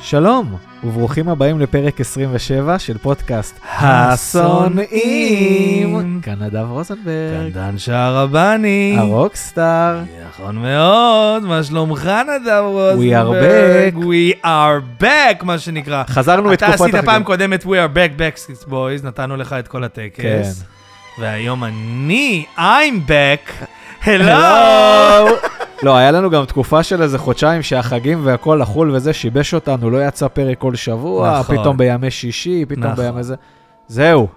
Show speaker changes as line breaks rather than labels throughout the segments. שלום, וברוכים הבאים לפרק 27 של פודקאסט
השונאים.
כאן נדב רוזנברג,
קנדן שערבני.
הרוקסטאר.
נכון מאוד, מה שלומך נדב
are
רוזנברג?
back.
We are back, מה שנקרא.
חזרנו
אתה
לתקופת
עשית
החגים.
פעם קודמת We are back back six boys, נתנו לך את כל
כן.
הטקס. והיום אני, I'm back. הלו!
הלו! לא, היה לנו גם תקופה של איזה חודשיים שהחגים והכל החול וזה שיבש אותנו, לא יצא פרק כל שבוע,
נכון.
פתאום בימי שישי, פתאום
נכון.
בימי זה. זהו,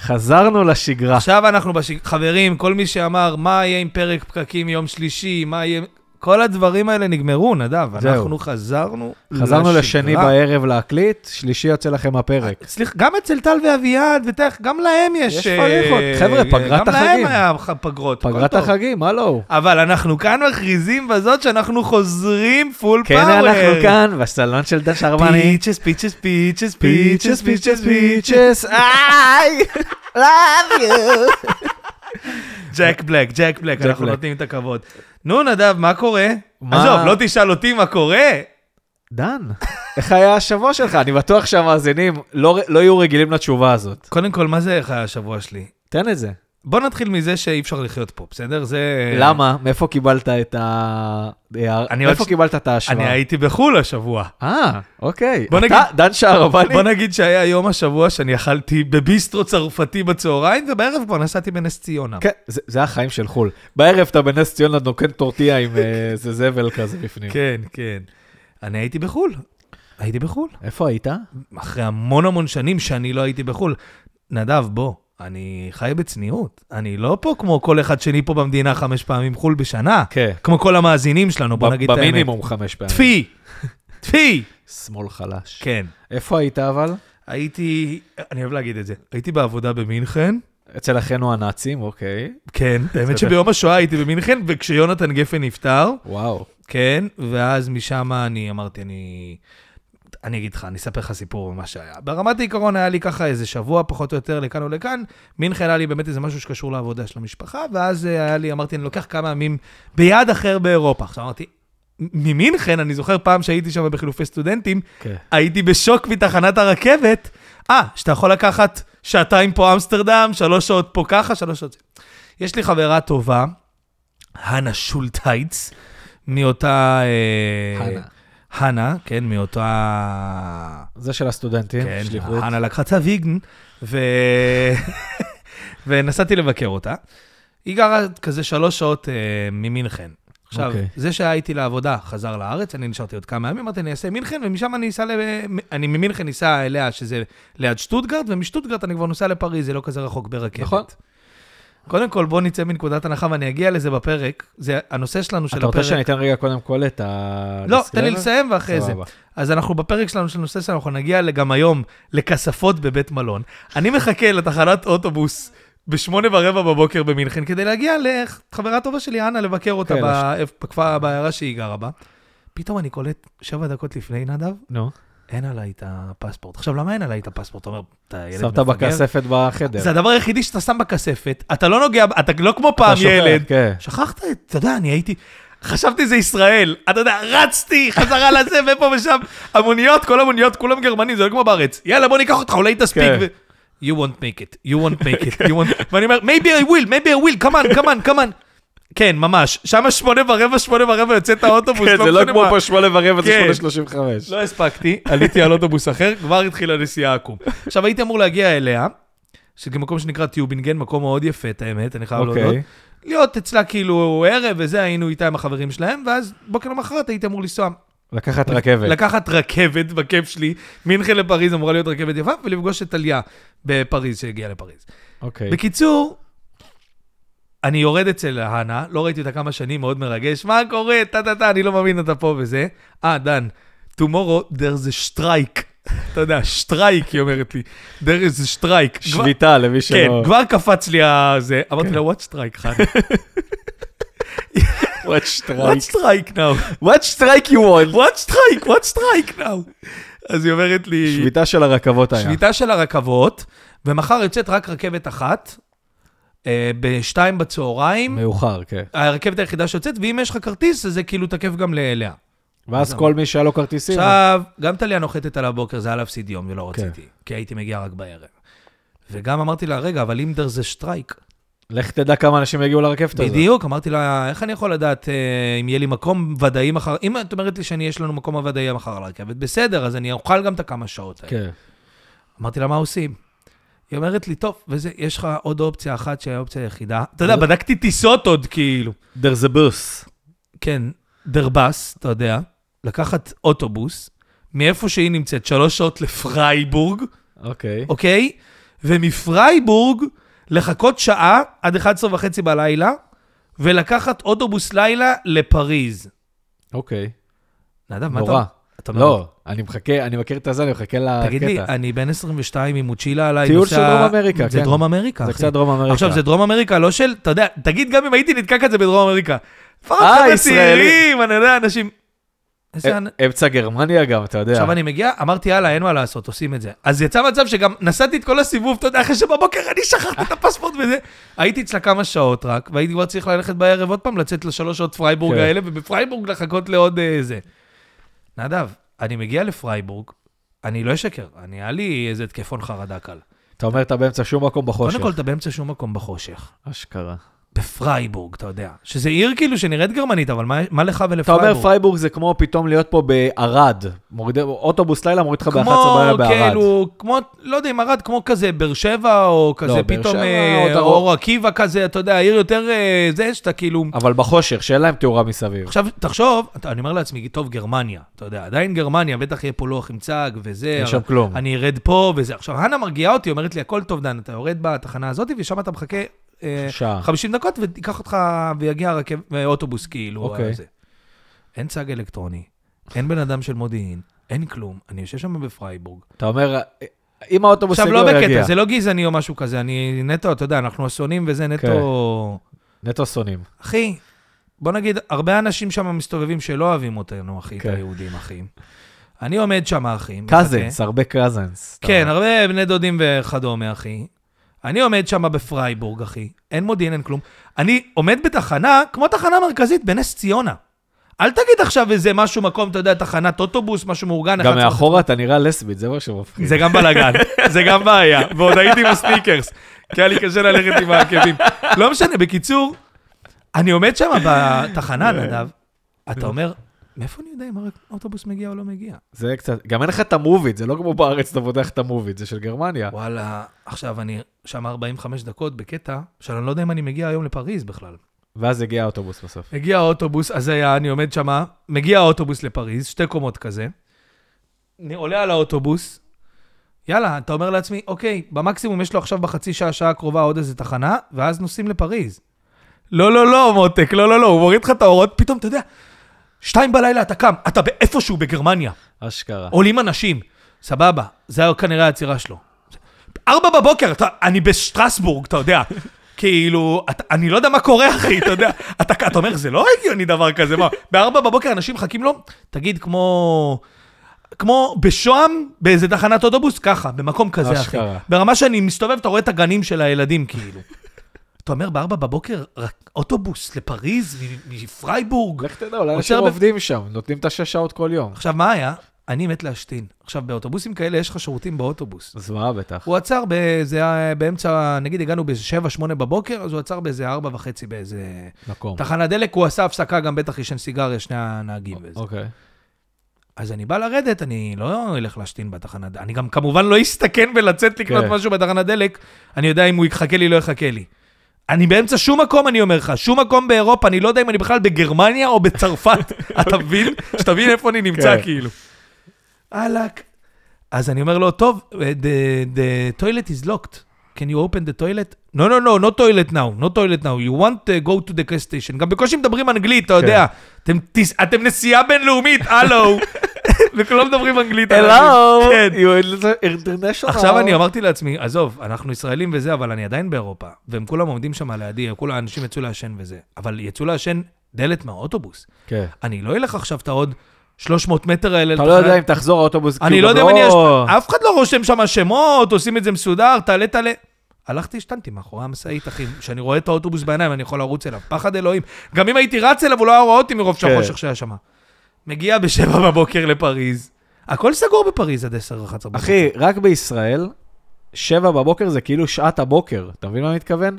חזרנו לשגרה.
עכשיו אנחנו בש... חברים, כל מי שאמר, מה יהיה עם פרק פקקים יום שלישי, מה יהיה... כל הדברים האלה נגמרו, נדב.
זהו.
אנחנו חזרנו
חזרנו לשני
לשגרה.
בערב להקליט, שלישי יוצא לכם הפרק.
סליחה, גם אצל טל ואביעד, וטח, גם להם יש...
יש
אה,
פדיחות. חבר'ה, פגרת
גם להם
החגים.
היה ח- פגרות. הכל
פגרת
טוב.
החגים, הלו.
אבל אנחנו כאן מכריזים בזאת שאנחנו חוזרים פול
כן,
פאוור.
אנחנו כאן, בסלון של דן שרמני.
פיצ'ס, פיצ'ס, פיצ'ס,
פיצ'ס,
פיצ'ס,
פיצ'ס,
פיצ'ס,
פיצ'ס, איי! love you.
ג'ק בלק, ג'ק בלק,
ג'ק
אנחנו
בלק.
נותנים את הכבוד. נו, נדב, מה קורה?
מה?
עזוב, לא תשאל אותי מה קורה.
דן, איך היה השבוע שלך? אני בטוח שהמאזינים לא לא יהיו רגילים לתשובה הזאת.
קודם כל, מה זה איך היה השבוע שלי?
תן את זה.
בוא נתחיל מזה שאי אפשר לחיות פה, בסדר? זה...
למה? מאיפה קיבלת את ה...
אני
מאיפה
עוד-
קיבלת את ההשוואה?
אני הייתי בחו"ל השבוע.
אה, אוקיי.
בוא
אתה,
נגיד-
דן שערבני?
בוא נגיד שהיה יום השבוע שאני אכלתי בביסטרו צרפתי בצהריים, ובערב כבר נסעתי בנס ציונה.
כן, זה זה החיים של חו"ל. בערב אתה בנס ציונה נוקן טורטיה עם אה, איזה זבל כזה בפנים.
כן, כן. אני הייתי בחו"ל. הייתי בחו"ל.
איפה היית?
אחרי המון המון שנים שאני לא הייתי בחו"ל. נדב, בוא, אני חי בצניעות. אני לא פה כמו כל אחד שני פה במדינה חמש פעמים חו"ל בשנה.
כן.
כמו כל המאזינים שלנו, בוא נגיד את האמת.
במינימום חמש פעמים.
טפי! טפי!
שמאל חלש.
כן.
איפה היית אבל?
הייתי, אני אוהב להגיד את זה, הייתי בעבודה במינכן.
אצל אחינו הנאצים, אוקיי.
כן, האמת שביום השואה הייתי במינכן, וכשיונתן גפן נפטר,
וואו.
כן, ואז משם אני אמרתי, אני... אני אגיד לך, אני אספר לך סיפור ממה שהיה. ברמת העיקרון היה לי ככה איזה שבוע, פחות או יותר, לכאן ולכאן. מינכן היה לי באמת איזה משהו שקשור לעבודה של המשפחה, ואז אה, היה לי, אמרתי, אני לוקח כמה ימים ביעד אחר באירופה. עכשיו אמרתי, ממינכן, אני זוכר פעם שהייתי שם בחילופי סטודנטים,
כן.
הייתי בשוק מתחנת הרכבת. אה, שאתה יכול לקחת שעתיים פה אמסטרדם, שלוש שעות פה ככה, שלוש שעות... זה. יש לי חברה טובה, הנה שולטייץ, מאותה... אה,
הנה.
הנה, כן, מאותה...
זה של הסטודנטים,
כן,
שליחות.
הנה לקחה את הוויגן, ו... ונסעתי לבקר אותה. היא גרה כזה שלוש שעות אה, ממינכן. עכשיו,
אוקיי.
okay. זה שהייתי לעבודה חזר לארץ, אני נשארתי עוד כמה ימים, אמרתי, אני אעשה מינכן, ומשם אני אסע ל... אני ממינכן אסע אליה, שזה ליד שטוטגרד, ומשטוטגרד אני כבר נוסע לפריז, זה לא כזה רחוק ברכבת.
נכון.
קודם כל, בוא נצא מנקודת הנחה, ואני אגיע לזה בפרק. זה הנושא שלנו של
אתה
הפרק.
רוצה שאני אתן רגע קודם כל את ה...
לא, תן לי
disclaimer?
לסיים ואחרי זה.
סבבה.
אז אנחנו בפרק שלנו של נושא שלנו, אנחנו נגיע גם היום לכספות בבית מלון. אני מחכה לתחנת אוטובוס בשמונה ורבע בבוקר במינכן, כדי להגיע לחברה טובה שלי, אנה, לבקר אותה
כן,
ב- בכפר, בעיירה שהיא גרה בה. פתאום אני קולט שבע דקות לפני נדב,
נו,
אין עליי את הפספורט. עכשיו, למה אין עליי את הפספורט? אתה אומר, אתה ילד
שמת בכספת בחדר.
זה לא הדבר היחידי שאתה שם בכספת, אתה לא נוגע, אתה לא כמו
אתה
פעם
שוכח,
ילד,
כן.
שכחת, את- אתה יודע, אני הייתי... חשבתי זה ישראל, אתה יודע, רצתי חזרה לזה ופה ושם, המוניות, כל המוניות, כולם גרמנים, זה לא כמו בארץ. יאללה, בוא ניקח אותך, אולי תספיק.
כן.
ו... You won't make it, you won't make it, you won't... ואני אומר, maybe I will, maybe I will, come on, come on, come on. כן, ממש. שם שמונה ורבע, שמונה ורבע יוצא את האוטובוס,
כן, זה
משנה
לא כמו
מה.
בשמונה ורבע, זה
כן.
שמונה שלושים וחמש.
לא הספקתי, עליתי על אוטובוס אחר, כבר התחילה הנסיעה עקום. עכשיו, הייתי אמור להגיע אליה, שזה מקום שנקרא טיובינגן, מקום מאוד יפה, את האמת, אני חייב להודות.
אוקיי.
להיות אצלה כאילו ערב וזה, היינו איתה עם החברים שלהם, ואז בוקר למחרת הייתי אמור לנסוע.
לקחת רכבת.
לקחת רכבת, בכיף שלי, מינכן לפריז אמורה להיות רכבת יפה, ולפגוש את טליה בפריז, שהגיעה לפריז.
אוקיי.
בקיצור, אני יורד אצל הנה, לא ראיתי אותה כמה שנים, מאוד מרגש, מה קורה, טה-טה-טה, אני לא מאמין, אתה פה וזה. אה, דן, tomorrow there's a strike. אתה יודע, שטרייק, היא אומרת לי. there is a strike. כבר-
שביתה למי
כן,
שלא...
כבר קפץ לי הזה. אמרתי לה, what strike, חנה?
what
what
strike.
strike now?
what strike you want.
what strike, what strike now? אז היא אומרת לי...
שביתה של הרכבות היה.
שביתה של הרכבות, ומחר יוצאת רק רכבת אחת, אה, בשתיים בצהריים.
מאוחר, כן.
הרכבת היחידה שיוצאת, ואם יש לך כרטיס, אז זה כאילו תקף גם לאליה.
ואז
זה
כל מי שהיה לו כרטיסים,
עכשיו, גם טליה נוחתת על הבוקר, זה היה להפסיד יום, ולא
כן.
רציתי, כי הייתי מגיע רק בערב. וגם אמרתי לה, רגע, אבל אינדר זה שטרייק.
לך תדע כמה אנשים יגיעו לרכבת הזאת.
בדיוק, אמרתי לה, איך אני יכול לדעת אה, אם יהיה לי מקום ודאי מחר? אם את אומרת לי שאני, יש לנו מקום הוודאי מחר על הרכבת, בסדר, אז אני אוכל גם את הכמה שעות האלה.
כן.
אמרתי לה, מה עושים? היא אומרת לי, טוב, וזה, יש לך עוד אופציה אחת שהיא האופציה היחידה. אתה
אה?
יודע, בדקתי טיסות עוד, כאילו.
There's a bus.
כן, דרבס, אתה יודע, לקחת אוטובוס, מאיפה שהיא נמצאת, שלוש שעות לפרייבורג,
אוקיי.
אוקיי? ומפרייבורג לחכות שעה עד 11 וחצי בלילה, ולקחת אוטובוס לילה לפריז.
אוקיי.
נדב, מה אתה...
נורא.
אתה
לא, אני מחכה, אני מכיר את הזה, אני מחכה לקטע.
תגיד לי, אני בן 22 עם מוצ'ילה עליי,
טיול
נוסע-
של דרום אמריקה,
זה
כן.
דרום אמריקה,
זה
אחי.
קצת דרום אמריקה.
עכשיו, זה דרום אמריקה, לא של, אתה יודע, תגיד גם אם הייתי נתקע כזה בדרום אמריקה. פאק,
אה,
חבר'ה
ישראלי. אה,
צעירים, אני יודע, אנשים... איזה אנ-
א- אמצע גרמניה גם, אתה יודע.
עכשיו אני מגיע, אמרתי, יאללה, אין מה לעשות, עושים את זה. אז יצא מצב שגם נסעתי את כל הסיבוב, אתה יודע, אחרי שבבוקר אני שכחתי את הפספורט וזה. הייתי אצלה כמה שעות רק, והייתי כבר צריך ללכת בערב עוד פעם, לצאת לשלוש שעות פרייבורג
כן.
האלה, ובפרייבורג לחכות לעוד אה, זה. נדב, אני מגיע לפרייבורג, אני לא אשקר, אני, היה לי איזה תקפון חרדה קל.
אתה אומר, אתה באמצע שום מקום בחושך.
קודם כל, אתה באמצע שום מקום בחושך.
אשכרה.
בפרייבורג, אתה יודע. שזה עיר כאילו שנראית גרמנית, אבל מה, מה לך
אתה
ולפרייבורג?
אומר פרייבורג זה כמו פתאום להיות פה בערד. מוריד- אוטובוס לילה מוריד אותך ב-11
כמו
בלילה בערד.
כאילו, כמו, לא יודע אם ערד, כמו כזה באר שבע, או כזה
לא, באר
פתאום
שבע,
אה,
או-
אור עקיבא כזה, אתה יודע, עיר יותר אה, זה, שאתה כאילו...
אבל בחושך, שאין להם תאורה מסביב.
עכשיו, תחשוב, אתה, אני אומר לעצמי, טוב, גרמניה, אתה יודע, עדיין גרמניה, בטח יהיה פה לוח עם צג וזה.
אין שם
אבל
כלום.
אני ארד פה וזה. עכשיו, הנה מרגיעה אותי, אומרת לי, הכל טוב, דן, אתה יורד בתחנה הזאת, ושם אתה מחכה אה,
שעה.
50 דקות, וייקח אותך, ויגיע הרכב, אוטובוס, כאילו,
אוקיי.
okay. זה. אין צג אלקטרוני, אין בן אדם של מודיעין, אין כלום. אני יושב שם בפרייבורג,
אתה אומר, אם האוטובוס
עכשיו,
יגיע,
לא
הוא יגיע.
בקטע, זה לא גזעני או משהו כזה, אני נטו, אתה יודע, אנחנו אסונים וזה
כן.
נטו...
נטו שונאים.
אחי, בוא נגיד, הרבה אנשים שם מסתובבים שלא אוהבים אותנו, אחי, את
כן.
היהודים, אחי. אני עומד שם, אחי. מחכה.
קזנס, הרבה קזנס. אתה
כן,
אומר.
הרבה בני דודים וכדומה, אחי. אני עומד שם בפרייבורג, אחי. אין מודיעין, אין כלום. אני עומד בתחנה, כמו תחנה מרכזית בנס ציונה. אל תגיד עכשיו איזה משהו, מקום, אתה יודע, תחנת אוטובוס, משהו מאורגן.
גם
11.
מאחורה אתה נראה לסבית, זה מה שמפחיד.
זה גם בלאגן, זה גם בעיה. ועוד הייתי עם הסניקרס, כי היה לי קשה ללכת עם העקבים. לא משנה, בקיצור, אני עומד שם בתחנה, נדב, אתה אומר, מאיפה אני יודע אם האוטובוס מגיע או לא מגיע?
זה קצת, גם אין לך את המוביט, זה לא כמו בארץ, אתה פותח את המוביט, זה של גרמניה.
וואלה, עכשיו אני שם 45 דקות בקטע, שאני לא יודע אם אני מגיע היום לפריז בכלל.
ואז הגיע האוטובוס בסוף.
הגיע האוטובוס, אז היה, אני עומד שמה, מגיע האוטובוס לפריז, שתי קומות כזה. אני עולה על האוטובוס, יאללה, אתה אומר לעצמי, אוקיי, במקסימום יש לו עכשיו בחצי שעה, שעה הקרובה עוד איזה תחנה, ואז נוסעים לפריז. לא, לא, לא, מותק, לא, לא, לא, הוא מוריד לך את האורות, פתאום, אתה יודע, שתיים בלילה אתה קם, אתה באיפשהו בגרמניה,
אשכרה.
עולים אנשים, סבבה, זה היה כנראה העצירה שלו. ארבע בבוקר, אתה, אני בשטרסבורג, אתה יודע. כאילו, אתה, אני לא יודע מה קורה, אחי, אתה יודע. אתה, אתה אומר, זה לא הגיוני דבר כזה, מה? בארבע בבוקר אנשים מחכים לו, תגיד, כמו... כמו בשוהם, באיזה תחנת אוטובוס, ככה, במקום כזה,
אשכרה.
אחי. ברמה שאני מסתובב, אתה רואה את הגנים של הילדים, כאילו. אתה אומר, בארבע בבוקר, רק אוטובוס לפריז, מ- מפרייבורג.
לך תדע, אולי
עוצר
אנשים
ב-
עובדים שם, נותנים את השש שעות כל יום.
עכשיו, מה היה? אני מת להשתין. עכשיו, באוטובוסים כאלה יש לך שירותים באוטובוס.
אז מה בטח?
הוא עצר באיזה, באמצע, נגיד הגענו ב-7-8 בבוקר, אז הוא עצר באיזה 4 וחצי באיזה...
מקום.
תחנת דלק, הוא עשה הפסקה, גם בטח עישן סיגריה, שני הנהגים וזה.
אוקיי.
אז אני בא לרדת, אני לא אלך להשתין בתחנת דלק. אני גם כמובן לא אסתכן ולצאת לקנות
כן.
משהו בתחנת דלק, אני יודע אם הוא יחכה לי, לא יחכה לי. אני באמצע שום מקום, אני אומר לך, שום מקום באירופה, אני לא יודע אם אני בכלל בגרמניה או בצרפת. אתה מבין? שתבין איפה אני נמצא,
כן.
כאילו. אהלק. אז אני אומר לו, טוב, uh, the, the toilet is locked. Can you open the toilet? No, no, no, not toilet now, not toilet now. You want to go to the gas station. גם בקושי מדברים אנגלית,
כן.
אתה יודע. אתם, תס... אתם נסיעה בינלאומית, הלו. וכולם מדברים אנגלית. אנשים. כן.
אינטרנשיונל.
עכשיו אני אמרתי לעצמי, עזוב, אנחנו ישראלים וזה, אבל אני עדיין באירופה. והם כולם עומדים שם לידי, כולם האנשים יצאו לעשן וזה. אבל יצאו לעשן דלת מהאוטובוס.
כן.
אני לא אלך עכשיו את העוד 300 מטר האלה.
אתה לא
לתחנת-
יודע אם תחזור האוטובוס,
אני
כאילו
לא יודע אם
גם
אני... אש- אף אחד לא רושם שם שמות, עושים את זה מסודר, תעלה, תעלה. הלכתי, השתנתי מאחורי המשאית, אחי. כשאני רואה את האוטובוס בעיניים, אני יכול לרוץ אליו. פחד אלוהים. גם אם הייתי רץ אליו, הוא לא היה רואה אותי מרוב
כן.
שהחושך שהיה שם. מגיע בשבע בבוקר לפריז. הכל סגור בפריז עד 10-11 בבוקר.
אחי, רק בישראל, שבע בבוקר זה כאילו שעת הבוקר, אתה מבין מה אני מתכוון?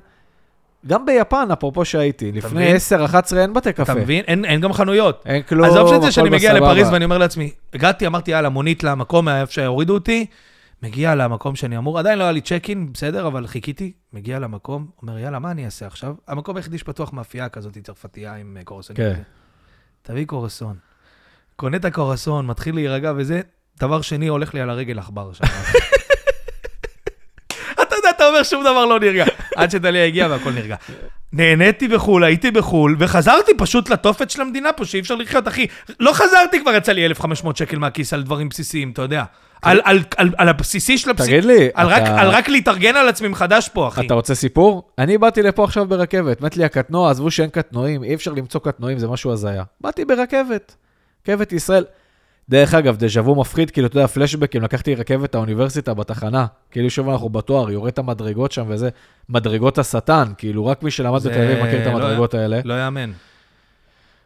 גם ביפן, אפרופו שהייתי, לפני
מבין?
10-11 אין בתי קפה.
אתה מבין? אין, אין גם חנויות.
אין כלום,
עזוב שאת זה שאני
כאילו, הכל
מגיע
בסבבה.
לפריז ואני אומר לעצמי, הגעתי, אמרתי, יאללה, מונית למקום איפה שהורידו אותי, מגיע למקום שאני אמור, עדיין לא היה לי צ'ק אין, בסדר, אבל חיכיתי, מגיע למקום, אומר, יאללה, מה אני אעשה עכשיו? המקום היחידי שפתוח מאפייה כזאת, צרפתייה עם אה, קורסונים.
כן.
כזה. תביא קורסון. קונה את הקורסון, מתחיל להירגע וזה, דבר שני, הולך לי על הרגל עכבר שם. אתה יודע, אתה אומר שום דבר לא נרגע. עד שדליה הגיעה והכל נרגע. נהניתי בחו"ל, הייתי בחו"ל, וחזרתי פשוט לתופת של המדינה פה, שאי אפשר לחיות, אחי. לא חזרתי, כבר יצא לי 1,500 שקל מהכיס על דברים בסיסיים, אתה יודע. על, על, על, על הבסיסי של הבסיסי.
תגיד לי,
על, רק,
אתה-
על רק להתארגן על עצמי מחדש פה, אחי.
אתה רוצה סיפור? אני באתי לפה עכשיו ברכבת, מת לי הקטנוע, עזבו שאין קטנועים, אי אפשר למצוא קטנועים, זה משהו הזיה. באתי ברכבת, רכבת ישראל. דרך אגב, דז'ה וו מפחיד, כאילו, אתה יודע, פלשבקים, לקחתי רכבת האוניברסיטה בתחנה, כאילו, שוב אנחנו בתואר, יורד את המדרגות שם וזה, מדרגות השטן, כאילו, רק מי שלמד
זה-
בתל אביב מכיר את
לא-
המדרגות האלה.
לא יאמן.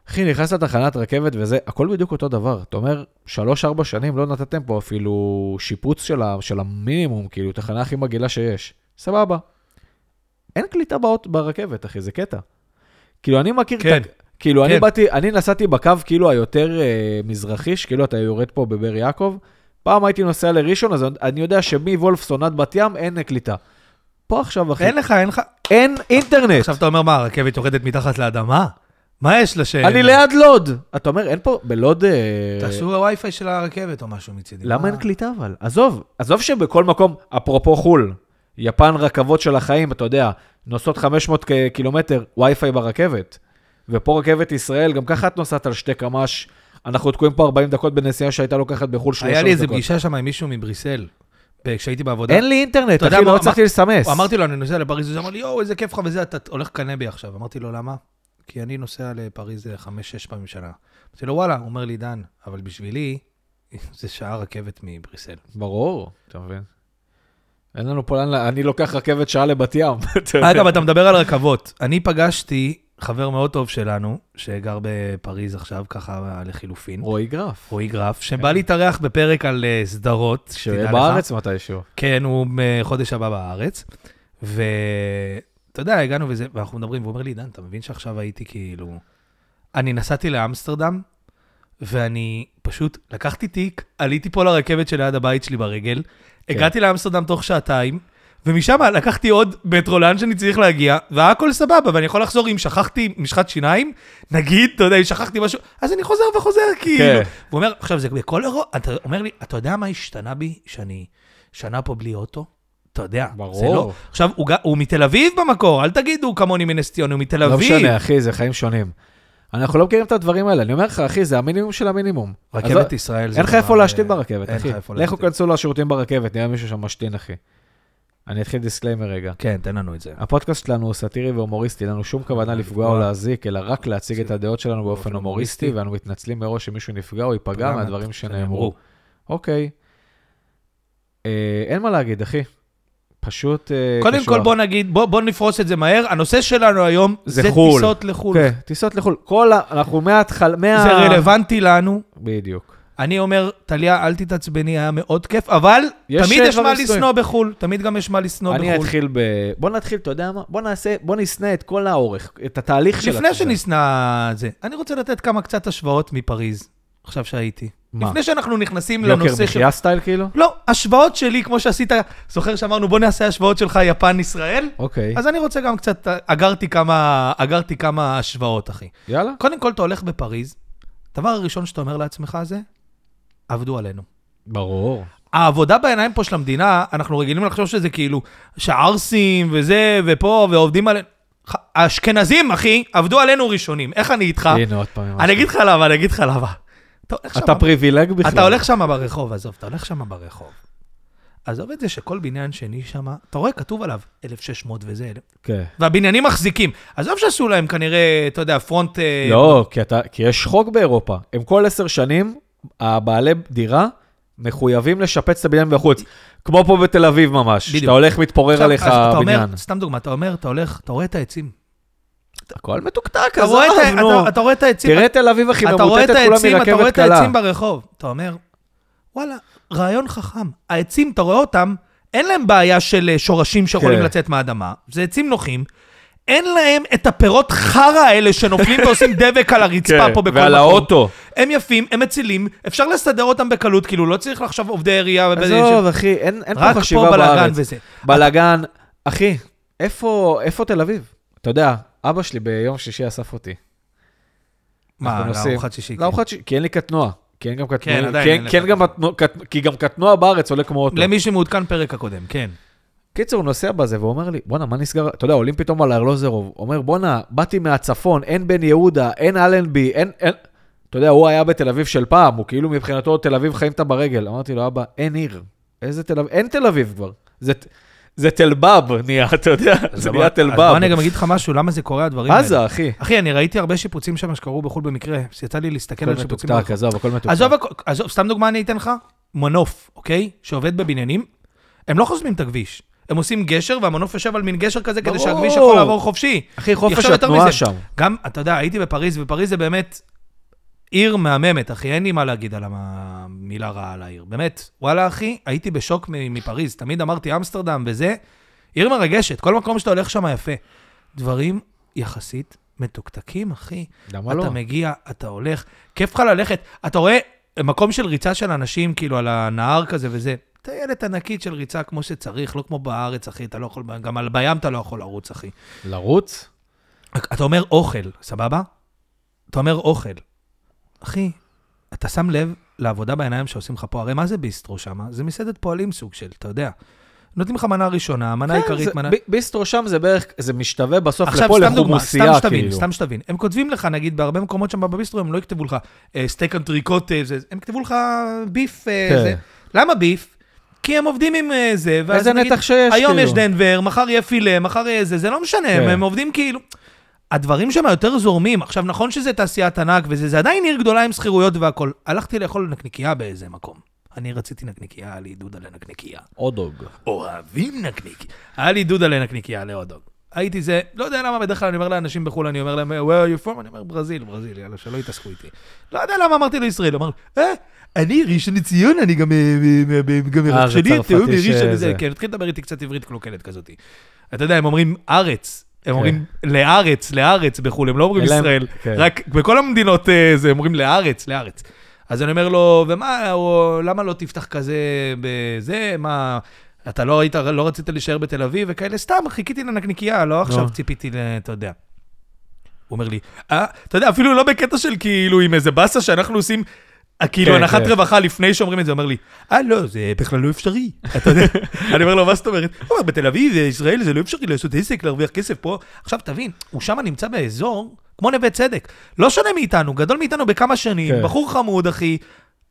אחי, נכנס לתחנת רכבת וזה, הכל בדיוק אותו דבר. אתה אומר, שלוש-ארבע שנים לא נתתם פה אפילו שיפוץ של, ה, של המינימום, כאילו, תחנה הכי מגעילה שיש. סבבה. אין קליטה באות, ברכבת, אחי, זה קטע. כאילו, אני מכיר
כן.
את... ה- כאילו, אני
כן.
באתי, אני נסעתי בקו כאילו היותר אה, מזרחי, שכאילו אתה יורד פה בבאר יעקב. פעם הייתי נוסע לראשון, אז אני יודע שמוולפסון עד בת ים אין קליטה. פה עכשיו, אחי,
אין לך, אין לך.
אין אינטרנט.
עכשיו אתה אומר, מה, הרכבת יורדת מתחת לאדמה? מה יש לה ש...
אני ליד לוד. אתה אומר, אין פה, בלוד... אה,
אה, תעשו הווי-פיי של הרכבת או משהו מצידי.
למה
מה?
אין קליטה אבל? עזוב, עזוב שבכל מקום, אפרופו חו"ל, יפן רכבות של החיים, אתה יודע, נוסעות 500 ק- קילומטר, וי-פיי ברכבת. ופה רכבת ישראל, גם ככה את נוסעת על שתי קמ"ש, אנחנו תקועים פה 40 דקות בנסיעה שהייתה לוקחת בחו"ל 3 דקות.
היה לי איזה פגישה שם עם מישהו מבריסל, ב- כשהייתי בעבודה.
אין לי אינטרנט,
אתה יודע
אחי,
מה-
לא הצלחתי
מה-
לסמס.
הוא אמרתי לו, אני נוסע לפריז, הוא אמר לי, יואו, איזה כיף לך וזה, אתה הולך לקנא בי עכשיו. אמרתי לו, למה? כי אני נוסע לפריז אה, חמש-שש פעמים בשנה. אמרתי לו, וואלה, הוא אומר לי, דן, אבל בשבילי, זה שעה רכבת מבריסל.
ברור, אתה מבין? אין לנו פה לאן, ל- אני לוקח רכבת שעה לבת ים. אתה יודע.
אגב, אה, אתה מדבר על רכבות. אני פגשתי חבר מאוד טוב שלנו, שגר בפריז עכשיו, ככה לחילופין,
רועי גרף,
רועי גרף, שבא להתארח בפרק על אה, סדרות, תדע
שיהיה
לך.
בארץ מתישהו.
כן, הוא בחודש הבא בארץ. ואתה יודע, הגענו וזה, ואנחנו מדברים, והוא אומר לי, דן, אתה מבין שעכשיו הייתי כאילו... אני נסעתי לאמסטרדם, ואני פשוט לקחתי תיק, עליתי פה לרכבת שליד הבית שלי ברגל,
כן.
הגעתי לאמסטרדם תוך שעתיים, ומשם לקחתי עוד מטרו לאן שאני צריך להגיע, והיה הכל סבבה, ואני יכול לחזור אם שכחתי משחת שיניים, נגיד, אתה יודע, אם שכחתי משהו, אז אני חוזר וחוזר, כאילו.
כן.
הוא אומר, עכשיו, זה בכל אירוע, אתה אומר לי, אתה יודע מה השתנה בי שאני שנה פה בלי אוטו? אתה יודע, זה
ברור.
לא. עכשיו, הוא, ג- הוא מתל אביב במקור, אל תגידו כמוני מנס ציון, הוא מתל
לא
אביב.
משנה, אחי, זה חיים שונים. אנחנו לא מכירים את הדברים האלה. אני אומר לך, אחי, זה המינימום של המינימום. אז-
רכבת ישראל זה
אין לך
דבר,
איפה להשתין
אה,
ברכבת,
אין
אחי.
לך איפה
לכו
להשתין.
כנסו לשירותים ברכבת, נראה מישהו שם משתין, אחי. אני אתחיל דיסקליימר רגע.
כן, תן לנו את זה.
הפודקאסט שלנו הוא סאטירי והומוריסטי, אין לנו שום
אה,
כוונה לפגוע או להזיק, אלא רק להציג את הדעות שלנו באופן הומוריסטי, ואנו מתנצלים מראש שמישהו נפגע או ייפגע
פגע
מהדברים
מה-
שנאמרו. אוקיי. אה, אין מה להגיד, אחי. פשוט אה,
קודם
קשוח.
כל, בוא נגיד, בוא, בוא נפרוס את זה מהר. הנושא שלנו היום
זה
זה,
חו"ל.
טיסות לחו"ל.
כן, טיסות לחו"ל. כל ה... אנחנו מההתחלה... מה...
זה רלוונטי לנו.
בדיוק.
אני אומר, טליה, אל תתעצבני, היה מאוד כיף, אבל
יש
תמיד יש מה
דברים סתומים.
לשנוא בחו"ל. תמיד גם יש מה לשנוא לא בחו"ל.
אני אתחיל ב... בוא נתחיל, אתה יודע מה? בוא נעשה, בוא נשנא את כל האורך, את התהליך של...
לפני
התודעה.
שנשנא את זה, אני רוצה לתת כמה קצת השוואות מפריז, עכשיו שהייתי.
מה?
לפני שאנחנו נכנסים
יוקר
לנושא של...
מחיה סטייל כאילו?
לא, השוואות שלי, כמו שעשית, זוכר שאמרנו, בוא נעשה השוואות שלך יפן-ישראל?
אוקיי,
אז אני רוצה גם קצת, אגרתי כמה, אגרתי כמה השוואות, אחי.
יאללה.
קודם כל, אתה הולך בפריז, הדבר הראשון שאתה אומר לעצמך זה, עבדו עלינו.
ברור.
העבודה בעיניים פה של המדינה, אנחנו רגילים לחשוב שזה כאילו שערסים וזה ופה ועובדים עלינו. ח- האשכנזים, אחי, עבדו עלינו ראשונים. איך אני איתך?
הנה עוד פעם. עם
אה, אני
משהו.
אגיד לך למה, אני אגיד לך למה. אתה הולך
אתה
שמה-
פריבילג בכלל.
אתה הולך שם ברחוב, עזוב, אתה הולך שם ברחוב. עזוב את זה שכל בניין שני שם, אתה רואה, כתוב עליו 1,600 וזה, אלף.
כן.
והבניינים מחזיקים. עזוב שעשו להם כנראה, אתה יודע, פרונט... אה,
לא, כי אתה- כי יש חוק באירופה. הם כל עשר שנים, הבעלי דירה מחויבים לשפץ את הבניין מבחוץ. כמו פה בתל אביב ממש.
בדיוק.
שאתה הולך, מתפורר
עכשיו,
עליך
אז אתה אומר-
הבניין.
סתם דוגמה, אתה אומר, אתה הולך, אתה רואה את העצים.
הכל מתוקתק,
אתה רואה את
עזוב,
ה-
נו.
אתה- אתה רואה את העצים,
תראה תל אביב הכי
אתה רואה את
ממוטטת כולה
העצים, אתה רואה
מרכבת
את
קלה.
העצים ברחוב. אתה אומר, וואלה, רעיון חכם. העצים, אתה רואה אותם, אין להם בעיה של אה, שורשים שיכולים
כן.
לצאת מהאדמה. זה עצים נוחים. אין להם את הפירות חרא האלה שנופלים ועושים דבק על הרצפה
כן,
פה בכל מקום.
ועל האוטו.
הם יפים, הם מצילים, אפשר לסדר אותם בקלות, כאילו, לא צריך לחשוב עובדי עירייה.
עזוב, אחי, אין אין פה
רק
חשיבה
פה בלאגן
בארץ.
וזה.
בלאגן, אחי, איפה איפה תל אביב? אתה יודע, אבא שלי ביום שישי אסף אותי.
מה,
אנחנו נוסעים.
לארוחת שישי.
לארוחת שישי, כי אין לי קטנוע. כי אין גם קטנוע.
כן, עדיין
כי
אין לך
כן גם
קטנוע.
קטנוע- קט- כי גם קטנוע בארץ עולה כמו
כן.
אוטו.
למי שמעודכן פרק הקודם, כן.
קיצר, הוא נוסע בזה ואומר לי, בואנה, מה נסגר? אתה יודע, עולים פתאום על ארלוזרוב. אומר, בואנה, באתי מהצפון, אין בן יהודה, אין אלנבי, אין... אין... אתה יודע, הוא היה בתל אביב של פעם, הוא כאילו מבחינתו תל אביב חיים אותה ברגל. אמרתי לו, אבא, אין עיר. איזה תל אביב? אין תל אביב כבר. זה, ת- זה תלבב נהיה, אתה יודע, זה נהיה
אז בוא
תלבב.
אני גם אגיד לך משהו, למה זה קורה, הדברים האלה.
עזה, אחי.
אחי, אני ראיתי הרבה שיפוצים שם שקרו בחו"ל במקרה. יצא לי להסתכל
הכל
על שיפוצים.
מתוקתק, עזוב, הכל מתוקתק.
עזוב, הכ- עזוב, סתם דוגמה אני אתן לך. מנוף, אוקיי? שעובד בבניינים, הם לא חוסמים את הכביש. הם עושים גשר, והמנוף יושב על מין גשר כזה, כדי
ברור.
שהכביש יכול לעבור חופשי.
אחי, חופש
עכשיו יותר
התנועה
מזה,
שם.
גם, אתה יודע, הייתי בפריז, ופריז זה באמת עיר מהממת, אחי, אין לי מה להגיד על המילה רעה על העיר. באמת, וואלה, אחי, הייתי בשוק מ- מפריז. תמיד אמרתי אמסטרדם וזה, עיר מרגשת, כל מקום שאתה הולך שם יפה. דברים יחסית מתוקתקים, אחי.
למה
אתה
לא?
אתה מגיע, אתה הולך, כיף לך ללכת. אתה רואה מקום של ריצה של אנשים, כאילו, על הנהר כזה וזה. טיילת ענקית של ריצה כמו שצריך, לא כמו בארץ, אחי, אתה לא יכול, גם על בים אתה לא יכול לרוץ, אחי. כן,
לרוץ?
אתה אומר אוכל, סבבה? אתה אומר אוכל. אחי, אתה שם לב לעבודה בעיניים שעושים לך פה, הרי מה זה ביסטרו שם? זה מסעדת פועלים סוג של, אתה יודע. נותנים לך מנה ראשונה, מנה
כן,
עיקרית,
זה-
מנה...
ב- ביסטרו שם זה בערך, זה משתווה בסוף
עכשיו,
לפה
סתם דוגמה, סתם
לחומוסייה,
שתבין,
כאילו.
סתם שתבין. הם כותבים לך, נגיד, בהרבה מקומות שם בביסטרו, הם לא יכתבו לך אה, סטייק אנטריקוט, אה, זה, הם כתבו לך ביף. אה,
כן.
זה. למה ביף? כי הם עובדים עם אה, זה, ואז
איזה
נגיד,
נתח שיש,
היום
כאילו.
יש דנבר, מחר יהיה פילה, מחר יהיה זה, זה לא משנה,
כן.
הם, הם עובדים כאילו... הדברים שם יותר זורמים. עכשיו, נכון שזה תעשיית ענק וזה, זה עדיין עיר גדולה עם שכירויות והכול. הלכתי לאכול נקניקייה באיזה מקום. אני רציתי נקניקייה, היה לי עידוד על הנקניקייה.
עוד דוג.
אוהבים נקניק. היה לי דודה לנקניקיה, להודוג. הייתי זה, לא יודע למה, בדרך כלל אני אומר לאנשים בחו"ל, אני אומר להם, where are you from? אני אומר, ברזיל, ברזיל, יאללה, שלא יתעסקו איתי. לא יודע למה אמרתי לו ישראל, הוא אמר, אה, אני ראשון לציון, אני גם, אה, אה, אה, אה, גם
אה,
ערך
זה
שלי,
צרפתי
תיאום מראשון
שזה.
וזה. כן, התחיל לדבר איתי קצת עברית קלוקלת כזאת. אתה יודע, הם אומרים ארץ,
כן.
הם אומרים לארץ, לארץ בחו"ל, הם לא אומרים
אין להם-
ישראל,
כן.
רק בכל המדינות אה, זה, הם אומרים לארץ, לארץ. אז אני אומר לו, ומה, או, למה לא תפתח כזה בזה, מה, אתה לא היית, לא רצית להישאר בתל אביב וכאלה, סתם חיכיתי לנקניקייה, לא עכשיו ציפיתי, ל- אתה יודע. הוא אומר לי, אה, אתה יודע, אפילו לא בקטע של כאילו עם איזה באסה שאנחנו עושים, אה, כאילו
כן,
הנחת
כן.
רווחה לפני שאומרים את זה, הוא אומר לי, אה, לא, זה בכלל לא אפשרי, אתה יודע. אני אומר לו, מה זאת אומרת? הוא אומר, בתל אביב, אה, ישראל, זה לא אפשרי לעשות עסק, להרוויח כסף פה. עכשיו, תבין, הוא שם נמצא באזור כמו נווה צדק. לא שונה מאיתנו, גדול מאיתנו בכמה שנים,
כן.
בחור חמוד, אחי.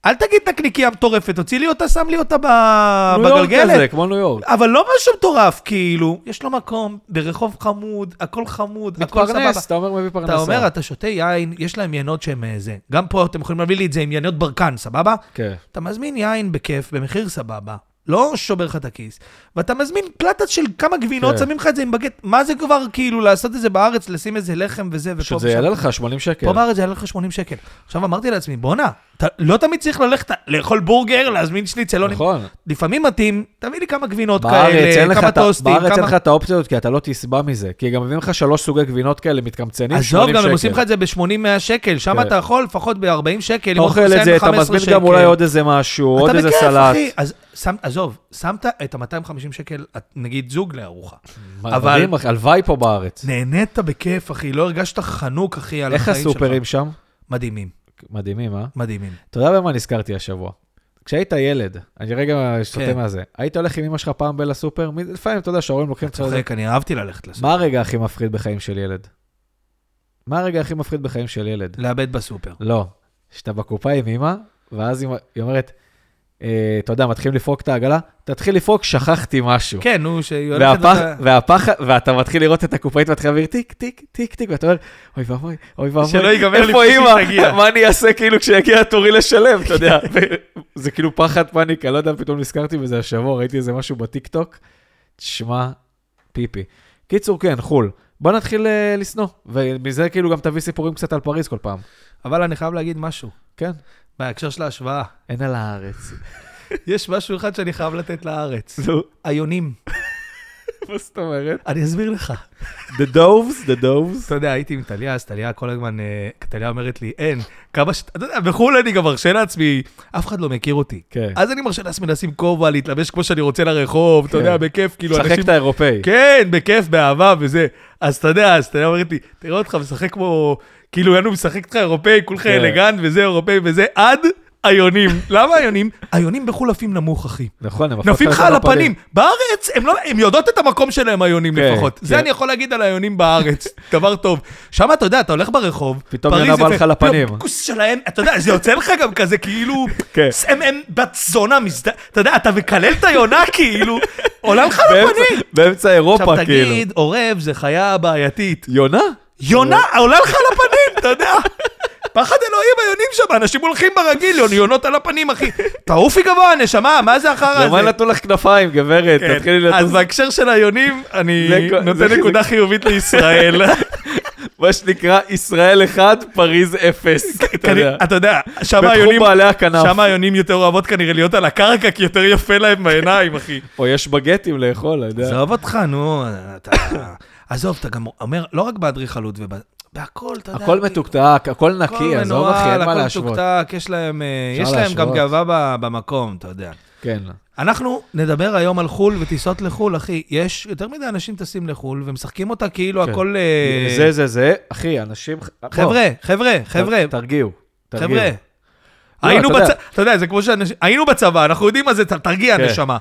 אל תגיד נקניקייה מטורפת, תוציא לי אותה, שם לי אותה ב-
ניו יורק
בגלגלת.
לא כזה, כמו ניו יורק.
אבל לא משהו מטורף, כאילו, יש לו מקום, ברחוב חמוד, הכל חמוד, הכל סבבה.
מתפרנס, אתה אומר מביא פרנסה.
אתה אומר, אתה שותה יין, יש להם ינות שהם אה, זה. גם פה אתם יכולים להביא לי את זה עם ינות ברקן, סבבה?
כן.
אתה מזמין יין בכיף, במחיר סבבה, לא שובר לך את הכיס, ואתה מזמין פלטה של כמה גבינות,
כן.
שמים לך את זה עם בגט. מה זה כבר כאילו לעשות את זה בארץ, לשים איזה לחם וזה ופה
פשוט זה יעלה לך כן. 80 שקל.
פה בארץ זה יעלה לך 80 שקל. עכשיו אמרתי לעצמי, בואנה, אתה לא תמיד צריך ללכת לאכול בורגר, להזמין שניצלונים.
נכון.
לפעמים מתאים, תביא לי כמה גבינות
בארץ אין
כאלה,
לך
כמה
את ה-
טוסטים,
בארץ אין
כמה...
לך את האופציות, כי אתה לא תשבע מזה. כי גם מביאים לך שלוש סוגי גבינות כאלה, מתקמצנים, 80 שקל.
עזוב, גם הם עושים לך את זה ב-80-100 שקל, שם
כן.
אתה יכול לפחות ב-40 שקל, אם
אתה אוכל
מחוסן
את זה, אתה
15
מזמין גם
שקל.
אולי עוד איזה משהו, עוד איזה
אתה בכיף,
סלט.
אחי. אז שם, עזוב, שמת את ה-250 שקל, נגיד זוג לארוחה.
מה,
אבל-
מדהים, אחי, הלוואי פה בארץ.
נהנית בכיף, אחי, לא הרגשת חנוק, אחי, על
איך
החיים שלך.
הסופרים שם?
מדהימים,
מדהימים, אה?
מדהימים.
אתה יודע במה נזכרתי השבוע? כשהיית ילד, אני רגע סוטה
כן.
מהזה, היית הולך עם אמא שלך פעם ב- לסופר? מי- לפעמים, אתה יודע, שההורים לוקחים אותך...
צוחק, אני אהבתי ללכת לסופר.
מה הרגע הכי מפחיד בחיים של ילד? מה הרגע הכי מפחיד בחיים של ילד?
לאבד בסופר.
לא. שאתה בקופה עם אמא, ואז אמא- היא אומרת, אה, אתה יודע, מתחילים לפרוק את העגלה, תתחיל לפרוק, שכחתי משהו.
כן, נו, שהיא הולכת...
והפח,
ואתה-
והפחד, ואתה מתחיל לראות את הקופאית מתחילה להעביר טיק, טיק, טיק, טיק, ואתה אומר, אוי ואבוי, אוי ואבוי.
שלא ייגמר
איפה
לפני שהיא
אימא?
תגיע."
מה אני אעשה כאילו כשיגיע תורי לשלם, אתה יודע? ו- זה כאילו פחד פאניקה, לא יודע, פתאום נזכרתי בזה השבוע, ראיתי איזה משהו בטיקטוק, תשמע, פיפי. קיצור, כן, חו"ל. בוא נתחיל אה, לשנוא, ומזה כאילו גם תביא סיפורים קצת על פריז כל פעם.
אבל אני חייב להגיד משהו,
כן,
בהקשר של ההשוואה.
אין על הארץ.
יש משהו אחד שאני חייב לתת לארץ. היונים.
מה זאת אומרת?
אני אסביר לך.
The doves, the doves.
אתה יודע, הייתי עם טליה, אז טליה כל הזמן, אה, טליה אומרת לי, אין, כמה ש... אתה יודע, בחו"ל אני גם מרשה לעצמי, אף אחד לא מכיר אותי.
כן.
אז אני מרשה לעצמי לשים כובע, להתלבש כמו שאני רוצה לרחוב, אתה
כן.
יודע, בכיף, כאילו,
שחק
אנשים...
את האירופאי.
כן, בכיף, באהבה וזה. אז אתה יודע, אז טליה אומרת לי, תראה אותך משחק כמו... כאילו, יאנו, משחק איתך אירופאי, כולך
כן.
אלגנט וזה אירופאי וזה, עד היונים. למה היונים? היונים בחו"ל עפים נמוך, אחי.
נכון, הם הפכו
נופים
את
לך
זה
על
בפנים.
הפנים. בארץ, הם, לא, הם יודעות את המקום שלהם, היונים
כן,
לפחות. זה
כן.
אני יכול להגיד על היונים בארץ, דבר טוב. שם, אתה יודע, אתה הולך ברחוב,
פתאום
פריז
יונה בא
יפה,
לך לפנים.
פתאום כוס שלהם, אתה יודע, זה יוצא לך גם כזה, כאילו,
כן.
הם, הם בת זונה, מזד... אתה יודע, אתה מקלל את היונה, כאילו, עולה לך
באמצע-
לפנים.
באמצע אירופה,
עכשיו
כאילו.
תגיד, עורב זה חיה בעייתית.
יונה?
יונה עולה לך על הפנים, אתה יודע. פחד אלוהים היונים שם, אנשים הולכים ברגיל, יונות על הפנים, אחי. תעופי גבוה, נשמה, מה אה, זה החרא הזה?
למה נתנו לך כנפיים, גברת?
כן,
תתחילי
אז
לטוס.
בהקשר של היונים, אני
זה כל-
נותן
זה-
נקודה חיובית לישראל.
מה שנקרא, ישראל 1, פריז 0. אתה יודע.
אתה יודע, שם
בתחום
היונים...
בעלי הכנף.
שם היונים יותר אוהבות כנראה להיות על הקרקע, כי יותר יפה להם בעיניים, אחי.
או יש בגטים לאכול, אתה יודע.
עזוב אותך, נו, אתה... עזוב, אתה גם אומר, לא רק באדריכלות, בהכל, אתה יודע.
הכל מתוקתק, הכל
הכל
נקי, עזוב
מנוהל,
אחי, אין מה
הכל
להשוות.
מתוקתק, יש להם, אה, יש
אפשר
להם גם
להשוות.
גאווה ב- במקום, אתה יודע.
כן.
אנחנו נדבר היום על חו"ל וטיסות לחו"ל, אחי. יש יותר מדי אנשים טסים לחו"ל ומשחקים אותה כאילו
כן.
הכל... אה,
זה, זה, זה, אחי, אנשים... בוא,
חבר'ה, חבר'ה, חבר'ה,
ת- תרגיעו. תרגיעו.
חבר'ה. היינו
אתה יודע.
בצבא, אתה יודע, זה כמו שאנשים, היינו בצבא, אנחנו יודעים מה זה, ת- תרגיע,
כן.
נשמה.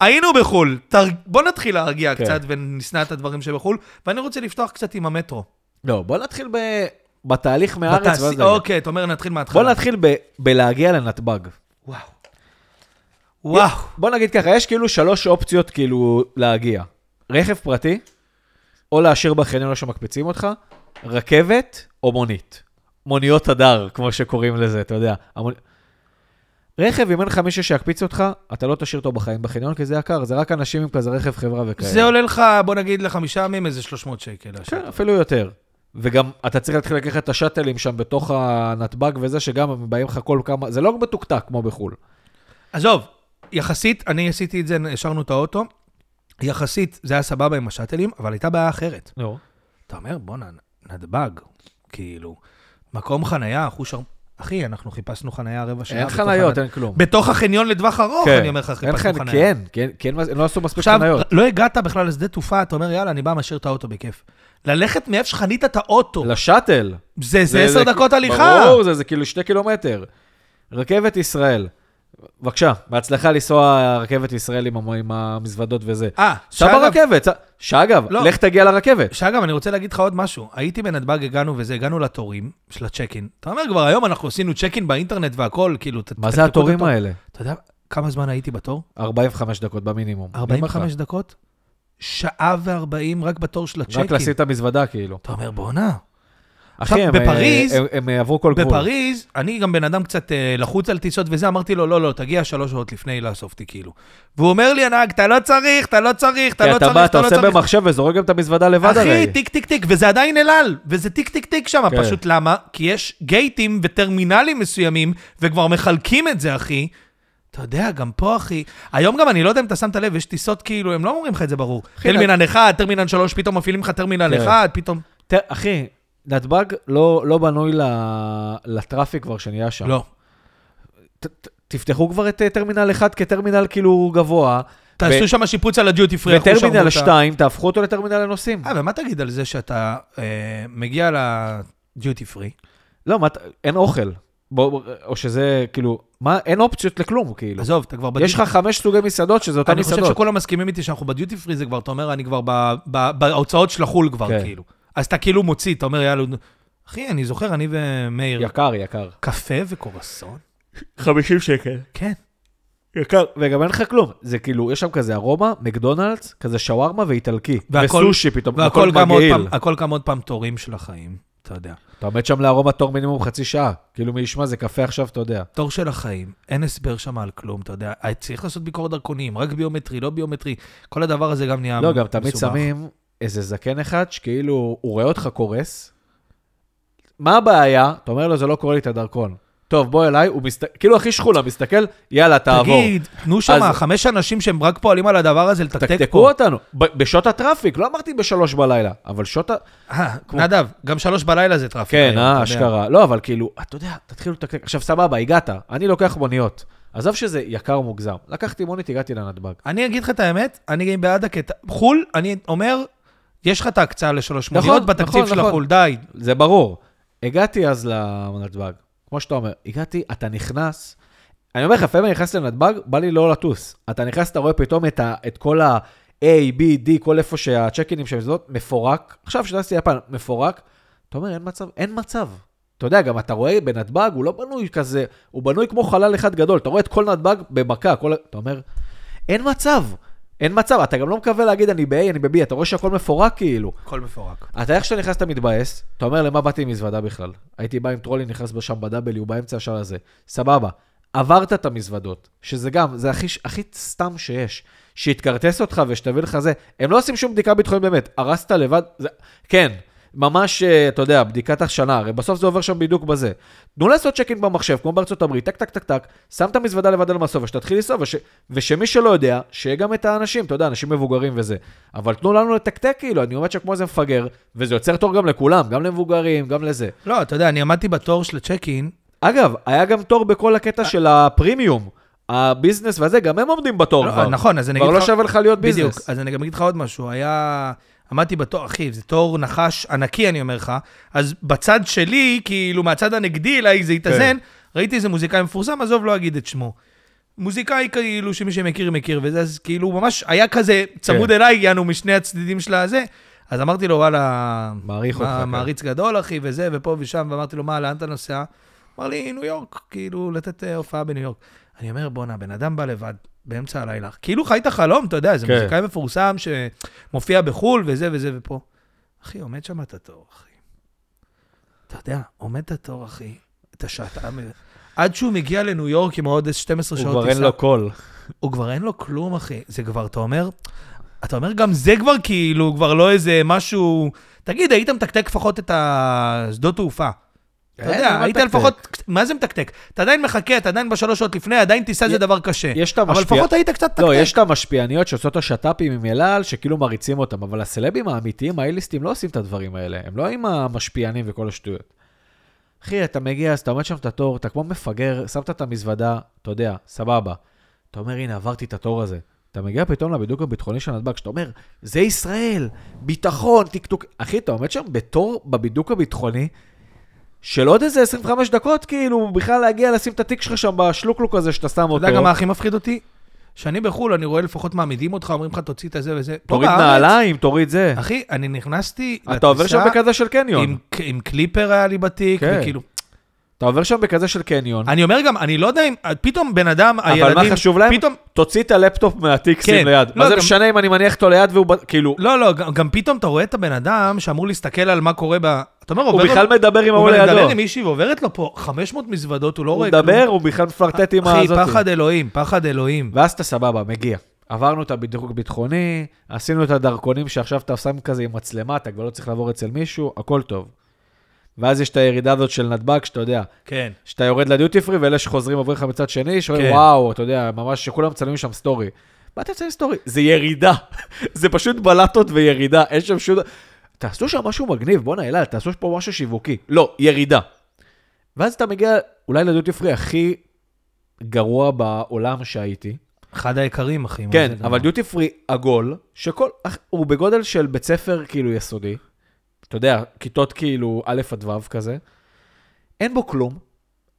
היינו בחו"ל, תר- בוא נתחיל להרגיע
כן.
קצת ונשנא את הדברים שבחו"ל, ואני רוצה לפתוח קצת עם המטרו.
לא, בוא נתחיל ב... בתהליך מהארץ.
בתעשי-
ואז נגיד.
אוקיי, אתה אומר נתחיל מההתחלה.
בוא נתחיל ב... בלהגיע לנתב"ג.
וואו. וואו.
בוא נגיד ככה, יש כאילו שלוש אופציות כאילו להגיע. רכב פרטי, או להשאיר בחניון לא שמקפיצים אותך, רכבת או מונית. מוניות הדר, כמו שקוראים לזה, אתה יודע. המונ... רכב, אם אין לך מישהו שיקפיץ אותך, אתה לא תשאיר אותו בחיים בחניון, כי זה יקר, זה רק אנשים עם כזה רכב חברה וכאלה.
זה עולה לך, בוא נגיד, לחמישה ימים איזה 300 שקל.
כן, אפילו יותר. וגם אתה צריך להתחיל לקחת את השאטלים שם בתוך הנתב"ג וזה, שגם הם באים לך כל כמה... זה לא מתוקתק כמו בחו"ל.
עזוב, יחסית, אני עשיתי את זה, השארנו את האוטו. יחסית, זה היה סבבה עם השאטלים, אבל הייתה בעיה אחרת.
נו.
אתה אומר, בואנה, נתב"ג, כאילו, מקום חנייה, אחוש... הר- אחי, אנחנו חיפשנו חנייה רבע שעה.
אין
בתוך
חניות,
הנ-
אין כלום.
בתוך החניון לטווח ארוך, אני אומר לך,
כן. אין
חיפשנו
חן-
חנייה.
כן, כן, כן, מה זה- לא עשו מספיק
עכשיו,
חניות.
לא הגעת בכלל לשדה תעופה, אתה אומר, יאללה, אני בא, משאיר את האוטו בכיף. ללכת מאיפה שחנית את האוטו,
לשאטל.
זה זה עשר דקות הליכה.
לא. ברור, זה זה כאילו שתי קילומטר. רכבת ישראל. בבקשה, בהצלחה לנסוע רכבת ישראל עם המ- עם המזוודות וזה.
אה,
סע
שאגב-
ברכבת, סע- שאגב,
לא.
לך תגיע לרכבת.
שאגב, אני רוצה להגיד לך עוד משהו. הייתי בנתב"ג, הגענו וזה, הגענו לתורים של הצ'קין. אתה אומר, כבר היום אנחנו עשינו צ'קין באינטרנט והכל, כאילו... ת-
מה
תבדקו
זה
את
התורים
התור.
האלה?
אתה יודע כמה זמן הייתי בתור?
45 דקות במינימום.
45 דקות? שעה ו-40 רק בתור של הצ'קין.
רק לשים את המזוודה כאילו.
אתה אומר, בואנה.
אחי, הם, אה,
בפריז-
הם, הם, הם עברו כל גבול.
בפריז, אני גם בן אדם קצת אה, לחוץ על טיסות וזה, אמרתי לו, לא, לא, תגיע שלוש שעות לפני לאסוף אותי, כאילו. והוא אומר לי, הנהג, אתה לא צריך, אתה לא צריך, אתה
כי
לא
אתה
צריך,
בא, אתה
אתה לא
עושה
צריך.
במחשב וזורק גם את המזוודה לבד הרי.
אחי, טיק טיק טיק, וזה עדיין אל על, וזה טיק טיק טיק שם,
כן.
פשוט למה? כי יש גייטים וטרמינלים מסוימים, וכבר מחלקים את זה, אחי. אתה יודע, גם פה, אחי, היום גם, אני לא יודע אם אתה שמת לב, יש טיסות כאילו, הם לא אומרים לך את זה ברור. טרמינל 1, טרמינל 3, פתאום מפעילים לך טרמינל
כן.
1, פתאום...
ת- אחי, נתב"ג לא, לא בנוי ל... לטראפיק כבר שנהיה שם.
לא.
ת, ת, תפתחו כבר את אה, טרמינל 1 כטרמינל כאילו גבוה,
תעשו שם שיפוץ על הדיוטי פרי. אחו שם
וטרמינל
אותה.
2, תהפכו אותו לטרמינל לנוסעים.
אה, ומה תגיד על זה שאתה אה, מגיע לדיוטי פרי?
לא, מה, ת- אין אוכל. בוא, או שזה, כאילו, מה, אין אופציות לכלום, כאילו.
עזוב, אתה כבר בדיוטי
יש לך חמש סוגי מסעדות שזה אותן
אני חושב
מסעדות.
שכולם מסכימים איתי שאנחנו בדיוטי פרי, זה כבר, אתה אומר, אני כבר ב- ב- בהוצאות של החו"ל כבר,
כן.
כאילו. אז אתה כאילו מוציא, אתה אומר, יאללה, אחי, אני זוכר, אני ומאיר,
יקר, יקר.
קפה וקורסון?
50 שקל.
כן.
יקר. וגם אין לך כלום. זה כאילו, יש שם כזה ארומה, מקדונלדס, כזה שווארמה ואיטלקי.
והכל-
וסושי פתאום,
והכל
הכל
גם עוד פעם,
מגעיל.
הכל גם עוד פעם תורים של החיים, אתה יודע.
אתה עומד שם לארומה תור מינימום חצי שעה. כאילו, מי ישמע, זה קפה עכשיו, אתה יודע.
תור של החיים, אין הסבר שם על כלום, אתה יודע. אה, צריך לעשות ביקורת דרכונים, רק ביומטרי, לא ביומטרי. כל הדבר הזה גם נהיה
לא, גם תמיד
מסובך.
שמים איזה זקן אחד שכאילו, הוא רואה אותך קורס, מה הבעיה? אתה אומר לו, זה לא קורא לי את הדרכון. טוב, בוא אליי, הוא מסתכל, כאילו הכי שחולה, מסתכל, יאללה, תעבור.
תגיד, תנו שם
אז-
חמש אנשים שהם רק פועלים על הדבר הזה לתקתק
תקתקו
פה.
אותנו. ב- בשעות הטראפיק, לא אמרתי בשלוש בלילה, אבל שעות ה...
אה, נדב, גם שלוש בלילה זה טראפיק.
כן,
היום, אתה
אה,
יודע.
אשכרה. לא, אבל כאילו, אתה יודע, תתחילו לתקתק. עכשיו, סבבה, הגעת, אני לוקח מוניות. עזוב שזה יקר מוגזם. לקחתי מונית, הגעתי לנתב"ג.
אני אגיד לך את האמת, אני בעד הקטע. חו"ל, אני אומר, יש לך את ההקצאה לשלוש
נכון,
מוניות בתקציב
נכון,
של
נכון.
החו"ל, די.
זה ברור. הגעתי אז לנתב"ג, כמו שאתה אומר, הגעתי, אתה נכנס, אני אומר לך, לפעמים אני נכנס לנתב"ג, בא לי לא לטוס. אתה נכנס, אתה רואה פתאום את, ה, את כל ה-A, B, D, כל איפה שהצ'קינים שם, זאת, מפורק. עכשיו, כשטסתי ליפן, מפורק. אתה אומר, אין מצב, אין מצב. אתה יודע, גם אתה רואה בנתב"ג, הוא לא בנוי כזה, הוא בנוי כמו חלל אחד גדול. אתה רואה את כל נתב"ג במכה, כל... ה- אתה אומר, אין מצב, אין מצב. אתה גם לא מקווה להגיד, אני ב-A, אני ב-B, אתה רואה שהכל מפורק כאילו.
הכל מפורק.
אתה איך שאתה נכנס אתה מתבאס, אתה אומר למה באתי עם מזוודה בכלל? הייתי בא עם טרולי, נכנס שם בדאבל, הוא באמצע השער הזה. סבבה. עברת את המזוודות, שזה גם, זה הכי, הכי סתם שיש. שיתכרטס אותך ושתביא לך זה. הם לא עושים שום בדיקה ביטחונית באמת, הרסת לבד, זה... כן, ממש, אה, אתה יודע, בדיקת השנה, הרי בסוף זה עובר שם בדיוק בזה. תנו לעשות צ'ק אין במחשב, כמו בארצות הברית, טק, טק, טק, טק, שם את המזוודה לבד על המסוף, ושתתחיל לנסוע, וש... ושמי שלא יודע, שיהיה גם את האנשים, אתה יודע, אנשים מבוגרים וזה. אבל תנו לנו לתקתק, כאילו, אני עומד שם כמו איזה מפגר, וזה יוצר תור גם לכולם, גם למבוגרים, גם לזה.
לא, אתה יודע, אני עמדתי בתור של הצ'ק אין,
אגב, היה גם תור בכל
אה.
הקטע של הפרימיום, הביזנס וזה, גם הם עומדים בתור
לא,
כבר.
נכון, אז אני
כבר
אגיד
לא
לך-
שווה לך להיות
בדיוק,
ביזנס.
אז אני גם אגיד לך עוד משהו, היה... עמדתי בתור, אחי, זה תור נחש ענקי, אני אומר לך, אז בצד שלי, כאילו, מהצד הנגדי אליי, זה
כן.
התאזן, ראיתי איזה מוזיקאי מפורסם, עזוב, לא אגיד את שמו. מוזיקאי כאילו, שמי שמכיר, מכיר, וזה, אז כאילו, ממש היה כזה צמוד
כן.
אליי, יענו, משני הצדדים של הזה. אז אמרתי לו, וואלה,
מעריך
מה,
אותך, כן."
מעריץ גדול, אחי, וזה, ופה ושם, ואמרתי לו, מה, לאן אתה נוסע? אמר לי, ניו יורק, כאילו, לתת אה, הופעה בניו יורק. אני אומר, בואנה, בן אדם בא לבד, באמצע הלילה. כאילו חי את החלום, אתה יודע, זה
כן.
מוזיקאי מפורסם שמופיע בחו"ל, וזה וזה ופה. אחי, עומד שם את התור, אחי. אתה יודע, עומד את התור, אחי, את השעתיים. עד שהוא מגיע לניו יורק עם עוד איזה 12
הוא
שעות
כבר אין לו קול.
הוא כבר אין לו כלום, אחי. זה כבר, אתה אומר, אתה אומר, גם זה כבר כאילו, כבר לא איזה משהו... תגיד, היית מתקתק לפחות את השדות תעופה. אתה
אין,
יודע,
מה
היית
מתקתק?
לפחות... מה זה מתקתק? אתה עדיין מחכה, אתה עדיין בשלוש שעות לפני, עדיין טיסה זה
י-
דבר קשה.
יש את
אבל
המשפיע-
לפחות היית קצת תקתק.
לא, יש את המשפיעניות שעושות את השת"פים עם אל על, שכאילו מריצים אותם, אבל הסלבים האמיתיים, האייליסטים, לא עושים את הדברים האלה. הם לא עם המשפיענים וכל השטויות. אחי, אתה מגיע, אז אתה עומד שם את התור, אתה כמו מפגר, שמת את המזוודה, אתה יודע, סבבה. אתה אומר, הנה, עברתי את התור הזה. אתה מגיע פתאום לבידוק הביטחוני של נתב"ג, שאתה אומר, זה ישראל, ביטחון, טקטוק. אחי, אתה עומד שם בתור בבידוק הביטחוני, של עוד איזה 25 דקות, כאילו, בכלל להגיע לשים את התיק שלך שם בשלוקלוק הזה שאתה שם אותו.
אתה יודע גם מה הכי מפחיד אותי? שאני בחו"ל, אני רואה לפחות מעמידים אותך, אומרים לך, תוציא את הזה וזה. פה
תוריד
בארץ,
נעליים, תוריד זה.
אחי, אני נכנסתי
אתה עובר שם בכזה של
עם,
קניון.
עם קליפר היה לי בתיק,
כן.
וכאילו...
אתה עובר שם בכזה של קניון,
אני אומר גם, אני לא יודע אם... פתאום בן אדם,
אבל
הילדים...
מה חשוב להם?
פתאום...
תוציא את הלפטופ מהתיק, שים
כן.
ליד.
לא,
מה זה
גם-
משנה אם אני מניח אותו ליד והוא ב- כאילו...
לא, לא, גם, גם פתאום אתה רואה את הבן אדם שאמור להסתכל על מה קורה ב... אתה אומר,
הוא
עובר...
בכלל מדבר עם ההוא
הוא מדבר עם
לידו.
מישהי ועוברת לו פה 500 מזוודות, הוא לא
הוא
רואה
מדבר, הוא בכלל מפלרטט עם
אחי,
הזאת.
פחד אלוהים, פחד אלוהים.
ואז אתה סבבה, מגיע. עברנו את הבידוק ביטחוני, עשינו את הדרכונים שעכשיו אתה שם כזה עם מצלמה, אתה כבר לא צריך לעבור אצל מישהו, הכל טוב. ואז יש את הירידה הזאת של נתב"ג, שאתה יודע,
כן.
שאתה יורד לדיוטי פרי, ואלה שחוזרים עוברים לך מצד שני, שאומרים,
כן.
כן. וואו, אתה יודע, ממש שכולם מצלמים שם סטורי. מה אתם מצלמים סטורי? זה ירידה. זה פשוט בלטות וירידה, אין שם שום... ד- תעשו שם משהו מגניב, בואנה, אלעד, תעשו פה משהו שיווקי. לא, ירידה. ואז אתה מגיע אולי לדיוטי פרי הכי גרוע בעולם שהייתי.
אחד היקרים, אחי. מה
כן,
זה
אבל
דבר.
דיוטי פרי עגול, שכל... אח- הוא בגודל של בית ספר כאילו יסודי. אתה יודע, כיתות כאילו א' עד ו' כזה. אין בו כלום,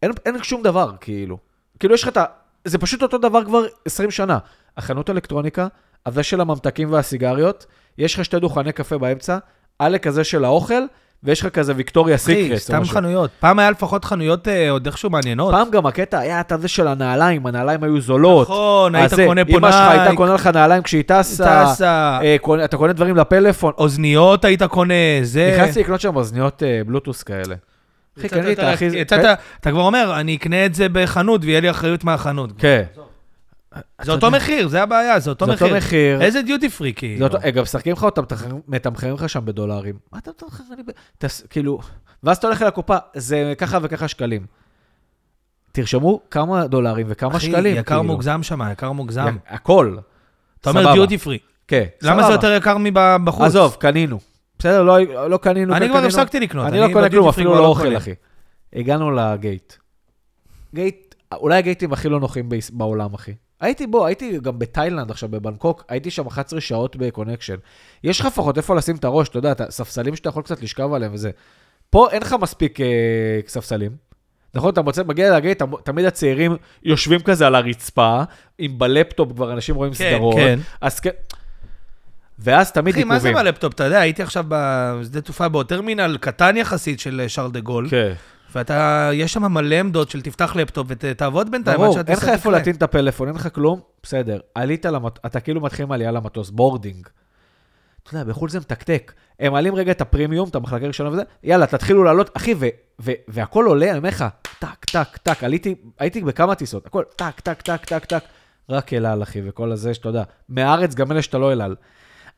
אין, אין שום דבר, כאילו. כאילו, יש לך את ה... זה פשוט אותו דבר כבר 20 שנה. החנות אלקטרוניקה, הזה של הממתקים והסיגריות, יש לך שתי דוכני קפה באמצע, עלה כזה של האוכל, ויש לך כזה ויקטוריה
אחי,
סיקרס. או
סתם
משהו.
חנויות. פעם היה לפחות חנויות אה, עוד איכשהו מעניינות.
פעם גם הקטע היה את הזה של הנעליים, הנעליים היו זולות.
נכון, היית
אז זה,
קונה פה
אמא שלך הייתה
נייק,
קונה לך נעליים כשהיא טסה.
טסה,
אה, קונה- אתה קונה דברים לפלאפון.
אוזניות היית קונה, זה...
נכנסתי לקנות שם אוזניות אה, בלוטוס כאלה. אחי,
אה.
כן.
יצאת-
קנית, אחי...
יצאת, אתה כבר אומר, אני אקנה את זה בחנות ויהיה לי אחריות מהחנות.
כן.
זה אותו מחיר, זה הבעיה, זה אותו
זה אותו
מחיר.
מחיר.
איזה דיוטי פרי, כאילו.
זה אותו, אה, גם משחקים לך אותם, מתמחרים לך שם בדולרים. מה אתה מתמחר לי ב... תס- כאילו, ואז אתה הולך לקופה, זה ככה וככה שקלים. תרשמו כמה דולרים וכמה
אחי,
שקלים.
יקר
כאילו.
מוגזם שם, יקר מוגזם.
יק- הכל.
אתה אומר
סבבה.
דיוטי פרי.
כן,
למה זה יותר יקר מבחוץ?
עזוב, קנינו. בסדר, לא, לא קנינו.
אני
כן
כבר
קנינו.
הפסקתי לקנות.
אני לא קונה
בדיוטי
כלום,
פרי
אפילו
כבר
לא
קונה.
אוכל, אחי. הגענו לגייט. גייט, אולי הגייטים הכי לא נוחים ביס- בעולם, אחי. הייתי בו, הייתי גם בתאילנד עכשיו, בבנקוק, הייתי שם 11 שעות בקונקשן. יש לך לפחות איפה לשים את הראש, אתה יודע, את הספסלים שאתה יכול קצת לשכב עליהם וזה. פה אין לך מספיק אה, ספסלים. נכון, אתה מוצא, מגיע לגייט, אתה- תמיד הצעירים יושבים כזה על הרצפה, עם בלפטופ כבר אנשים רואים
כן,
סדרות.
כן.
אז כן. ואז תמיד
אחי,
עיכובים.
מה זה בלפטופ? אתה יודע, הייתי עכשיו בשדה תעופה בטרמינל קטן יחסית של אה, שרל דה גול,
כן.
ואתה, יש שם מלא עמדות של תפתח לפטופ ותעבוד בינתיים. עד
ברור, אין
שהטיסה
לך איפה
תקרה.
להטעין את הפלאפון, אין לך כלום, בסדר. עלית למטוס, אתה כאילו מתחיל עם עלייה למטוס, בורדינג. אתה יודע, בחו"ל זה מתקתק. הם מעלים רגע את הפרימיום, את המחלקה הראשונה וזה, יאללה, תתחילו לעלות, אחי, ו- ו- והכל עולה, אני אומר לך, טק, טק, טק, עליתי, הייתי בכמה טיסות, הכל טק, טק, טק, טק, טק, רק אל על, אחי, וכל הזה שאתה יודע. מהארץ גם אלה שאתה לא אל על.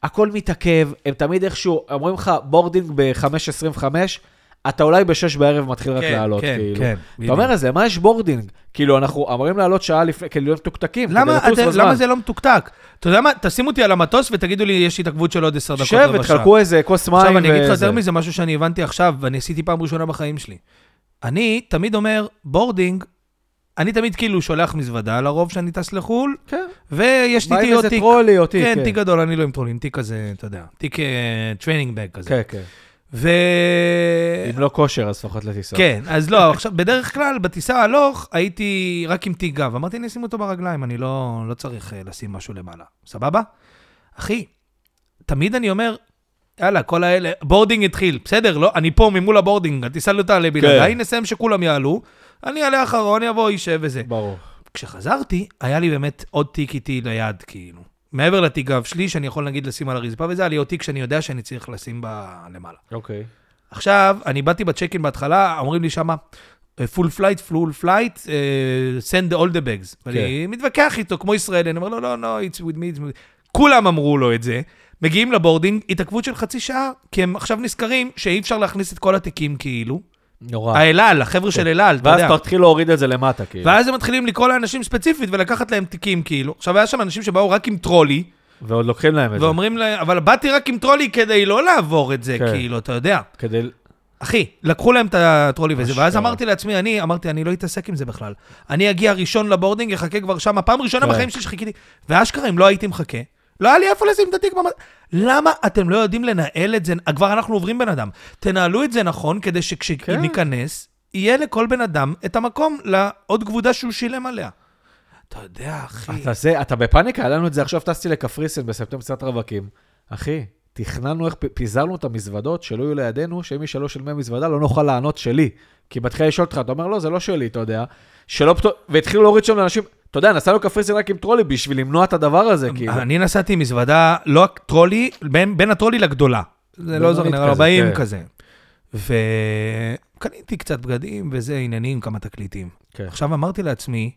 הכל מתעכב, הם תמיד איכשהו, אומרים לך, בורדינג ב-5.25, אתה אולי ב-6 בערב מתחיל רק
כן,
לעלות,
כן,
כאילו.
כן,
אתה
בדיוק.
אומר, אז למה יש בורדינג? כאילו, אנחנו אמורים לעלות שעה לפני, כאילו, הם מתוקתקים, כדי
למה,
לטוס
אתם-
בזמן.
למה זה לא מתוקתק? אתה יודע מה, תשים אותי על המטוס ותגידו לי, יש התעכבות של עוד עשר דקות.
שב
רבע שעה."
ותחלקו איזה כוס מים.
עכשיו, אני אגיד לך
וזה.
יותר מזה, משהו שאני הבנתי עכשיו, ואני עשיתי פעם ראשונה בחיים שלי. אני תמיד אומר, בורדינג, אני תמיד כאילו שולח מזוודה לרוב שאני טס לחו"ל,
כן.
ויש לי
מה
איתי
אם
עוד
איזה
תיק.
טרולי או תיק?
כן, תיק גדול, אני לא עם טרולים, תיק כזה, אתה יודע, תיק טריינינג בג כזה.
כן, כן.
אה. ו...
אם לא כושר, אז לפחות לטיסה.
כן, אז לא, עכשיו, בדרך כלל, בטיסה הלוך, הייתי רק עם תיק גב. אמרתי, אני אשים אותו ברגליים, אני לא, לא צריך אה, לשים משהו למעלה. סבבה? אחי, תמיד אני אומר, יאללה, כל האלה, בורדינג התחיל, בסדר, לא, אני פה ממול הבורדינג, הטיסה לא תעלה בלעדיי,
כן.
נסיים שכולם יעלו, אני אעלה אחרון, יבוא, יישב וזה.
ברור.
כשחזרתי, היה לי באמת עוד תיק איתי ליד, כאילו. מעבר לתיק גב שלי, שאני יכול נגיד לשים על הרצפה וזה, היה לי עוד תיק שאני יודע שאני צריך לשים בה למעלה.
אוקיי.
עכשיו, אני באתי בצ'קין בהתחלה, אומרים לי שמה, פול פלייט, פול פלייט, אה, send all the bags.
כן.
ואני מתווכח איתו, כמו ישראלי, אני אומר לו, לא, לא, it's with me, it's with me. כולם אמרו לו את זה. מגיעים לבורדינג, התעכבות של חצי שעה, כי הם עכשיו נזכרים שאי אפשר להכניס את כל התיקים כאילו.
נורא.
האלעל, החבר'ה של אלעל, אתה
אה. כן. ואז
יודע.
אתה תתחיל להוריד את זה למטה, כאילו.
ואז הם מתחילים לקרוא לאנשים ספציפית ולקחת להם תיקים כאילו. עכשיו, היה שם אנשים שבאו רק עם טרולי,
ועוד לוקחים להם את זה.
ואומרים להם, אבל באתי רק עם טרולי כדי לא לעבור את זה,
כן.
כאילו, אתה יודע.
כדי...
אחי, לקחו להם את הטרולי וזה, ואז
אשכרה.
אמרתי לעצמי, אני אמרתי, אני לא אתעסק עם זה בכלל. אני אגיע ראשון לבורדינג, אחכה כבר שם, הפעם ראשונה
כן.
בחיים שלי שחיכיתי, ואשכרה, אם לא הייתי מחכה, לא היה לי איפה לשים את התיק במד... למה אתם לא יודעים לנהל את זה? כבר אנחנו עוברים בן אדם. תנהלו את זה נכון, כדי
כן.
שכשניכנס, יהיה לכל בן אדם את המקום לעוד כבודה שהוא שילם עליה. אתה יודע, אחי.
אתה זה, אתה בפאניקה, היה לנו את זה עכשיו, טסתי לקפריסין בספטמבר קצת רווקים. אחי, תכננו איך, פ- פיזרנו את המזוודות שלא יהיו לידינו, שאם ישאלו של מי המזוודה, לא נוכל לענות שלי. כי מתחיל לשאול אותך, אתה אומר, לא, זה לא שלי, אתה יודע. שלא פתאום, והתחילו להוריד שם לאנשים, אתה יודע, נסענו לקפריסין רק עם טרולי בשביל למנוע את הדבר הזה, כאילו.
אני נסעתי עם מזוודה, לא רק טרולי, בין, בין הטרולי לגדולה. זה לא
בינונית
זוכר, נראה לי
כזה,
40
כן.
כזה. וקניתי קצת בגדים וזה, עניינים, כמה תקליטים.
כן.
עכשיו אמרתי לעצמי,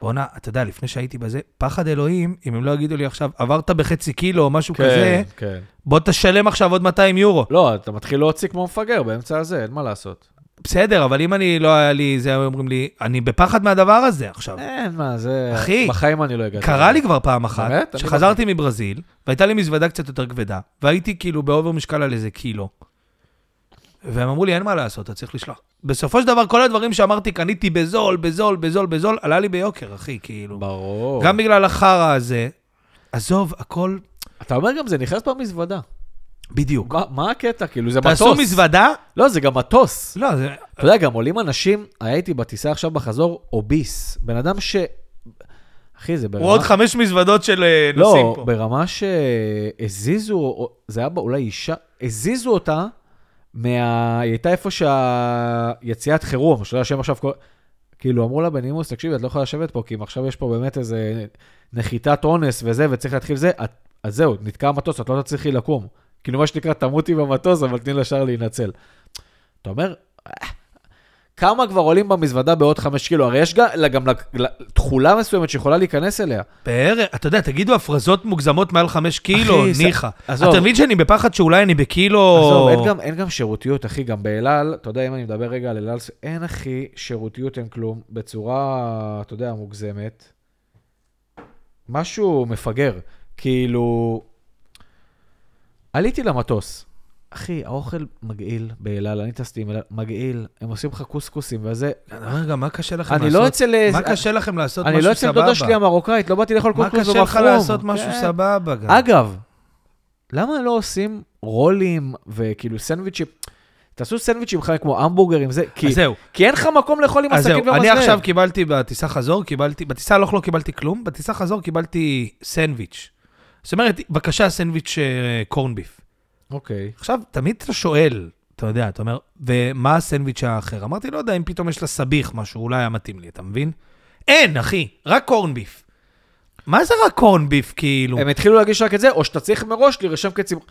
בואנה, אתה יודע, לפני שהייתי בזה, פחד אלוהים, אם הם לא יגידו לי עכשיו, עברת בחצי קילו או משהו כזה,
כן, כן.
בוא תשלם עכשיו עוד 200 יורו.
לא, אתה מתחיל להוציא כמו מפגר באמצע הזה, אין מה לעשות.
בסדר, אבל אם אני לא היה לי זה, היו אומרים לי, אני בפחד מהדבר הזה עכשיו.
אין מה, זה...
אחי,
בחיים אני לא הגעתי.
קרה לי כבר פעם אחת,
באמת? אני לא-
שחזרתי מברזיל, והייתה לי מזוודה קצת יותר כבדה, והייתי כאילו באובר משקל על איזה קילו. והם אמרו לי, אין מה לעשות, אתה צריך לשלוח. בסופו של דבר, כל הדברים שאמרתי, קניתי בזול, בזול, בזול, בזול, עלה לי ביוקר, אחי, כאילו.
ברור.
גם בגלל החרא הזה, עזוב, הכל
אתה אומר גם, זה נכנס במזוודה.
בדיוק.
מה- מה הקטע? כאילו, זה מטוס.
תעשו מזוודה,
לא, זה גם מטוס.
לא, זה...
אתה יודע, גם עולים אנשים, היה איתי בטיסה עכשיו בחזור, אוביס. בן אדם ש... אחי, זה ברמה...
הוא עוד חמש מזוודות של אה, נוסעים
לא,
פה.
ברמה שהזיזו, או- זה היה בא- אולי אישה, הזיזו אותה מה... היא הייתה איפה שהיציאת חירום, שאתה יודע שהם עכשיו... כל- כאילו, אמרו לה בנימוס, תקשיבי, את לא יכולה לשבת פה, כי אם עכשיו יש פה באמת איזה נחיתת אונס וזה, וצריך להתחיל זה, את... אז זהו, נתקע המטוס, את לא תצליחי לקום. כאילו, מה שנקרא, תמותי במטוס, אבל תני לשאר להינצל. אתה אומר, כמה כבר עולים במזוודה בעוד חמש קילו? הרי יש גם, לה- גם לה- לה- תכולה מסוימת שיכולה להיכנס אליה.
בערך, אתה יודע, תגידו הפרזות מוגזמות מעל חמש קילו,
אחי, ס-
ניחא.
עזוב.
אתה מבין שאני בפחד שאולי אני בקילו...
עזוב, אין גם, אין גם שירותיות, אחי, גם באל על, אתה יודע, אם אני מדבר רגע על אל על, אין, אחי, שירותיות אין כלום, בצורה, אתה יודע, מוגזמת. משהו מפגר. כאילו... עליתי למטוס. אחי, האוכל מגעיל באל על, אני טסתי עם אל על, מגעיל, הם עושים לך קוסקוסים וזה.
אני אומר, רגע, מה קשה לכם
אני
לעשות?
לא אצל...
מה קשה לכם לעשות
אני לא
משהו
אצל דודה שלי
סבבה?
המרוקאית, לא באתי לאכול
מה
קוסקוס
קשה
במחרום.
לך לעשות משהו
כן.
סבבה גם?
אגב, למה לא עושים רולים וכאילו סנדוויצ'ים? תעשו סנדוויצ'ים חיים כמו המבורגרים, זה, כי,
אז זהו,
כי אין לך מקום לאכול עם
אז
הסכין
זהו,
ומזלג.
אני עכשיו קיבלתי בטיסה חזור, קיבלתי, בטיסה הלוך לא קיבלתי כלום, בטיסה חזור קיבלתי סנדוויץ'. זאת אומרת, בבקשה, סנדוויץ' אה, קורן ביף.
אוקיי.
עכשיו, תמיד אתה שואל, אתה יודע, אתה אומר, ומה הסנדוויץ' האחר? אמרתי, לא יודע, אם פתאום יש לה סביח משהו, אולי היה מתאים לי, אתה מבין? אין, אחי, רק קורן ביף. מה זה רק קורן ביף, כאילו?
הם התחילו להגיש רק את זה, או שאתה צריך מראש להירשם כצמחוני.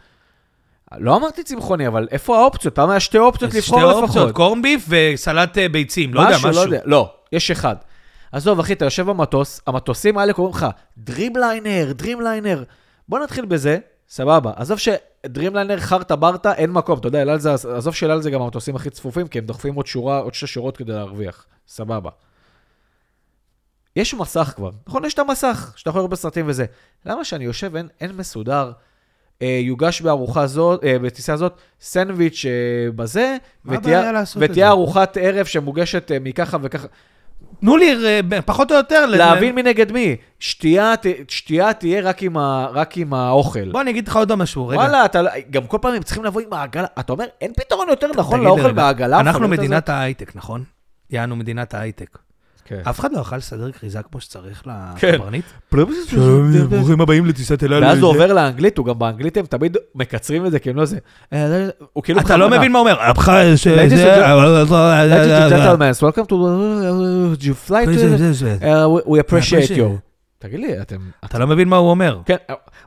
לא אמרתי צמחוני, אבל איפה האופציות? פעם היה שתי אופציות
אז
לבחור
שתי
לפחות.
אופציות, קורן ביף וסלט אה, ביצים, לא יודע, משהו.
לא יודע, לא, יש אחד. עזוב, אחי, אתה יושב במטוס, המטוסים האלה קוראים לך דרימליינר, דרימליינר. בוא נתחיל בזה, סבבה. עזוב שדרימליינר חרטה ברטה, אין מקום. אתה יודע, אל על זה, עזוב שאל על זה גם המטוסים הכי צפופים, כי הם דוחפים עוד שורה, עוד שתי שורות כדי להרוויח. סבבה. יש מסך כבר. נכון, יש את המסך, שאתה יכול לראות בסרטים וזה. למה שאני יושב, אין, אין מסודר, אה, יוגש בארוחה זאת, אה, בטיסה זאת, סנדוויץ' אה, בזה,
מה הבעיה לעשות את
ותהיה
זה?
ארוחת ערב שמוגשת אה, מככה וככה.
תנו לי אה, פחות או יותר... ל-
להבין מי נגד מי. שתייה, ת- שתייה תהיה רק עם, ה, רק עם האוכל.
בוא, אני אגיד לך עוד משהו, רגע.
וואלה, אתה, לא- גם כל פעם הם צריכים לבוא עם העגלה. אתה אומר, אין פתרון יותר נכון
תגיד לי
לאוכל
רגע,
בעגלה? לא
אנחנו
החולית
מדינת ההייטק, נכון? יענו מדינת ההייטק.
הזאת? כן.
אף אחד לא יכל לסדר כריזה כמו שצריך
כן.
לקברניט?
ברוכים
הבאים לטיסת אל
ואז הוא עובר לאנגלית, הוא גם באנגלית הם תמיד מקצרים את זה, כי הם לא זה. אה, לא, הוא כאילו
אתה לא
בכוונה.
מבין מה לא, הוא אומר. "אבך ש-
Ladies and
זה-
Ladies and gentlemen, welcome to you fly to... Uh, we- we appreciate
appreciate
you.
you.
תגיד לי, אתם...
אתה לא מבין מה הוא אומר.
כן,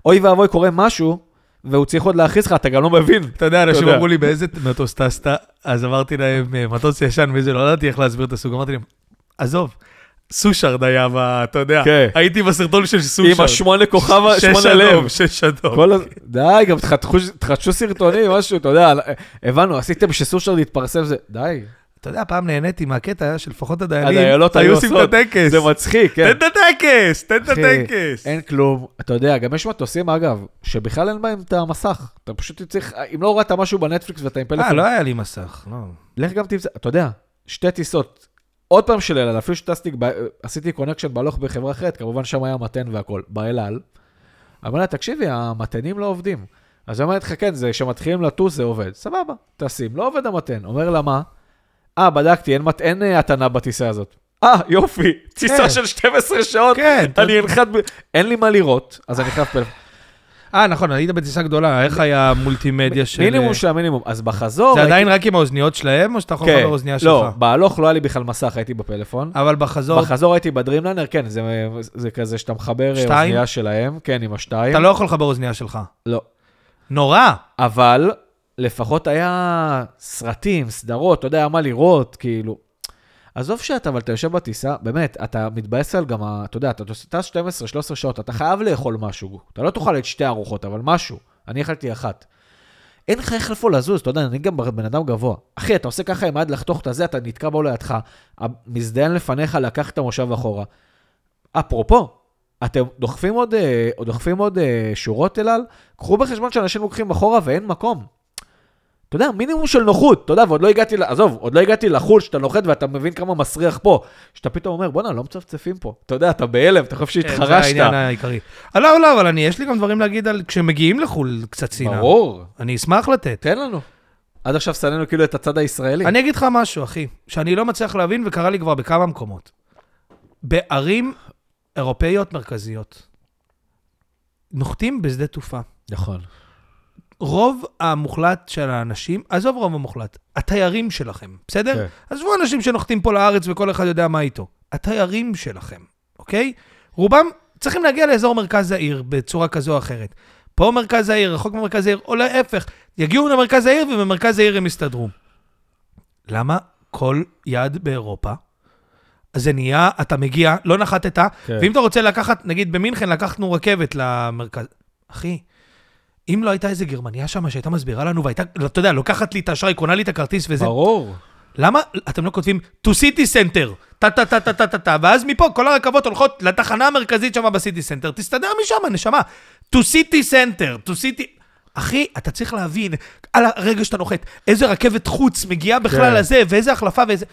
אוי ואבוי קורה משהו, והוא צריך עוד להכריז לך, אתה גם לא מבין.
אתה יודע, אנשים
יודע.
אמרו לי באיזה מטוס טסת, אז אמרתי להם, "אה, מטוס ישן וזה, לא ידעתי איך להסביר את הסוג, אמרתי להם, עזוב, סושרד היה, ב- אתה יודע,
כן.
הייתי בסרטון של
עם
סושרד.
השמונה כוכב,
שש
שמונה לב.
אדום, שש אדום.
כל הז- די, גם תחתכו- תחדשו סרטונים, משהו, אתה יודע, הבנו, עשיתם שסושרד יתפרסם, זה, די.
אתה יודע, פעם נהניתי מהקטע שלפחות הדיינים
הדיילות
היו
היו
עושים את
עושות.
הטקס.
זה מצחיק, כן.
תן את הטקס, תן את
אחי,
הטקס.
אין כלום. אתה יודע, גם יש מטוסים, אגב, שבכלל אין בהם את המסך. אתה פשוט צריך, אם לא הורדת משהו בנטפליקס ואתה עם
אה,
פלאפון,
לא היה לי מסך, לא.
לך גם תמצא, אתה יודע, שתי טיסות. עוד פעם של אל על, אפילו שטסתי, ב- עשיתי קונקשן בהלוך בחברה אחרת, כמובן שם היה מתן והכל, באל על. אמר לה, תקשיבי, המתנים לא עובדים. אז היא אומרת לך, כן, זה כשמתחילים לטוס זה עובד. סבבה, טסים, לא עובד המתן. אומר לה, מה? אה, בדקתי, אין מת- אין אה, הטענה בטיסה הזאת. אה, יופי,
כן.
טיסה של 12 שעות,
כן, אתה-
אני אנחת, ב- אין לי מה לראות, אז אני חייב פלאפון.
אה, נכון, היית בטיסה גדולה, איך היה מולטימדיה של... אה,
מינימום של המינימום. אז בחזור...
זה
הייתי-
עדיין רק עם האוזניות שלהם, או שאתה יכול
כן,
לחבר אוזנייה שלך?
לא, בהלוך לא היה לי בכלל מסך, הייתי בפלאפון.
אבל בחזור,
בחזור הייתי בדרימלנר, כן, זה, זה כזה שאתה מחבר אה,
שתיים?
אוזנייה שלהם, כן, עם השתיים.
אתה לא יכול לחבר אוזנייה שלך.
לא.
נורא.
אבל לפחות היה סרטים, סדרות, אתה יודע, היה מה לראות, כאילו. עזוב שאתה, אבל אתה יושב בטיסה, באמת, אתה מתבאס על גם, ה- אתה יודע, אתה טס 12-13 שעות, אתה חייב לאכול משהו. אתה לא תאכל את שתי ארוחות, אבל משהו. אני אכלתי אחת. אין לך איך איפה לזוז, אתה יודע, אני גם בן אדם גבוה. אחי, אתה עושה ככה עם היד לחתוך את הזה, אתה נתקע בו לידך, המזדיין לפניך לקח את המושב אחורה. אפרופו, אתם דוחפים עוד, אה, דוחפים עוד אה, שורות אל על, קחו בחשבון שאנשים לוקחים אחורה ואין מקום. אתה יודע, מינימום של נוחות, אתה יודע, ועוד לא הגעתי, ל- עזוב, עוד לא הגעתי לחו"ל שאתה נוחת ואתה מבין כמה מסריח פה, שאתה פתאום אומר, בואנה, לא מצפצפים פה. אתה יודע, אתה בהלם, אתה חושב
כן, זה העניין
שהתחרשת.
העיקרי. אה, לא, לא, אבל אני, יש לי גם דברים להגיד על כשמגיעים לחו"ל קצת צנעה.
ברור, כן,
אני אשמח לתת.
תן לנו. עד עכשיו סננו כאילו את הצד הישראלי.
אני אגיד לך משהו, אחי, שאני לא מצליח להבין וקרה לי כבר בכמה מקומות. בערים אירופאיות מרכזיות, נוחתים בשדה תעופה.
נכון.
רוב המוחלט של האנשים, עזוב רוב המוחלט, התיירים שלכם, בסדר?
כן.
עזבו אנשים שנוחתים פה לארץ וכל אחד יודע מה איתו. התיירים שלכם, אוקיי? רובם צריכים להגיע לאזור מרכז העיר בצורה כזו או אחרת. פה מרכז העיר, רחוק ממרכז העיר, או להפך, יגיעו למרכז העיר ובמרכז העיר הם יסתדרו. למה כל יד באירופה. אז זה נהיה, אתה מגיע, לא נחתת,
כן.
ואם אתה רוצה לקחת, נגיד במינכן לקחנו רכבת למרכז... אחי, אם לא הייתה איזה גרמניה שם שהייתה מסבירה לנו והייתה, אתה יודע, לוקחת לי את האשראי, קונה לי את הכרטיס וזה,
ברור.
למה אתם לא כותבים to city center, טה-טה-טה-טה-טה-טה, ואז מפה כל הרכבות הולכות לתחנה המרכזית שם בסיטי סנטר, תסתדר משם, נשמה. to city center, to city... אחי, אתה צריך להבין על הרגע שאתה נוחת, איזה רכבת חוץ מגיעה בכלל
כן.
לזה, ואיזה החלפה ואיזה...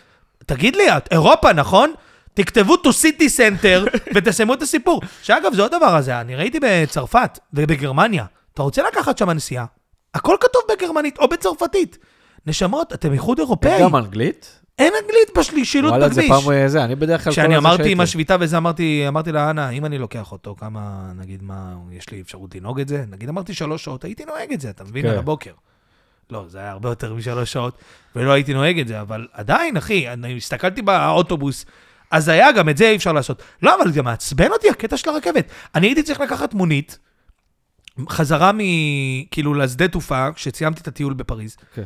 תגיד לי, את אירופה, נכון? תכתבו to city center ותסיימו את הסיפור. שאגב, זה עוד דבר הזה, אני ראיתי בצרפת ובגרמניה, אתה רוצה לקחת שם נסיעה, הכל כתוב בגרמנית או בצרפתית. נשמות, אתם איחוד אירופאי.
גם אנגלית?
אין אנגלית בשלי- שילוט
וואלה, זה
בכביש.
פעם אה, זה, אני בדרך כלל... כל
כשאני
הזה
אמרתי עם
שהייתי.
השביתה וזה, אמרתי, אמרתי לה, אנה, אם אני לוקח אותו, כמה, נגיד, מה, יש לי אפשרות לנהוג את זה? נגיד, אמרתי שלוש שעות, הייתי נוהג את זה, אתה מבין?
כן.
על הבוקר. לא, זה היה הרבה יותר משלוש שעות, ולא הייתי נוהג את זה, אבל עדיין, אחי, אני הסתכלתי באוטובוס, אז היה גם את זה אי אפשר לעשות. לא, אבל זה מעצבן אותי הקטע של הרכבת. אני הייתי צריך לקחת מונית, חזרה מ... כאילו, לשדה תעופה, כשסיימתי את הטיול בפריז.
כן.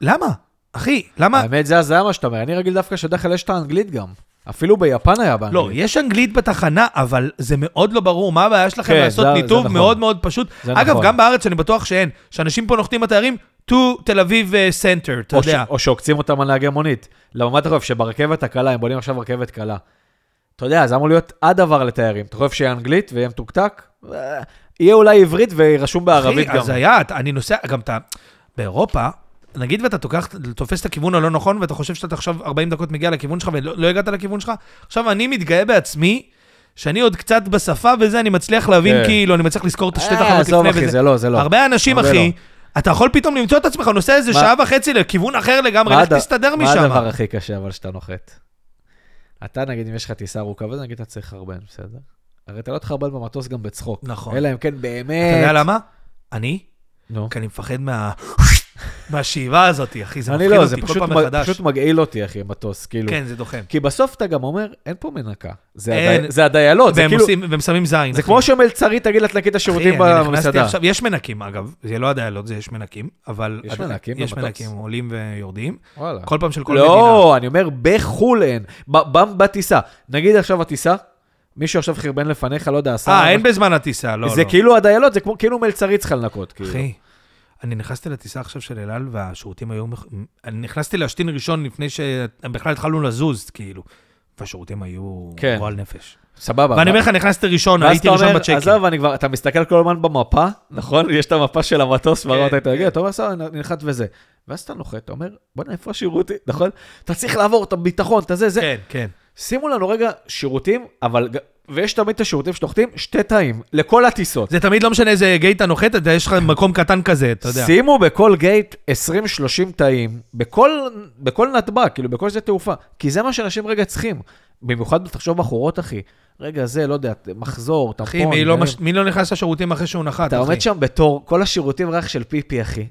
למה? אחי, למה?
האמת, זה הזיה מה שאתה אומר. אני רגיל דווקא שיודע לחלש את האנגלית גם. אפילו ביפן היה באנגלית.
לא, יש אנגלית בתחנה, אבל זה מאוד לא ברור מה הבעיה שלכם
כן,
לעשות
זה-
ניתוב
זה נכון.
מאוד מאוד פשוט.
זה
אגב,
נכון.
גם בארץ, שאני בטוח שאין, שאנשים פה נוחתים התיירים, to תל אביב אה, center, אתה
או ש-
יודע.
או שעוקצים אותם על נהגי מונית. למה מה אתה חושב? שברכבת הקלה, הם בונים עכשיו רכבת קלה. אתה יודע, זה אמור להיות הדבר לתיירים. אתה חושב שיהיה אנגלית ויהיה מתוקתק? אה, יהיה אולי עברית ורשום בערבית
אחי,
גם.
אז היה, אתה- אני נוסע, גם אתה, באירופה, נגיד ואתה תוקח, תופס את הכיוון הלא נכון, ואתה חושב שאתה עכשיו 40 דקות מגיע לכיוון שלך, ולא לא הגעת לכיוון שלך, עכשיו אני מתגאה בעצמי. שאני עוד קצת בשפה וזה, אני מצליח להבין
כן.
כאילו, אני מצליח לזכור את השתי
אה,
תחנות
עזוב,
לפני
אחי,
וזה.
זה לא, זה לא.
הרבה אנשים,
הרבה
אחי, אתה יכול פתאום למצוא את עצמך נוסע איזה
מה-
שעה וחצי לכיוון אחר לגמרי,
מה
איך
הד-
תסתדר
מה
משם.
הדבר הכי קשה אבל שאתה נוחת? אתה, נגיד, אם יש לך טיסה ארוכה וזה, נגיד, אתה צריך לחרבן, בסדר? הרי אתה לא תחרבן במטוס גם בצחוק.
נכון.
אלא אם כן באמת...
אתה יודע למה? אני?
נו.
כי אני מפחד מה... מהשאיבה הזאת, אחי, זה
אני
מפחיד
לא, זה
אותי כל
פשוט
פעם
מג-
מחדש.
פשוט מגעיל אותי, אחי, מטוס, כאילו.
כן, זה דוחם.
כי בסוף אתה גם אומר, אין פה מנקה. זה
אין.
הדי- זה הדיילות, זה
והם
כאילו...
עושים- והם שמים זין.
זה
אחי.
כמו שמלצרית תגיד לה תנקי את השירותים
אחי, אני נכנסתי
במסעדה.
עכשיו, יש מנקים, אגב, זה לא הדיילות, זה יש מנקים, אבל...
יש
עדיין-
מנקים
יש
במטוס?
מנקים, עולים ויורדים.
וואלה.
כל פעם של כל מדינה.
לא, אני אומר, בחו"ל אין. ב- ב- בטיסה. נגיד עכשיו הטיסה, מישהו עכשיו חרבן לפניך, לא יודע, עשה...
אה, אין
משהו-
בזמן הטיסה, לא, לא.
זה כאילו הדיילות, זה כמו כאילו מלצרית צריכה לנקות, כאילו.
אחי, אני נכנסתי לטיסה עכשיו של אל על, והשירותים היו... מח- אני נכנסתי להשתין ראשון לפני שבכלל התחלנו לזוז, כאילו. והשירותים היו
כן.
גועל נפש.
סבבה.
ואני
ו-
אומר לך, נכנסתי ראשון,
ואז
הייתי
אתה
ראשון
אומר,
בצ'קין.
עזוב, אני כבר, אתה מסתכל כל הזמן במפה, נכון? יש את המפה של המטוס,
כן,
והראות אתה
כן.
מגיע, אתה אומר, סבבה, אני נחת וזה. ואז אתה נוחת, אתה אומר, בוא'נה, איפה השירותים, נכון? אתה צריך לעבור את הביטחון, את הזה, זה.
כן, כן.
שימו לנו רגע שירותים, אבל... ג- ויש תמיד את השירותים שנוחתים, שתי תאים, לכל הטיסות.
זה תמיד לא משנה איזה גייט אתה נוחת, אתה- יש לך מקום קטן כזה, אתה יודע.
שימו בכל גייט 20-30 תאים, בכל, בכל נתב"ג, כאילו בכל שדה תעופה, כי זה מה שאנשים רגע צריכים. במיוחד, תחשוב בחורות, אחי. רגע, זה, לא יודע, מחזור, טמפון.
אחי, מי לא
דברים.
מש- מי לא נכנס לשירותים אחרי שהוא נחת,
נכון, אתה
אחי?
עומד שם בתור, כל השירותים ריח של פיפי, אחי.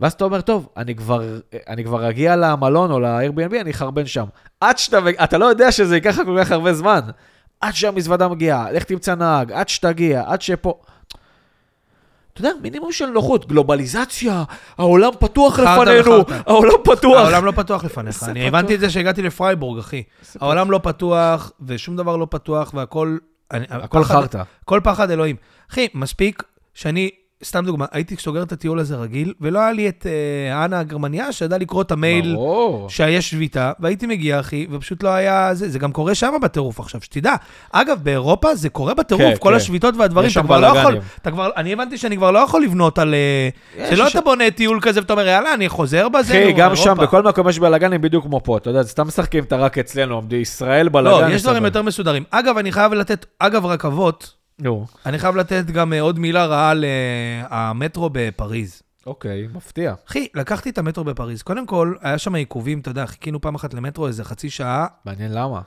ואז אתה אומר, טוב, אני כבר, אני כבר אגיע למלון או ל-Airbnb, אני אחרבן שם. עד שאתה, אתה לא יודע שזה ייקח לך כל כך הרבה זמן. עד שהמזוודה מגיעה, לך תמצא נהג, עד שתגיע, עד שפה. אתה יודע, מינימום של נוחות, גלובליזציה, העולם פתוח
חרטא
לפנינו,
וחרטא.
העולם פתוח.
העולם לא פתוח לפניך.
זה
אני
פתוח.
הבנתי את זה שהגעתי לפרייבורג, אחי.
פתוח.
העולם לא פתוח, ושום דבר לא פתוח, והכל... אני-
הכל
הפחד-
חרטא.
כל פחד אלוהים. אחי, מספיק שאני, סתם דוגמה, הייתי סוגר את הטיול הזה רגיל, ולא היה לי את אה, אנה הגרמניה, שידעה לקרוא את המייל
ברור.
שהיה שביתה, והייתי מגיע, אחי, ופשוט לא היה... זה, זה גם קורה שם בטירוף עכשיו, שתדע. אגב, באירופה זה קורה בטירוף,
כן,
כל
כן.
השביתות והדברים,
יש
אתה
שם
כבר לא יכול...
בלאגנים.
אתה כבר, אני הבנתי שאני כבר לא יכול לבנות על... אה,
יש,
שלא
יש-
אתה בונה טיול כזה ואתה אומר, יאללה, אני חוזר בזה,
אחי,
נו,
גם שם,
אירופה."
בכל מקום יש בלאגנים בדיוק כמו פה, אתה יודע, סתם משחקים את הרק אצלנו, עומדי ישראל בלאגן.
לא, יש דברים יותר מסודרים. אגב, אני חייב לתת, אגב, רכבות,
נו,
אני חייב לתת גם אה, עוד מילה רעה למטרו בפריז.
אוקיי, מפתיע.
אחי, לקחתי את המטרו בפריז. קודם כל, היה שם עיכובים, אתה יודע, חיכינו פעם אחת למטרו איזה חצי שעה.
מעניין למה.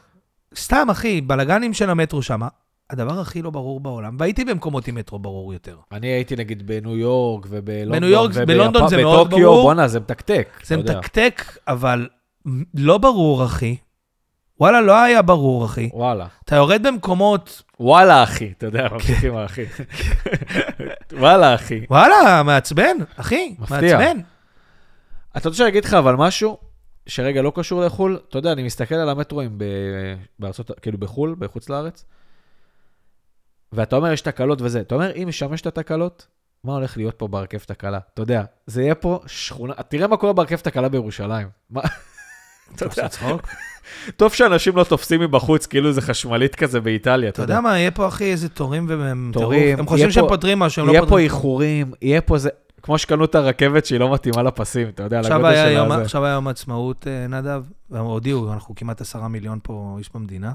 סתם, אחי, בלאגנים של המטרו שם. הדבר הכי לא ברור בעולם, והייתי במקומות עם מטרו ברור יותר.
אני הייתי נגיד בניו יורק ובלונדון.
בניו יורק,
וביפן,
בלונדון זה מאוד
בטוקיו,
ברור.
בואנה, זה מתקתק.
זה
אתה לא יודע.
מתקתק, אבל לא ברור, אחי. וואלה, לא היה ברור, אחי.
וואלה. כן.
אתה יורד במקומות,
וואלה, אחי, אתה יודע, מבטיחים האחי. וואלה, אחי.
וואלה, מעצבן, אחי,
מפתיע.
מעצבן.
אתה רוצה שאני אגיד לך אבל משהו? שרגע לא קשור לחו"ל, אתה יודע, אני מסתכל על המטרואים ב... בארצות, כאילו בחו"ל, בחוץ לארץ, ואתה אומר, יש תקלות וזה. אתה אומר, אם ישמש את התקלות, מה הולך להיות פה בהרכב תקלה? אתה יודע, זה יהיה פה שכונה... תראה מה קורה בהרכב תקלה בירושלים. מה...
אתה עושה צחוק?
טוב שאנשים לא תופסים מבחוץ, כאילו זה חשמלית כזה באיטליה,
אתה יודע מה, יהיה פה, אחי, איזה תורים והם...
תורים,
טירוף. הם
יהיה
חושבים
פה-
שהם פותרים משהו, הם לא
יהיה פה
פותרים.
איחורים, יהיה פה זה... כמו שקנו את הרכבת שהיא לא מתאימה לפסים, אתה יודע,
עכשיו
לגודל
היה
שלה
יום-
הזה.
עכשיו היה יום העצמאות, אה, נדב, והם הודיעו, אנחנו כמעט עשרה מיליון פה איש במדינה.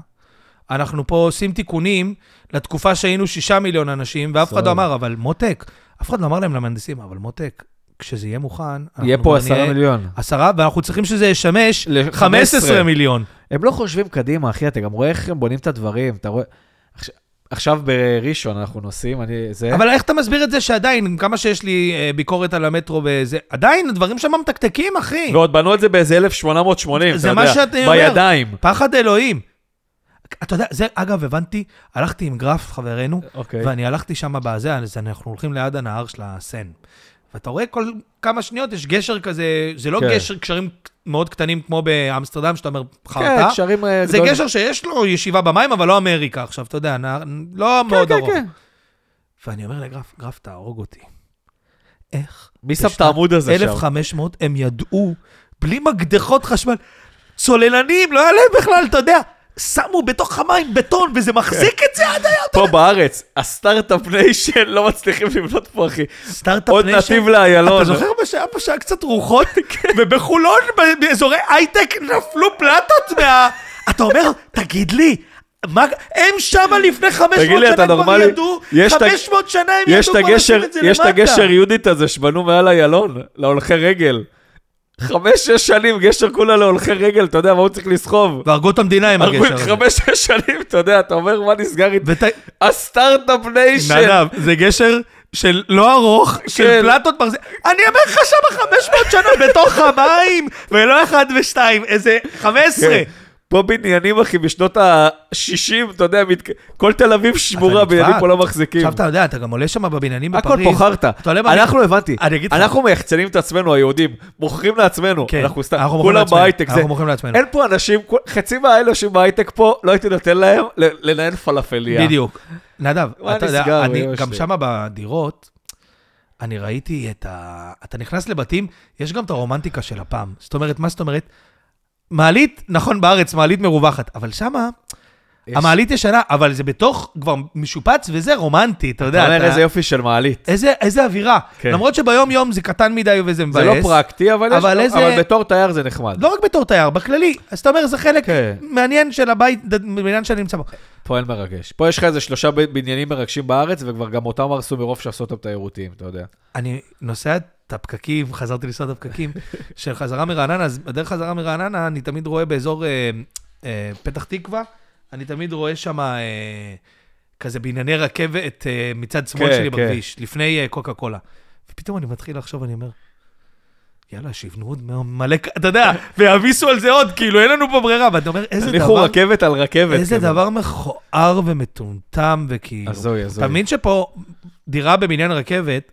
אנחנו פה עושים תיקונים לתקופה שהיינו שישה מיליון אנשים, ואף אחד
סבבה.
לא אמר, אבל מותק, אף אחד לא אמר להם למהנדסים, אבל מותק, כשזה יהיה מוכן, אנחנו
יהיה
כבר
פה עשרה
נהיה
מיליון.
עשרה, ואנחנו צריכים שזה ישמש
ל-
15 מיליון.
הם לא חושבים קדימה, אחי, אתה גם רואה איך הם בונים את הדברים, אתה רואה... עכש- עכשיו בראשון אנחנו נוסעים, אני... זה...
אבל איך אתה מסביר את זה שעדיין, עם כמה שיש לי אה, ביקורת על המטרו וזה, עדיין הדברים שם מתקתקים, אחי.
ועוד בנו את זה באיזה 1880,
זה
אתה
מה
יודע,
שאני אומר.
בידיים.
פחד אלוהים. אתה יודע, זה, אגב, הבנתי, הלכתי עם גרף, חברנו,
אוקיי.
ואני הלכתי שם בזה, אז אנחנו הולכים ליד הנהר של הסן. ואתה רואה כל כמה שניות יש גשר כזה, זה לא
כן.
גשר קשרים מאוד קטנים כמו באמסטרדם, שאתה אומר,
כן,
חרטא.
קשרים אה,
זה
גדולים.
גשר שיש לו ישיבה במים, אבל לא אמריקה עכשיו, אתה יודע, נהר, לא
כן,
מאוד
כן,
ארוך.
כן.
ואני אומר לגרף, גרף, תהרוג אותי. איך
מי שם את
בשנת
העמוד הזה שם?
1,500 הם ידעו, בלי מקדחות חשמל, צוללנים, לא היה להם בכלל, אתה יודע, שמו בתוך המים בטון, וזה מחזיק את זה עד היום.
פה בארץ, הסטארט-אפ ניישן לא מצליחים לבנות פה, אחי.
סטארט-אפ
עוד נתיב לאיילון.
אתה זוכר מה שהיה פה שהיה קצת רוחות?
כן.
ובחולון, ב- באזורי הייטק, נפלו פלטות מה... אתה אומר, תגיד לי, מה, הם שמה לפני 500
תגיד לי,
שנה
אתה
כבר
נורמלי?
ידעו,
יש את ה-
500 שנה הם
יש
ידעו
את
כבר
הגשר,
לשים את זה למטה.
יש את הגשר יהודית הזה שבנו מעל איילון, להולכי רגל. חמש, שש שנים, גשר כולה להולכי רגל, אתה יודע מה הוא צריך לסחוב?
והרגו את המדינה עם הגשר הזה.
חמש, שש שנים, אתה יודע, אתה אומר, מה נסגר איתי?
ות-
הסטארט-אפ ניישן.
נדב, זה גשר של לא ארוך,
כן.
של פלטות מחזיק. אני אומר לך שם 500 שנה בתוך המים, ולא אחד ושתיים, איזה 15.
כן. פה בניינים, אחי, בשנות ה-60, אתה יודע, מת- כל תל אביב שמורה,
אתה
בניינים
נדפק.
פה לא מחזיקים.
עכשיו אתה יודע, אתה גם עולה שם בבניינים בפריז.
הכל פה חרטא.
אתה עולה בבניין-
אנחנו הבנתי,
אני אגיד לך.
אנחנו מייחצנים את עצמנו, היהודים, מוכרים לעצמנו.
כן,
אנחנו סתם,
אנחנו מוכרים
כולם
לעצמנו,
בהייטק.
אנחנו
זה-
מוכרים לעצמנו.
אין פה אנשים, כל- חצי מהאנשים בהייטק פה, לא הייתי נותן להם ל- לנהל פלאפליה.
בדיוק. נדב,
מה
אתה
נסגר,
יודע, אני
אמא
גם
שלי?
שם בדירות, אני ראיתי את ה... אתה נכנס לבתים, יש גם את הרומנטיקה של הפעם. זאת אומרת, מה זאת אומרת? מעלית, נכון, בארץ, מעלית מרווחת, אבל שמה,
יש-
המעלית ישנה, אבל זה בתוך, כבר משופץ וזה רומנטי, אתה יודע.
אתה אומר
אתה-
איזה יופי של מעלית.
איזה, איזה אווירה.
כן.
כן. למרות שביום-יום זה קטן מדי וזה
זה
מבאס.
לא פרקטי, אבל יש-
אבל
לא-
איזה-
אבל בתור תייר זה נחמד.
לא רק בתור תייר, בכללי. אז אתה אומר, זה חלק
כן.
מעניין של הבית, ד- מעניין שאני נמצא בו.
פה אין מרגש. פה יש לך איזה שלושה ב- בניינים מרגשים בארץ, וכבר גם אותם הרסו מרוב שעשו אותם תיירותיים, אתה יודע.
אני נוסע את הפקקים, חזרתי לנסוע את הפקקים של חזרה מרעננה, אז בדרך חזרה מרעננה, אני תמיד רואה באזור אה, אה, פתח תקווה, אני תמיד רואה שם אה, כזה בענייני רכבת אה, מצד שמאל
כן,
שלי
כן.
בכביש, לפני אה, קוקה קולה. ופתאום אני מתחיל לחשוב, אני אומר, יאללה, שיבנו עוד מלא, כ- אתה יודע, ויעמיסו על זה עוד, כאילו, אין לנו פה ברירה, ואתה אומר, איזה
הניחו
דבר,
רכבת על רכבת.
איזה
כזה.
דבר מכוער ומטומטם, וכאילו,
הזוי, הזוי.
אתה מבין שפה דירה בבניין רכבת,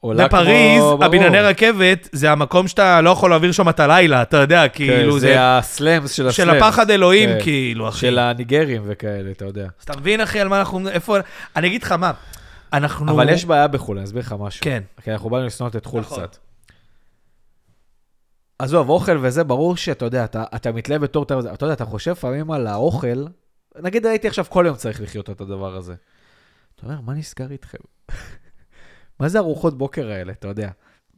עולה כמו-
בפריז,
ברור.
הבנייני רכבת, זה המקום שאתה לא יכול להעביר שם את הלילה, אתה יודע, כאילו,
כן,
זה
זה הסלאמס של
של
הסלאמס.
הפחד אלוהים,
כן.
כאילו, אחי.
של הניגרים וכאלה, אתה יודע.
אז אתה מבין, אחי, על מה אנחנו... איפה... אני אגיד לך מה, אנחנו...
אבל יש בעיה בחו"ל, אני אסביר לך משהו.
כן.
כי אנחנו באנו לשנות את חו"ל
נכון.
קצת. עזוב, אוכל וזה, ברור שאתה יודע, אתה, אתה מתלהב בתור תל אתה יודע, אתה חושב לפעמים על האוכל, נגיד הייתי עכשיו כל יום צריך לחיות את הדבר הזה. אתה אומר, מה נסגר איתכם? מה זה ארוחות בוקר האלה, אתה יודע?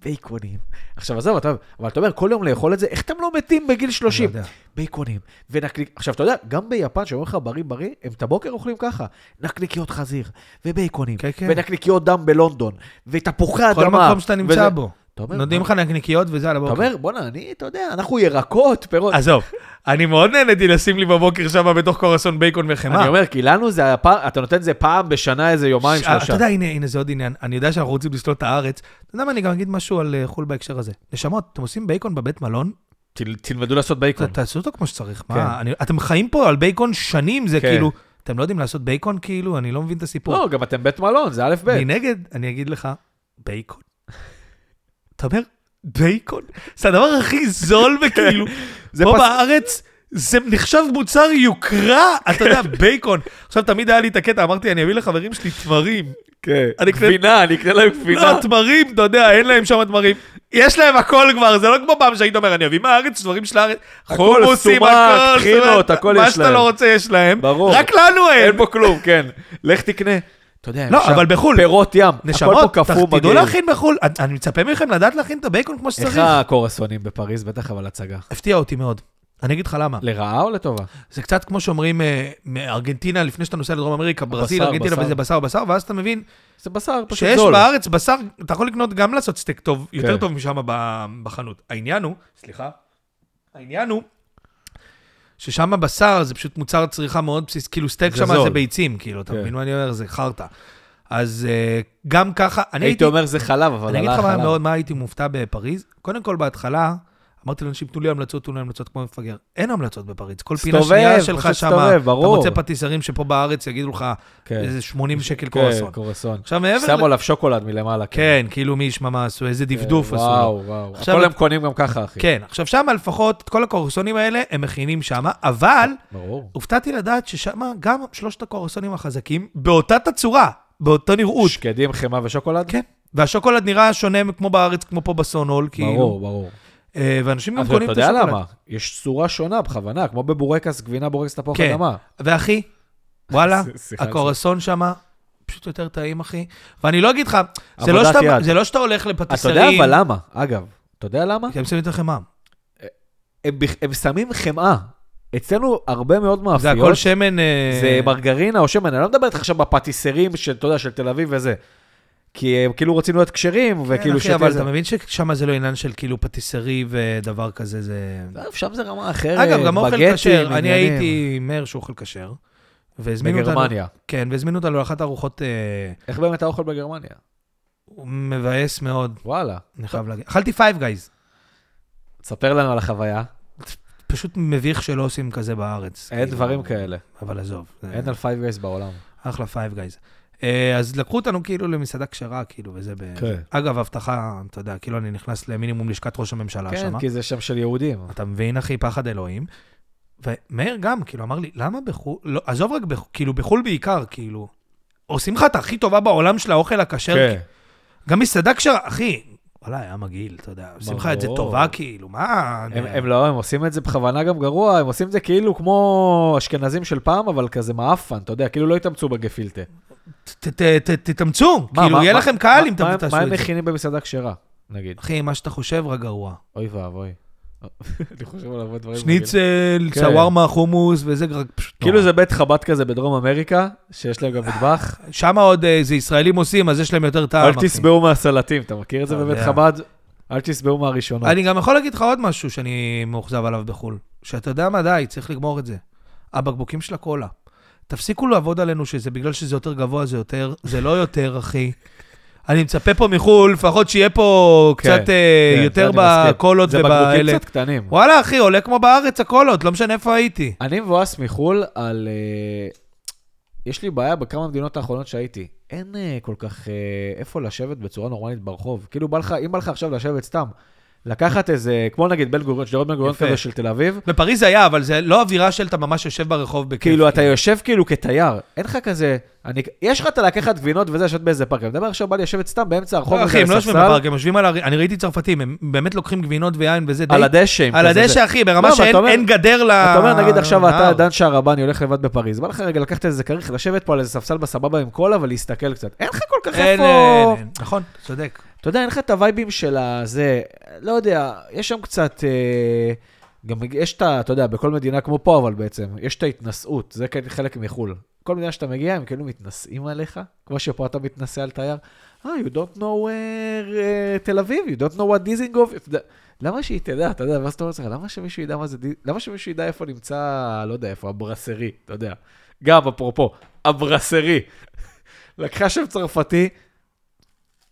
בייקונים. עכשיו, עזוב, אתה, אבל אתה אומר, כל יום לאכול את זה, איך אתם לא מתים בגיל 30?
יודע.
בייקונים ונקניק... עכשיו, אתה יודע, גם ביפן, שאומרים לך בריא בריא, הם את הבוקר אוכלים ככה. נקניקיות חזיר, ובייקונים,
כן, כן.
ונקניקיות דם בלונדון, ותפוחי אדמה.
כל מקום שאתה
וזה-
נמצא בו.
אתה אומר,
נותנים
מה?
לך נקניקיות וזה על
אתה
הבוקר.
אומר, בואנה, אני, אתה יודע, אנחנו ירקות, פירות.
עזוב, אני מאוד נהניתי לשים לי בבוקר שם בתוך קורסון בייקון וחמאה.
אני אומר, כי לנו זה הפעם, אתה נותן את זה פעם בשנה, איזה יומיים,
ש- אתה
שלושה.
יודע, הנה, הנה, זה עוד עניין. אני יודע שאנחנו רוצים לסלול את הארץ. אתה יודע מה, אני גם אגיד משהו על אה, חו"ל בהקשר הזה. נשמות, אתם עושים בייקון בבית מלון?
תל- תלמדו לעשות בייקון.
ת- תעשו אותו כמו שצריך.
כן.
מה, אני- אתם חיים פה על בייקון שנים, זה
כן.
כאילו, אתם לא יודעים לעשות בייקון כאילו? אני לא מבין את הסיפור.
לא, גם אתם בית מלון, זה א' ב'.
מנגד, אני אגיד לך, בייקון. אתה אומר, בייקון? זה הדבר הכי זול וכאילו,
כן. זה
פה
פס-
בארץ זה נחשב מוצר יוקרה, אתה יודע, בייקון. עכשיו, תמיד היה לי את הקטע, אמרתי, אני אביא לחברים שלי תמרים.
כן.
אני אקנה-
גבינה, אני אקנה להם גבינה.
לא, תמרים, אתה יודע, אין להם שם תמרים. יש להם הכל כבר, זה לא כמו פעם שהיית אומר, אני אביא מהארץ, דברים של הארץ.
הכל,
חומוסים,
סומק,
הכל,
טחינות,
סומק,
הכל
מה
יש
שאתה
להם.
לא רוצה, יש להם.
ברור.
רק לנו אין.
אין פה כלום, כן. לך תקנה. אתה יודע,
לא,
אפשר-
אבל בחו"ל.
פירות ים. הכל
נשמות,
פה קפוא
תח- תדעו
מגעיל.
להכין בחו"ל. אני- אני מצפה מכם לדעת להכין את הבייקון כמו
איך
שצריך.
הקורסונים בפריז? בטח אבל הצגה.
הפתיע אותי מאוד. אני אגיד לך למה.
לרעה או לטובה?
זה קצת כמו שאומרים אה, מארגנטינה, לפני שאתה נוסע לדרום אמריקה, ברזיל,
הבשר,
ארגנטינה,
בשר.
וזה בשר, בשר, ואז אתה מבין
זה בשר פשוט
שיש
זול.
בארץ בשר, אתה יכול לקנות גם לעשות סטייק טוב, יותר
כן.
טוב משם ב- בחנות. העניין הוא, סליחה, העניין הוא ששם בשר זה פשוט מוצר צריכה מאוד בסיס, כאילו סטייק
זה
שם זה
זול.
ביצים, כאילו, אתה
כן.
מבין מה אני אומר? זה חרטא. אז אה, גם ככה, אני
הייתי
הייתי
אומר זה חלב, אבל
אני אגיד
עלה
לך מה
חלב.
מאוד, מה הייתי מופתע בפריז. קודם כל, בהתחלה, אמרתי לאנשים, תנו לי המלצות, תנו לי המלצות כמו מפגר. אין המלצות בפריז. כל פינה
תסתובב,
שנייה שלך
פשוט
שם,
תסתובב,
אתה
ברור.
מוצא פטיסרים שפה בארץ יגידו לך,
כן.
איזה 80 שקל
כן,
קורסון.
קורסון.
עכשיו, מעבר...
שמו
ל-
עליו שוקולד מלמעלה.
כן, כאילו מי ישמע מה עשו, איזה דפדוף
כן,
עשו. לו.
וואו, אוקיי. וואו.
עכשיו-
הכל הם קונים גם ככה, אחי.
כן, עכשיו שם לפחות, את כל הקורסונים האלה, הם מכינים שם, אבל
ברור.
הופתעתי לדעת ששם גם שלושת הקורסונים החזקים, באותה תצורה, באותו נראות.
שקדים, חמאה ושוקולד?
כן. והשוקולד נראה שונה כמו בארץ, כמו פה בסונול, כאילו.
ברור, ברור.
אה, ואנשים גם
אבל
קונים
אתה
את
יודע
השוקולד.
למה? יש צורה שונה בכוונה, כמו בבורקס, גבינה, בורקס, תפוח
כן.
אדמה.
ואחי, וואלה,
שיחה
הקורסון שם פשוט יותר טעים, אחי. ואני לא אגיד לך, זה לא
עבודת
שאתה-
יד.
זה לא שאתה הולך
אתה יודע
לפטיסרים,
אבל למה, אגב. אתה יודע למה?
כי הם שמים את החמאה.
הם בכ- הם שמים חמאה. אצלנו הרבה מאוד מאפיות.
זה הכל שמן... אה,
זה מרגרינה או שמן, אני לא מדבר איתך עכשיו בפטיסרים של, אתה יודע, של תל אביב וזה. כי הם כאילו רצינו להיות כשרים,
כן,
וכאילו
אחי, אבל
זה-
אתה מבין ששם זה לא עניין של כאילו פטיסרי ודבר כזה, זה...
לא, שם זה רמה אחרת,
אגב, גם אוכל
בגטים,
כשר, אני
עניינים.
הייתי עם מאיר שאוכל כשר, והזמינו אותנו...
בגרמניה.
כן, והזמינו אותנו לאחת הארוחות, אה,
איך באמת האוכל בגרמניה?
הוא מבאס מאוד,
וואלה.
אני חייב להגיד. אכלתי פייב גייז,
ספר לנו על החוויה.
פשוט מביך שלא עושים כזה בארץ.
אין
כאילו,
דברים כאלה.
אבל עזוב. זה-
אין על פייב גייס בעולם.
אחלה פייב גייז. אה, אז לקחו אותנו כאילו למסעדה כשרה, כאילו, וזה ב...
כן.
אגב, הבטחה, אתה יודע, כאילו אני נכנס למינימום לשכת ראש הממשלה
כן,
שמה.
כי זה שם של יהודים.
אתה מבין, אחי, פחד אלוהים. ומאיר גם, כאילו, אמר לי, למה בחו"ל, לא, עזוב רק, בחו"ל, כאילו, בחו"ל בעיקר, כאילו, עושים לך את הכי טובה בעולם של האוכל הכשר.
כן.
גם מסעדה כשרה, אחי, וואלה, היה מגעיל, אתה יודע, עושים לך את זה
ברור.
טובה, כאילו, מה...
הם, הם לא, הם עושים את זה בכוונה גם גרוע, הם עושים את זה כאילו כמו אשכנזים של פעם, אבל כזה מעפן, אתה יודע, כאילו לא התאמצו בגפילטה.
ת- ת- ת- תתאמצו,
מה,
כאילו,
מה-
יהיה
מה-
לכם קהל
מה-
אם
מה-
אתם תעשו
מה
את
הם
זה.
מכינים במסעדה כשרה, נגיד?
אחי, מה שאתה חושב, רק גרוע.
אוי ואבוי. אני חושב על הרבה דברים. מגעילים.
שניצל,
כן.
סווארמה, חומוס, וזה רק פשוט...
כאילו זה בית חב"ד כזה בדרום אמריקה, שיש להם גם מטבח.
שם עוד אה, זה ישראלים עושים, אז יש להם יותר טעם.
אל
אחי.
תשבעו מהסלטים, אתה מכיר את זה
אה, אתה
בבית
יודע.
חב"ד? אל תשבעו מהראשונות.
אני גם יכול להגיד לך עוד משהו שאני מאוכזב עליו בחו"ל. שאתה יודע מה, די, צריך לגמור את זה. הבקבוקים של הקולה. תפסיקו לעבוד עלינו שזה בגלל שזה יותר גבוה, זה יותר, זה לא יותר, אחי. אני מצפה פה מחו"ל, לפחות שיהיה פה
כן,
קצת אה,
כן,
יותר
זה אני מסכים.
בקולות
זה בקבוקים
ובאלה.
קצת קטנים.
וואלה, אחי, עולה כמו בארץ הקולות, לא משנה איפה הייתי.
אני מבואס מחו"ל על... אה, יש לי בעיה בכמה מדינות האחרונות שהייתי. אין אה, כל כך אה, איפה לשבת בצורה נורמלית ברחוב. כאילו, בא לך, אם בא לך עכשיו לשבת סתם, לקחת איזה, כמו נגיד בן גוריון, שדרות בן גוריון
יפה.
כזה של תל אביב,
בפריז זה היה, אבל זה לא אווירה של אתה ממש יושב ברחוב בכיף.
כאילו, אתה יושב כאילו כתייר, אין לך כזה... אני, יש לך את הלקחת גבינות וזה, לשבת באיזה פארק. אני מדבר עכשיו, בא לי לשבת סתם באמצע הרחוב,
לא,
הזה,
אחי, הם לא יושבים
בספסל,
בפארק, הם יושבים על... הר- אני ראיתי צרפתים, הם באמת לוקחים גבינות ויין וזה די...
על הדשא. עם
על
כזה זה.
הדשא, אחי, ברמה
לא, אבל
שאין
אתה אומר-
אין גדר ל...
אתה אומר, נגיד עכשיו אתה,
לנהר.
דן שערבני, הולך לבד בפריז, בא לך רגע לקחת איזה כריך, לשבת פה על איזה ספסל בסבבה עם קולה ולהסתכל קצת. אין לך כל כך
אין,
איפה...
אין, אין. נכון, צודק.
אתה יודע, אין לך את הווייבים של הזה, לא יודע, יש שם קצת... אה, גם יש את ה... אתה יודע, בכל מדינה כמו פה, אבל בעצם, יש את ההתנשאות, זה כן חלק מחו"ל. כל מדינה שאתה מגיע, הם כאילו מתנשאים עליך, כמו שפה אתה מתנשא על תייר. אה, you don't know where אה, תל אביב, you don't know what דיזינגוף. אתה יודע, למה שהיא תדע, אתה יודע, ואז אתה אומר לעצמך, למה שמישהו ידע מה זה דיז... למה שמישהו ידע איפה נמצא, לא יודע, איפה, הברסרי, אתה יודע. גם, אפרופו, הברסרי. לקחה שם צרפתי,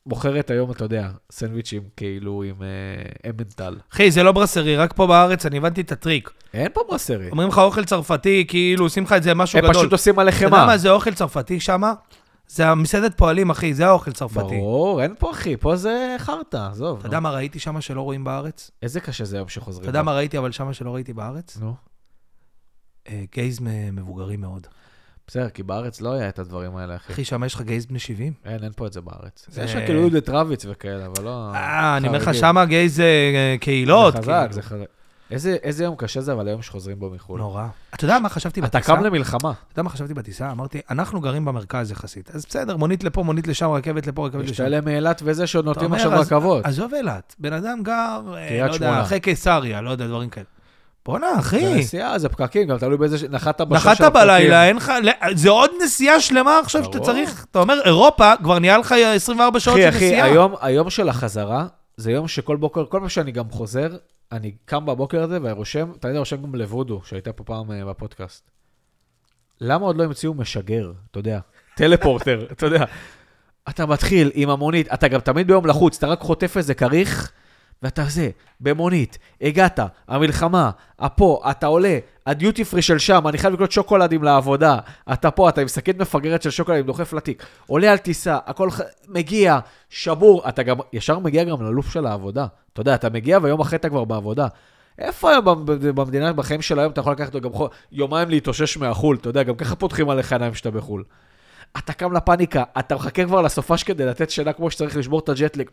מוכרת היום, אתה יודע, סנדוויצ'ים כאילו עם אה, אמנטל.
אחי, זה לא ברסרי, רק פה בארץ אני הבנתי את הטריק.
אין פה ברסרי.
אומרים לך אוכל צרפתי, כאילו עושים לך את זה משהו
הם
גדול.
פשוט עושים מלא
אתה יודע מה
חמאה.
זה אוכל צרפתי שמה? זה המסעדת פועלים, אחי, זה האוכל צרפתי.
ברור, אין פה אחי, פה זה חרטא, עזוב. נו.
אתה יודע מה ראיתי שם שלא רואים בארץ?
איזה קשה זה היום שחוזרים.
אתה יודע
בה.
מה ראיתי אבל שם שלא ראיתי בארץ?
נו,
אה, גייז מ- מבוגרים מאוד.
כן. בסדר, כי בארץ לא היה את הדברים האלה, אחי.
אחי, שם יש לך גייז בני 70?
אין, אין פה את זה בארץ.
זה-
יש לך כאילו יהודי טראביץ וכאלה, אבל לא...
אה, אני אומר לך,
חרדים.
שמה גייז אה, קהילות.
זה חזק,
כאילו.
זה חזק. איזה- איזה יום קשה זה, אבל היום שחוזרים בו מחו"ל.
נורא. אתה יודע מה חשבתי
אתה
בטיסה?
קם למלחמה.
אתה יודע מה חשבתי בטיסה? אמרתי, אנחנו גרים במרכז יחסית. אז בסדר, מונית לפה, מונית לשם, רכבת לפה, רכבת
יש
לשם.
את אלה מאילת וזה שעוד
אתה
נותנים
אומר,
עכשיו
אז-
רכבות.
עזוב אילת, בן אדם גר, אה,
קריית
לא יודע,
שמונה.
אחרי קיסריה, לא יודע, דברים כאלה. בואנה,
זה
אחי,
נסיעה, זה פקקים, גם תלוי באיזה... ש- נחת בשש של
נחת
הפקקים.
בלילה, אין לך... לא, זה עוד נסיעה שלמה עכשיו שאתה
ברור.
צריך, אתה אומר, אירופה, כבר נהיה לך 24 שעות
אחי,
של
אחי,
נסיעה.
היום- היום של החזרה, זה יום שכל בוקר, כל פעם שאני גם חוזר, אני קם בבוקר הזה ורושם, תמיד רושם גם לוודו, שהייתה פה פעם אה, בפודקאסט. למה עוד לא המציאו משגר, אתה יודע? טלפורטר, אתה יודע. אתה מתחיל עם המונית, אתה גם תמיד ביום לחוץ, אתה רק חוטף איזה כריך, ואתה זה, במונית, הגעת, המלחמה, הפה, אתה עולה, הדיוטי פרי של שם, אני חייב לקנות שוקולדים לעבודה, אתה פה, אתה עם שקית מפגרת של שוקולדים, דוחף לתיק, עולה על טיסה, הכל ח... מגיע, שבור, אתה גם, ישר מגיע גם ללופ של העבודה. אתה יודע, אתה מגיע ויום אחרי אתה כבר בעבודה. איפה היום במ- במדינה, בחיים של היום, אתה יכול לקחת גם חו- יומיים להתאושש מהחול, אתה יודע, גם ככה פותחים עליך עיניים כשאתה בחול. אתה קם לפאניקה, אתה מחכה כבר לסופש כדי לתת שינה כמו שצריך לשבור את הג'טליק.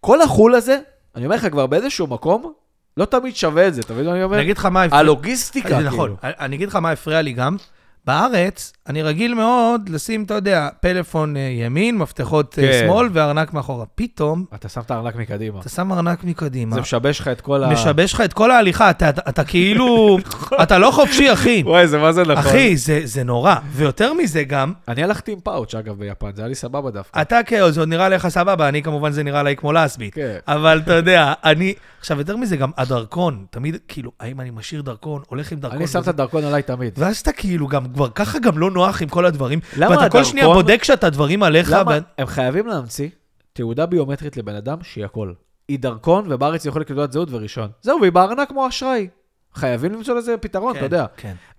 כל החול הזה, אני אומר לך כבר באיזשהו מקום, לא תמיד שווה את זה, אתה מבין מה אני אומר?
אני אגיד לך מה ההפרש.
הלוגיסטיקה, כאילו.
זה נכון. אני- אני אגיד לך מה הפריע לי גם. בארץ, אני רגיל מאוד לשים, אתה יודע, פלאפון אה, ימין, מפתחות אה,
כן.
שמאל וארנק מאחורה. פתאום,
אתה שם את הארנק מקדימה.
אתה שם ארנק מקדימה.
זה משבש לך את כל ה...
משבש לך את כל ההליכה, אתה, אתה, אתה כאילו, אתה לא חופשי, אחי.
וואי, זה מה זה נכון.
אחי, זה, זה נורא. ויותר מזה גם,
אני הלכתי עם פאוץ', אגב, ביפן, זה היה לי סבבה דווקא.
אתה כאו, זה עוד נראה לך סבבה, אני כמובן זה נראה לי כמו לסבית.
כן.
אבל אתה יודע, אני... עכשיו, יותר מזה גם הדרכון, תמיד, כאילו, האם אני משאיר דרכון, הולך עם דרכון?
אני שם את
וזה.
הדרכון עליי תמיד.
ואז אתה כאילו גם, כבר ככה גם לא נוח עם כל הדברים.
למה
ואתה כל
הדרכון-
שנייה בודק שאתה דברים עליך.
למה?
ו-
הם חייבים להמציא תעודה ביומטרית לבן אדם שהיא הכל. היא דרכון, ובארץ היא יכולה תעודת זהות וראשון. זהו, והיא בארנק כמו אשראי. חייבים למצוא לזה פתרון, אתה יודע. אה,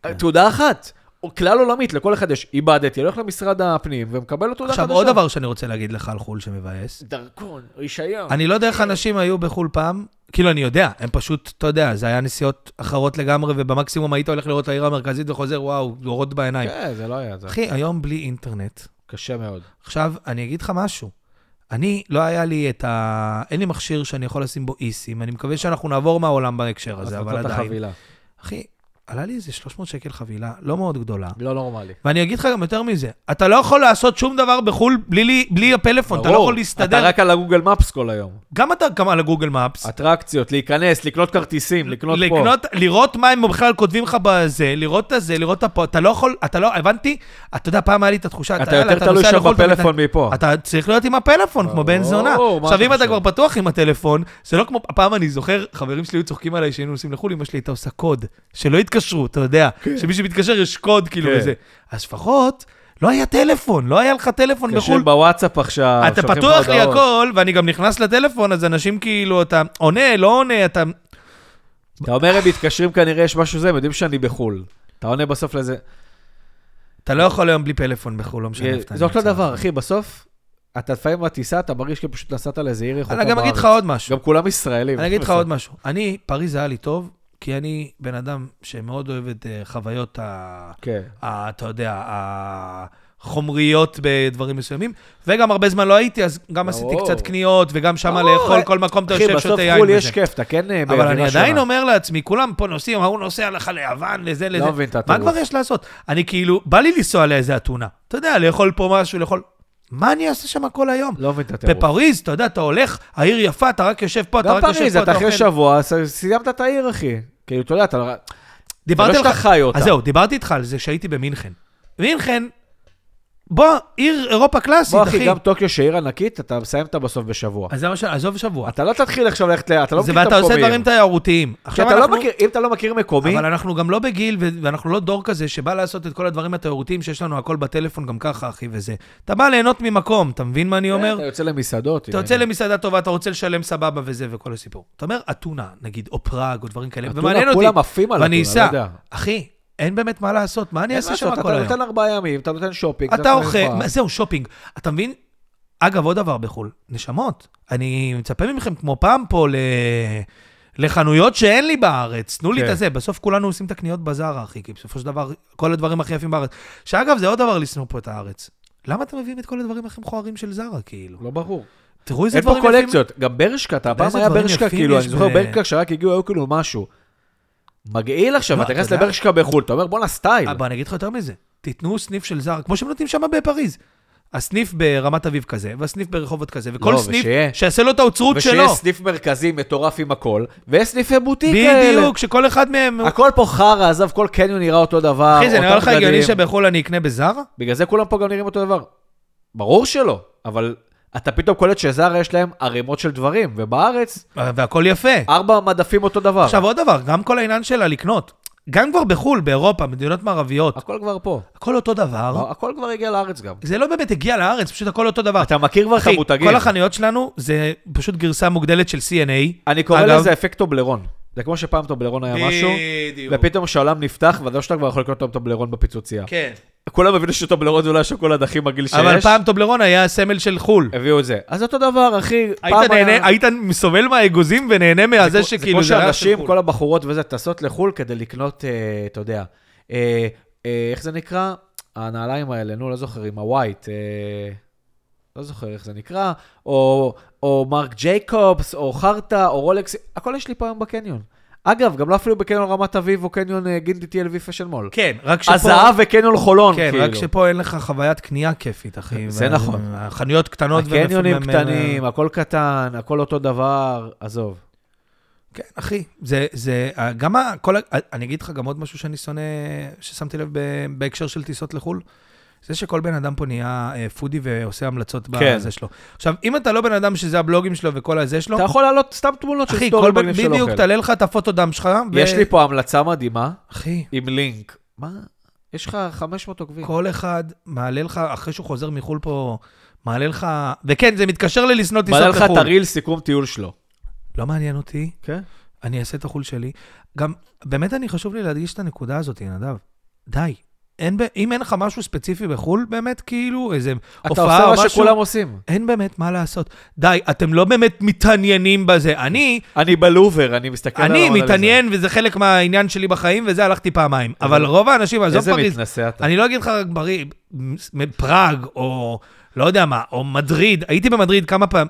כן.
תעודה אחת, או כלל עולמית, לכל אחד יש. איבדתי, הולך למשרד הפנים ומקבל לו תעודה חדשה.
עכשיו, עוד דבר שאני רוצה להגיד לך על חו"ל שמבאס.
דרכון, רישיון.
אני לא יודע איך אנשים היו בחו"ל פעם, כאילו, אני יודע, הם פשוט, אתה יודע, זה היה נסיעות אחרות לגמרי, ובמקסימום היית הולך לראות את העיר המרכזית וחוזר, וואו, דורות בעיניים.
כן, זה לא היה זה.
אחי, היום בלי אינטרנט.
קשה מאוד.
עכשיו, אני אגיד לך משהו. אני, לא היה לי את ה... אין לי מכשיר שאני יכול לשים בו איסים, אני מקווה שאנחנו נעבור מהעולם בהקשר הזה, אבל
אז נתת
עדיין.
חבילה.
אחי, עלה לי איזה 300 שקל חבילה, לא מאוד גדולה.
לא נורמלי.
ואני אגיד לך גם יותר מזה, אתה לא יכול לעשות שום דבר בחו"ל בלי, לי- בלי הפלאפון, אתה לא
ברור,
יכול להסתדר.
אתה רק על הגוגל מפס כל היום.
גם אתה גם על הגוגל מפס.
אטרקציות, להיכנס, לקנות כרטיסים, לקנות פה.
לקנות, לראות מה הם בכלל כותבים לך בזה, לראות את הזה, לראות את הפה, אתה לא יכול, אתה לא, הבנתי, אתה יודע, פעם היה לי את התחושה,
אתה
יאללה,
יותר תלוי
נוסע
שם
לחו"ל, אתה מת-
בפלאפון מפה.
אתה צריך להיות עם הפלאפון, כמו בן
ברור,
זונה.
מה
עכשיו,
אתה
אם אתה
חושב?
כבר פתוח עם הטלפון, זה לא כמו... הפעם אני זוכר, חברים שלי היו צוחקים עליי שהיינו נוסעים לחו"ל, אמא שלי הייתה עושה קוד, שלא יתקשרו, אתה יודע, שמי שמתקשר יש קוד, כאילו,
כן.
וזה. אז לפחות, לא היה טלפון, לא היה לך טלפון
קשה
בחו"ל.
בוואטסאפ עכשיו,
אתה
שולחים לך
פתוח לי
הודעות.
הכל, ואני גם נכנס לטלפון, אז אנשים כאילו, אתה עונה, לא עונה, אתה...
אתה אומר, הם מתקשרים כנראה, יש משהו זה, הם יודעים שאני בחו"ל. אתה עונה בסוף לזה.
אתה לא יכול היום בלי פלאפון בחו"ל, לא משנה איפה אתה
אה, זה אותו
נמצא.
דבר, אחי, בסוף, אתה לפעמים בטיסה, אתה מרגיש כאילו פשוט נסעת לאיזה עיר רחוקה
אני גם אגיד לך
בארץ.
עוד משהו.
גם כולם ישראלים.
אני אגיד לך עוד משהו. אני, פריז היה לי טוב, כי אני בן אדם שמאוד אוהב את אה, חוויות ה...
כן.
ה- אתה יודע, החומריות בדברים מסוימים, וגם הרבה זמן לא הייתי, אז גם עשיתי
ברור.
קצת קניות, וגם שם
ברור,
לאכול,
אה,
כל מקום אתה
אחי,
יושב,
בסוף
שותה יין
חו"ל
וזה.
יש כיף, אתה כן אה,
אבל
באווירה
אני עדיין
שונה.
אומר לעצמי, כולם פה נוסעים, ההוא נוסע לך ליוון, לזה, לזה.
לא מבין את
מה
הטירוף.
כבר יש לעשות? אני כאילו, בא לי לנסוע לאיזה אתונה. אתה יודע, לאכול פה משהו, לאכול... מה אני אעשה שם כל היום?
לא מבין את הטירוף.
בפריז, אתה יודע, אתה הולך, העיר יפה, אתה רק יושב פה, אתה
גם
רק יושב פה,
פריז,
אתה
אתה אחרי
אוכל.
שבוע, ס- סיימת את העיר, אחי. כאילו, אתה יודע, אתה לא- אתה לא
דיברתי
שאתה
לך...
חי אותה.
אז זהו, דיברתי איתך על זה כשהייתי במינכן. מינכן, בוא, עיר אירופה קלאסית,
בוא,
אחי.
אחי, גם טוקיו שעיר ענקית, אתה מסיים אותה בסוף בשבוע.
אז זה מה ש... עזוב שבוע.
אתה לא תתחיל עכשיו ללכת ל... אתה לא
זה
מכיר את
ואתה
המקומיים.
עושה דברים תיירותיים.
כי
עכשיו
אתה לא
אנחנו...
מכיר, אם אתה לא מכיר מקומי,
אבל אנחנו גם לא בגיל, ו- ואנחנו לא דור כזה שבא לעשות את כל הדברים התיירותיים שיש לנו הכל בטלפון גם ככה, אחי, וזה. אתה בא ליהנות ממקום, אתה מבין מה אני אומר?
אה, אתה יוצא למסעדות.
אתה יוצא למסעדה טובה, אתה רוצה לשלם סבבה וזה וכל הסיפור. אתה אומר אתונה, נגיד, או פראג, או דברים כאלה,
אתונה,
ומעניין אותי.
כולם עפים על
ואני
אתונה, לא
אסע.
יודע.
אחי, אין באמת מה לעשות, מה אני
אין
אעשה
מה
שם
לעשות,
כל היום?
אתה נותן ארבעה ימים, אתה נותן שופינג.
אתה
נותן
אוכל,
מרפאה.
מה- זהו, שופינג. אתה מבין? אגב, עוד דבר בחו"ל, נשמות. אני מצפה מכם כמו פעם פה ל... לחנויות שאין לי בארץ, תנו לי
כן.
את הזה. בסוף כולנו עושים את הקניות בזארה, אחי, כי בסופו של דבר, כל הדברים הכי יפים בארץ. שאגב, זה עוד דבר לשנוא פה את הארץ. למה אתם מביאים את כל הדברים הכי מכוערים של זארה, כאילו?
לא ברור.
תראו איזה
אין פה
דברים יפים.
קולקציות, גם ברשקה, אתה פעם
ואיזה
היה
דברים
ברשקה,
יפים
כאילו,
יש
אני זוכר
ב-
ברשקה שרק הגיעו, היו כאילו משהו. מגעיל עכשיו,
לא,
אתה נכנס
אתה יודע-
לברשקה בחו"ל, אתה אומר בואנה סטייל.
אבל אה, אני אגיד לך יותר מזה, תיתנו סניף של זארה, כמו שהם נותנים שם בפריז. הסניף ברמת אביב כזה, והסניף ברחובות כזה, וכל
לא,
סניף
ושיהיה-
שיעשה לו את האוצרות שלו.
ושיש סניף מרכזי מטורף עם הכל, ויש סניפי בוטיק כאלה.
בדיוק, שכל אחד מהם...
הכל פה חרא, עזוב, כל קניון נראה אותו דבר.
אחי, זה נראה
אותם
לך הגיוני
בגדים.
שבחו"ל אני אקנה בזארה?
בגלל זה כולם פה גם נראים אותו דבר. ברור שלא, אבל אתה פתאום קולט שזארה יש להם ערימות של דברים, ובארץ,
והכל יפה.
ארבע מדפים אותו דבר.
עכשיו עוד דבר, גם כל העניין שלה לקנות. גם כבר בחו"ל, באירופה, מדינות מערביות,
הכל כבר פה.
הכל אותו דבר.
הכל כבר הגיע לארץ גם.
זה לא באמת הגיע לארץ, פשוט הכל אותו דבר.
אתה מכיר כבר את
אחי,
המותגים.
כל החנויות שלנו זה פשוט גרסה מוגדלת של CNA.
אני קורא
אגב-
לזה אפקט טובלרון. זה כמו שפעם טובלרון היה משהו,
בדיוק.
ופתאום שהעולם נפתח, ואז לא שאתה כבר יכול לקנות אותו טובלרון בפיצוצייה.
כן.
כולם הבינו שטובלרון זה אולי השוקולד הכי מגעיל שיש.
אבל פעם טובלרון היה סמל של חו"ל.
הביאו את זה. אז אותו דבר, אחי,
היית נהנה- היית סובל מהאגוזים ונהנה מהזה שכאילו
זה
זה
כמו
היה של
שאנשים,
חו"ל.
כל הבחורות וזה, טסות לחו"ל כדי לקנות, אה, אתה יודע, אה, אה, איך זה נקרא? הנעליים האלה, נו, לא זוכר, עם הווייט, אה, לא זוכר איך זה נקרא, או, או מרק ג'ייקובס, או חרטה, או רולקס, הכל יש לי פה היום בקניון. אגב, גם לא אפילו בקניון רמת אביב או קניון אה, גינדי TLV פשן מול.
כן, רק שפה...
הזהב וקניון חולון,
כן,
כאילו.
רק שפה אין לך חוויית קנייה כיפית, אחי.
זה
וה-
נכון.
החנויות קטנות
הקניונים
ומפ-
קטנים, הכל קטן, הכל אותו דבר, עזוב.
כן, אחי, זה, זה, גם ה- כל, ה- אני אגיד לך גם עוד משהו שאני שונא, ששמתי לב ב- בהקשר של טיסות לחו"ל, זה שכל בן אדם פה נהיה אה, פודי ועושה המלצות
כן.
בזה שלו. עכשיו, אם אתה לא בן אדם שזה הבלוגים שלו וכל הזה שלו,
אתה יכול להעלות סתם תמונות של
לא. אחי,
סטורי
כל בן,
מגניב של אוכל.
בדיוק תעלה לך את הפוטו דם שלך, ו-
יש לי פה המלצה מדהימה,
אחי,
עם לינק. מה? יש לך 500 עוקבים.
כל אחד מעלה לך, אחרי שהוא חוזר מחו"ל פה, מעלה לך, וכן, זה מתקשר ללשנוא טיסות
מעלה
לחו"ל.
לך את הריל סיכום טיול שלו.
לא מעניין אותי.
כן?
אני אעשה את החול שלי. גם, באמת אני חשוב לי להדגיש את הנקודה הזאת, נדב. די. אין, ב- אם אין לך משהו ספציפי בחו"ל, באמת, כאילו, איזה
אתה
הופעה
עושה
או
מה
משהו,
שכולם עושים.
אין באמת מה לעשות. די, אתם לא באמת מתעניינים בזה. אני,
אני בלובר, כן, אני לא מסתכל על
אני
המונה
מתעניין, וזה חלק מהעניין שלי בחיים, וזה הלכתי פעמיים. אבל
איזה-
רוב האנשים,
לזה.
עזוב
איזה
פריז,
מתנשא אתה.
אני לא אגיד לך רק בריא, מ- פראג, או לא יודע מה, או מדריד, הייתי במדריד כמה פעמים.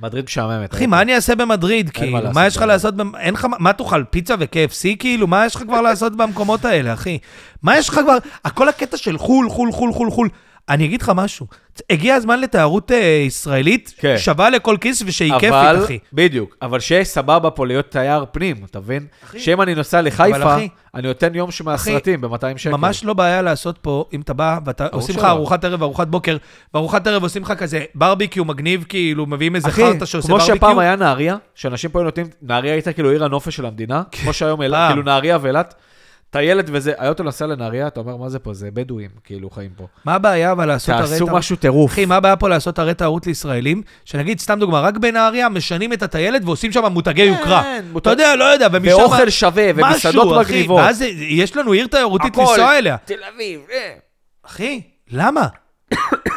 מדריד משעממת.
אחי, מה אני אעשה במדריד, כאילו?
אוקיי. מה לעשות אה.
מה יש לך
במדריד.
לעשות, במ- אין לך, מה תאכל, פיצה ו-KFC, כאילו? מה יש לך כבר לעשות במקומות האלה, אחי? מה יש לך כבר, כל הקטע של חו"ל, חו"ל, חו"ל, חו"ל, חו"ל. אני אגיד לך משהו, הגיע הזמן לתיירות אה, ישראלית,
כן.
שווה לכל כיס ושהיא
אבל, כן,
כיפית, אחי.
בדיוק, אבל שיהיה סבבה פה להיות תייר פנים, אתה מבין?
אחי.
שאם אני נוסע לחיפה,
אחי-
אני נותן יום מהסרטים ב-200 שקל.
ממש לא בעיה לעשות פה, אם אתה בא, ואתה
כן. ברור
עושים לך
שלא.
ארוחת ערב, ארוחת בוקר, וארוחת ערב עושים לך כזה ברביקיו מגניב, כאילו, מביאים איזה
אחי,
חרטא שעושה
כמו
ברביקיו.
שפעם היה נהריה, שאנשים פה היו נותנים, נהריה הייתה כאילו עיר הנופש של המדינה, כמו שהיום אילת,
כן. פעם.
כאילו נהריה ואילת. אתה ילד וזה, היום אתה נוסע לנהריה, אתה אומר, מה זה פה? זה בדואים, כאילו, חיים פה.
מה הבעיה אבל לעשות הרי
תעשו
את ה-
משהו טירוף.
אחי, מה הבעיה פה לעשות הרי תיירות לישראלים? שנגיד, סתם דוגמה, רק בנהריה משנים את הטיילת ועושים שם מותגי יוקרה.
מותג-
אתה יודע, לא יודע, ומשם...
ואוכל כן, שווה, ומסעדות
משהו, אחי,
מגניבות.
ואז זה- יש לנו עיר תיירותית
הכל.
לנסוע אליה.
תל אביב, אה.
אחי, למה?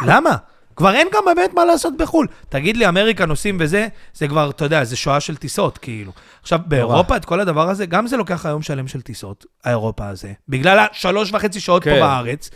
למה? כבר אין גם באמת מה לעשות בחו"ל. תגיד לי, אמריקה נוסעים וזה, זה כבר, אתה יודע, זה שואה של טיסות, כאילו. עכשיו, באירופה, את כל הדבר הזה, גם זה לוקח היום שלם של טיסות, האירופה הזה, בגלל השלוש וחצי שעות פה
כן.
בארץ,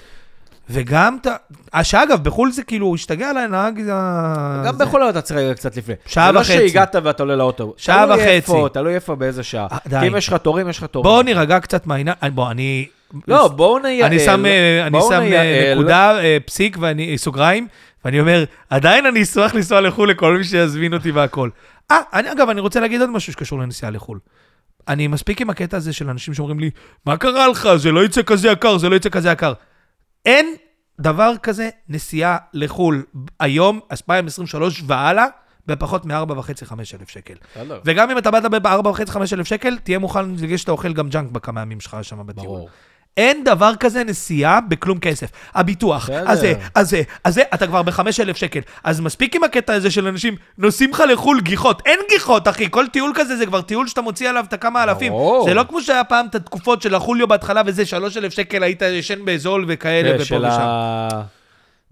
וגם אתה... אה, שאגב, בחו"ל זה כאילו, הוא השתגע על הנהג, זה...
גם
אה, זה-
בחולון אתה צריך להיות קצת לפני.
שעה
זה
וחצי.
לא שהגעת ואתה עולה לאוטו.
שעה
תלוי
וחצי.
איפה, תלוי איפה, באיזה שעה.
אה, די.
כי אם יש לך תורים, יש לך תורים.
בואו נירגע קצת מהעניין... אה, בוא, אני...
לא, בואו נייעל.
אני שם, אה, אני
בואו
שם אה,
נייעל.
נקודה, אה, פסיק, ואני, סוגריים, ואני אומר, עדיין אני אשמח לנסוע לחו"ל לכל מי שיזמין אותי והכול. אה, אני, אגב, אני רוצה להגיד עוד משהו שקשור לנסיעה לחו"ל. אני מספיק עם הקטע הזה של אנשים שאומרים לי, מה קרה לך, זה לא יצא כזה יקר, זה לא יצא כזה יקר. אין דבר כזה נסיעה לחו"ל היום, 2023 והלאה, בפחות מ-4.5-5 אלף שקל.
בסדר,
וגם אם אתה באת ב-4.5-5 אלף שקל, תהיה מוכן לגשת שאתה אוכל גם ג'אנק בכמה ימים שלך שם בטיול.
ברור.
אין דבר כזה נסיעה בכלום כסף. הביטוח,
בסדר.
אז זה, אז זה, אז זה, אתה כבר ב-5,000 שקל. אז מספיק עם הקטע הזה של אנשים, נוסעים לך לחו"ל גיחות. אין גיחות, אחי, כל טיול כזה זה כבר טיול שאתה מוציא עליו את הכמה אלפים.
ברור.
זה לא כמו שהיה פעם את התקופות של החוליו בהתחלה וזה, 3,000 שקל היית ישן באזול וכאלה
כן,
ופה
של
ושם.
הדקה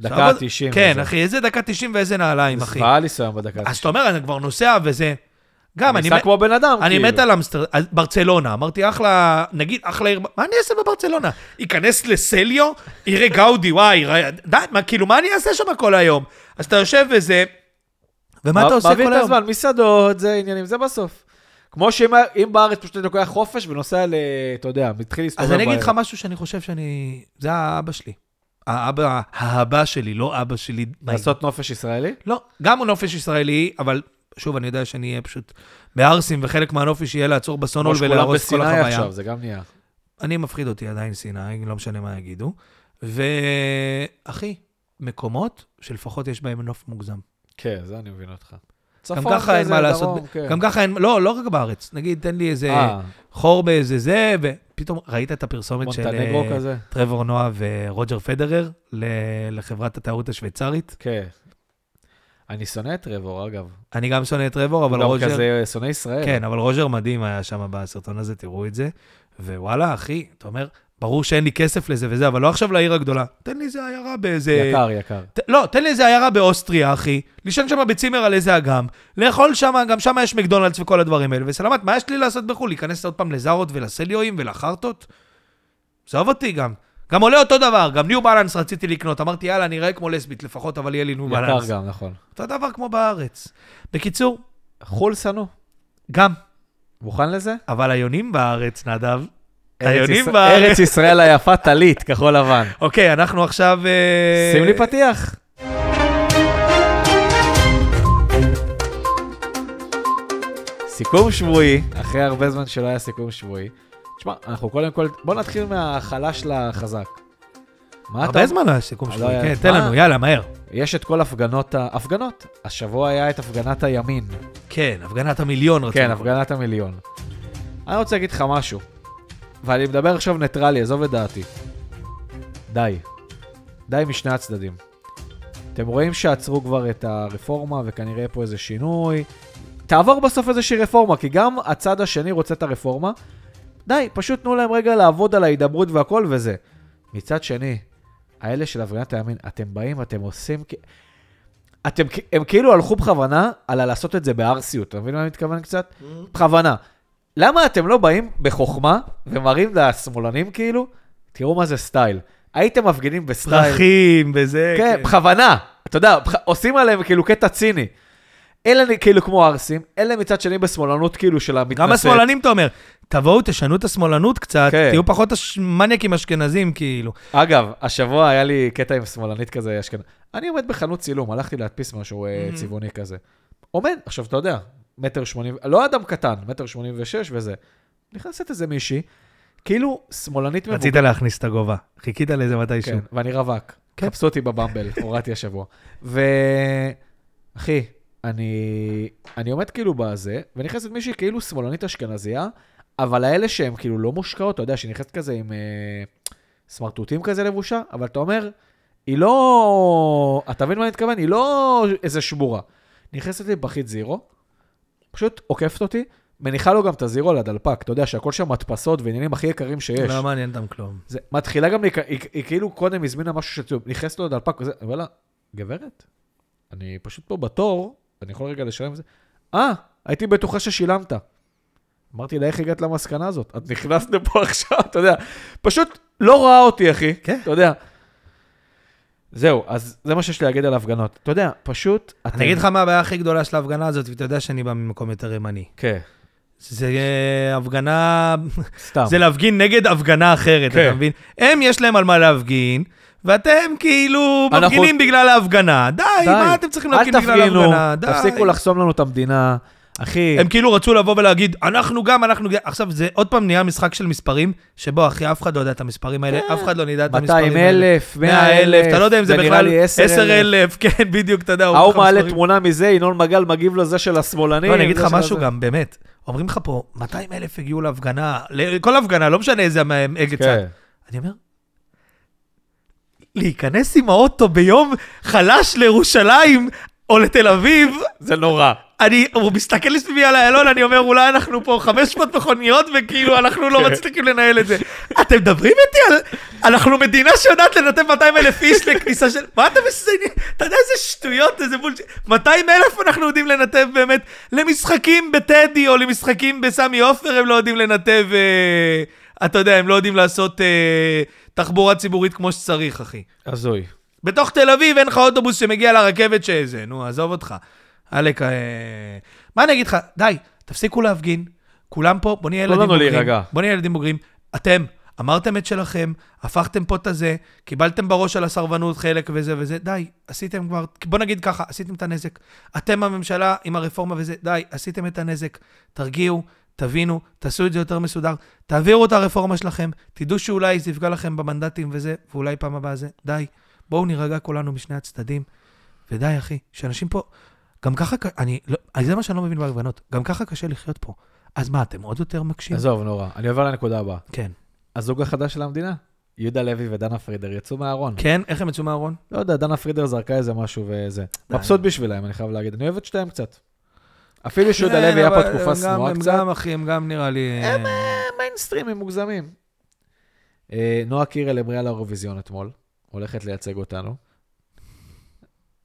עכשיו,
ה-90.
כן, אחי, איזה דקה 90 ואיזה נעליים, אחי.
זוועה ניסיון בדקה
אז
ה-90.
אתה אומר, אני כבר נוסע וזה... גם, אני...
ניסה
מת-
כמו בן אדם,
אני
כאילו.
מת על אמסטר... על ברצלונה, אמרתי אחלה, נגיד אחלה עיר, מה אני אעשה בברצלונה? ייכנס לסליו, יראה גאודי, וואי, ראה- די, מה, כאילו, מה אני אעשה שם כל היום? אז אתה יושב וזה, ומה אתה עושה
מעביר
כל
את
היום?
הזמן, מסעדות, זה עניינים, זה בסוף. כמו שאם אם בארץ פשוט הייתי לוקח חופש ונוסע ל... אתה יודע, מתחיל להסתובב
אז אני אגיד
בערב.
לך משהו שאני חושב שאני... זה האבא שלי. האבא, האבא שלי, לא אבא שלי.
לעשות נופש ישראלי?
לא, גם הוא נופש ישראלי, אבל שוב, אני יודע שאני אהיה פשוט בערסים, וחלק מהנופש יהיה לעצור
כמו
בסונול
שכולם
ולהרוס כל
בסיני
החוויה.
עכשיו, זה גם נהיה.
אני מפחיד אותי עדיין סיני, לא משנה מה יגידו. ואחי, מקומות שלפחות יש בהם נוף מוגזם.
כן, זה אני מבין אותך.
גם
צפון
ככה אין
כזה,
מה לעשות.
דרום, כן.
גם ככה אין, לא, לא רק בארץ. נגיד, תן לי איזה
אה,
חור באיזה זה, ופתאום ראית את הפרסומת של
מונטנגרו
אה,
כזה?
טרוור נועה ורוג'ר פדרר ל- לחברת התיירות השוויצרית?
כן. אני שונא את טרוור, אגב.
אני גם שונא את טרוור, אבל
אבל הוא גם
רוג'ר...
לא כזה שונא ישראל.
כן, אבל רוג'ר מדהים היה שם בסרטון הזה, תראו את זה. ווואלה, אחי, אתה אומר, ברור שאין לי כסף לזה וזה, אבל לא עכשיו לעיר הגדולה. תן לי איזה עיירה באיזה...
יקר, יקר.
ת, לא, תן לי איזה עיירה באוסטריה, אחי. לישון שם בצימר על איזה אגם. לאכול שם, גם שם יש מקדונלדס וכל הדברים האלה. וסלמת, מה יש לי לעשות בחו"ל? להיכנס עוד פעם לזארות ולסליואים ולחרטות? עזוב אותי גם. גם עולה אותו דבר, גם ניו בלנס רציתי לקנות. אמרתי, יאללה, אני אראה כמו לסבית לפחות, אבל יהיה לי ניו
יקר
בלנס.
גם, נכון.
אותו דבר כמו בארץ. בקיצור,
חו"ל שנוא.
גם.
מוכן לזה? אבל
אבל היונים בארץ, נדב.
ארץ
היונים
ישראל-
בארץ.
ארץ ישראל היפה, טלית, כחול לבן.
אוקיי, אנחנו עכשיו... אה,
שים לי פתיח. סיכום שבועי, אחרי הרבה זמן שלא היה סיכום שבועי. תשמע, אנחנו קודם כל, בוא נתחיל מהחלש לחזק. מה אתה...
הרבה זמן לא היה סיכום
לא
שלי.
היה.
כן, תן
מה?
לנו, יאללה, מהר.
יש את כל הפגנות, ה- הפגנות. השבוע היה את הפגנת הימין.
כן, הפגנת המיליון רצו.
כן, הפגנת המיליון. אני רוצה להגיד לך משהו, ואני מדבר עכשיו ניטרלי, עזוב את דעתי. די. די משני הצדדים. אתם רואים שעצרו כבר את הרפורמה, וכנראה פה איזה שינוי. תעבור בסוף איזושהי רפורמה, כי גם הצד השני רוצה את הרפורמה. די, פשוט תנו להם רגע לעבוד על ההידברות והכל וזה. מצד שני, האלה של הפגנת הימין, אתם באים, אתם עושים... כ- אתם, כ- הם כאילו הלכו בכוונה על הלעשות את זה בערסיות, אתה מבין מה אני מתכוון קצת? בכוונה. למה אתם לא באים בחוכמה ומראים לשמאלנים כאילו, תראו מה זה סטייל. הייתם מפגינים בסטייל.
פרחים וזה.
כן, בכוונה. אתה יודע, בכ- עושים עליהם כאילו קטע ציני. אלה נ- כאילו כמו ערסים, אלה מצד שני בשמאלנות כאילו של המתנשאת.
גם השמאלנים, אתה אומר, תבואו, תשנו את השמאלנות קצת,
כן.
תהיו פחות הש- מניאקים אשכנזים, כאילו.
אגב, השבוע היה לי קטע עם שמאלנית כזה אשכנז. אני עומד בחנות צילום, הלכתי להדפיס משהו אה,
Mhm.
צבעוני כזה. עומד, עכשיו אתה יודע, מטר שמונים, לא אדם קטן, מטר שמונים ושש וזה. נכנסת איזה מישהי, כאילו שמאלנית
רצית להכניס את הגובה, חיכית לזה מתישהו.
כן, ואני רווק.
כן.
חפשו אותי בבמבל, הורדתי השבוע. ו... אחי, אני, אני עומד כאילו בזה, ונכנסת מישהי כאילו שמאלנית אשכנזייה, אבל האלה שהן כאילו לא מושקעות, אתה יודע, שהיא נכנסת כזה עם אה, סמרטוטים כזה לבושה, אבל אתה אומר, היא לא... אתה מבין מה אני מתכוון? היא לא איזה שבורה. נכנסת לי פחית זירו, פשוט עוקפת אותי, מניחה לו גם את הזירו על הדלפק, אתה יודע שהכל שם מדפסות ועניינים הכי יקרים שיש.
לא מעניין אותם כלום.
זה, מתחילה גם, להיק- היא, היא כאילו קודם הזמינה משהו שצריך, נכנסת לו לדלפק וזה, אני אומר לה, גברת, אני פשוט פה בתור, אני יכול רגע לשלם את זה. אה, הייתי בטוחה ששילמת. אמרתי לה, איך הגעת למסקנה הזאת? את נכנסת לפה עכשיו, אתה יודע, פשוט לא ראה אותי, אחי,
כן.
אתה יודע. זהו, אז זה מה שיש לי להגיד על ההפגנות. אתה יודע, פשוט... אתם-
אני אגיד לך מה הבעיה הכי גדולה של ההפגנה הזאת, ואתה יודע שאני בא ממקום יותר ימני.
כן,
זה אה, הפגנה,
סתם.
זה לא- להפגין נגד הפגנה אחרת,
אה. כן.
אתה מבין? הם, יש להם על מה להפגין, ואתם כאילו
אנחנו-
מפגינים בגלל ההפגנה. די,
די.
מה אתם צריכים
אל
להפגין בגלל
תפגינו,
ההפגנה? די.
תפסיקו לחסום לנו את המדינה. אחי,
הם כאילו רצו לבוא ולהגיד, אנחנו גם, אנחנו גם. עכשיו, זה עוד פעם נהיה משחק של מספרים, שבו, אחי, אף אחד לא יודע את המספרים האלה, אף אחד לא נדע את המספרים האלה.
200 כן. אלף, 100 אלף,
אתה לא יודע אם זה
ונראה
בכלל
לי 10,000.
10,000, כן, בדיוק, אתה יודע. אומרים
ההוא
לך
מעלה
מספרים.
תמונה מזה, ינון מגל מגיב לזה של השמאלנים.
לא, אני אגיד
זה
לך
של
משהו
הזה.
גם, באמת. אומרים לך פה, 200 אלף הגיעו להפגנה, לכל הפגנה, לא משנה איזה,
כן.
מאיזה צד. אני אומר, להיכנס עם האוטו ביום חלש לירושלים או לתל אביב,
זה נורא.
אני, הוא מסתכל מסביבי על איילון, אני אומר, אולי אנחנו פה 500 מכוניות, וכאילו, אנחנו לא מצליחים לנהל את זה. אתם מדברים איתי על... אנחנו מדינה שיודעת לנתב 200 אלף איש לכניסה של... מה אתם מסיימים? אתה יודע איזה שטויות, איזה בולשיט. 200 אלף אנחנו יודעים לנתב באמת למשחקים בטדי, או למשחקים בסמי עופר, הם לא יודעים לנתב... אה, אתה יודע, הם לא יודעים לעשות אה, תחבורה ציבורית כמו שצריך, אחי.
הזוי.
בתוך תל אביב אין לך אוטובוס שמגיע לרכבת שזה, נו, עזוב אותך. עלק, אה... מה אני אגיד לך? די, תפסיקו להפגין. כולם פה, בוא נהיה
תנו
ילדים
לנו
בוגרים.
להירגע.
בוא נהיה ילדים בוגרים. אתם, אמרתם את שלכם, הפכתם פה את הזה, קיבלתם בראש על הסרבנות חלק וזה וזה, די, עשיתם כבר, בוא נגיד ככה, עשיתם את הנזק. אתם הממשלה עם הרפורמה וזה, די, עשיתם את הנזק. תרגיעו, תבינו, תעשו את זה יותר מסודר. תעבירו את הרפורמה שלכם, תדעו שאולי זה יפגע לכם במנדטים וזה, ואולי פעם הבאה זה, די. בואו נירגע כולנו משני הצדדים, ודי, אחי, שאנשים פה, גם ככה, ק- אני, לא, אז זה מה שאני לא מבין בהגוונות, גם ככה קשה לחיות פה. אז מה, אתם עוד יותר מקשים?
עזוב, נורא. אני עובר לנקודה הבאה.
כן.
הזוג החדש של המדינה, יהודה לוי ודנה פרידר, יצאו מהארון.
כן, איך הם יצאו מהארון?
לא יודע, דנה פרידר זרקה איזה משהו וזה.
די.
מבסוט בשבילהם, אני חייב להגיד. אני אוהב את שתיהם קצת. אפילו שיהודה לוי היה פה תקופה שנואה קצת.
כן, אה, הם גם, אחי, הם גם נראה לי... אה,
הם, מיינסטרימים מוגזמים. אה, נועה קירל המריאה לאירוויזיון אתמול, הולכת לייצג אותנו.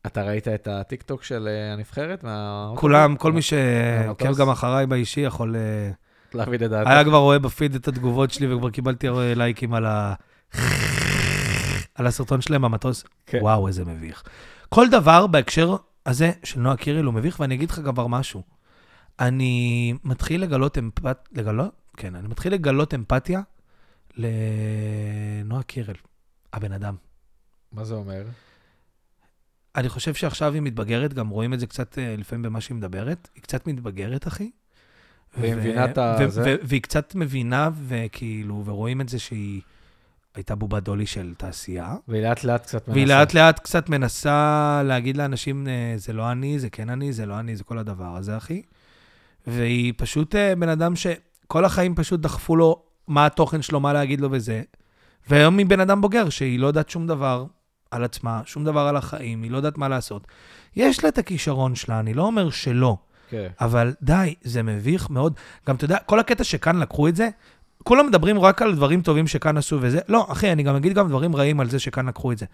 אתה ראית את הטיקטוק של אה, הנבחרת? מה-
כולם, כל מי
מהמטוס?
שעוקב גם אחריי באישי יכול... אה,
להביא לדעתך.
היה כבר רואה בפיד את התגובות שלי וכבר קיבלתי אה, לייקים על ה... על הסרטון שלהם במטוס.
כן.
וואו, איזה מביך. כל דבר בהקשר הזה של נועה קירל הוא מביך, ואני אגיד לך גם כבר משהו. אני מתחיל לגלות אמפת... לגלות? כן, אני מתחיל לגלות אמפתיה לנועה קירל, הבן אדם.
מה זה אומר?
אני חושב שעכשיו היא מתבגרת, גם רואים את זה קצת אה, לפעמים במה שהיא מדברת. היא קצת מתבגרת, אחי.
והיא
ו-
מבינה את ה-
ו-
זה?
ו- והיא קצת מבינה, וכאילו, ורואים את זה שהיא הייתה בובה דולי של תעשייה.
והיא לאט לאט קצת מנסה.
והיא לאט לאט קצת מנסה להגיד לאנשים, אה, זה לא אני, זה כן אני, זה לא אני, זה כל הדבר הזה, אחי. והיא פשוט אה, בן אדם שכל החיים פשוט דחפו לו מה התוכן שלו, מה להגיד לו וזה. והיום היא בן אדם בוגר, שהיא לא יודעת שום דבר על עצמה, שום דבר על החיים, היא לא יודעת מה לעשות. יש לה את הכישרון שלה, אני לא אומר שלא.
כן.
אבל די, זה מביך מאוד. גם, אתה יודע, כל הקטע שכאן לקחו את זה, כולם מדברים רק על דברים טובים שכאן עשו וזה. לא, אחי, אני גם אגיד גם דברים רעים על זה שכאן לקחו את זה.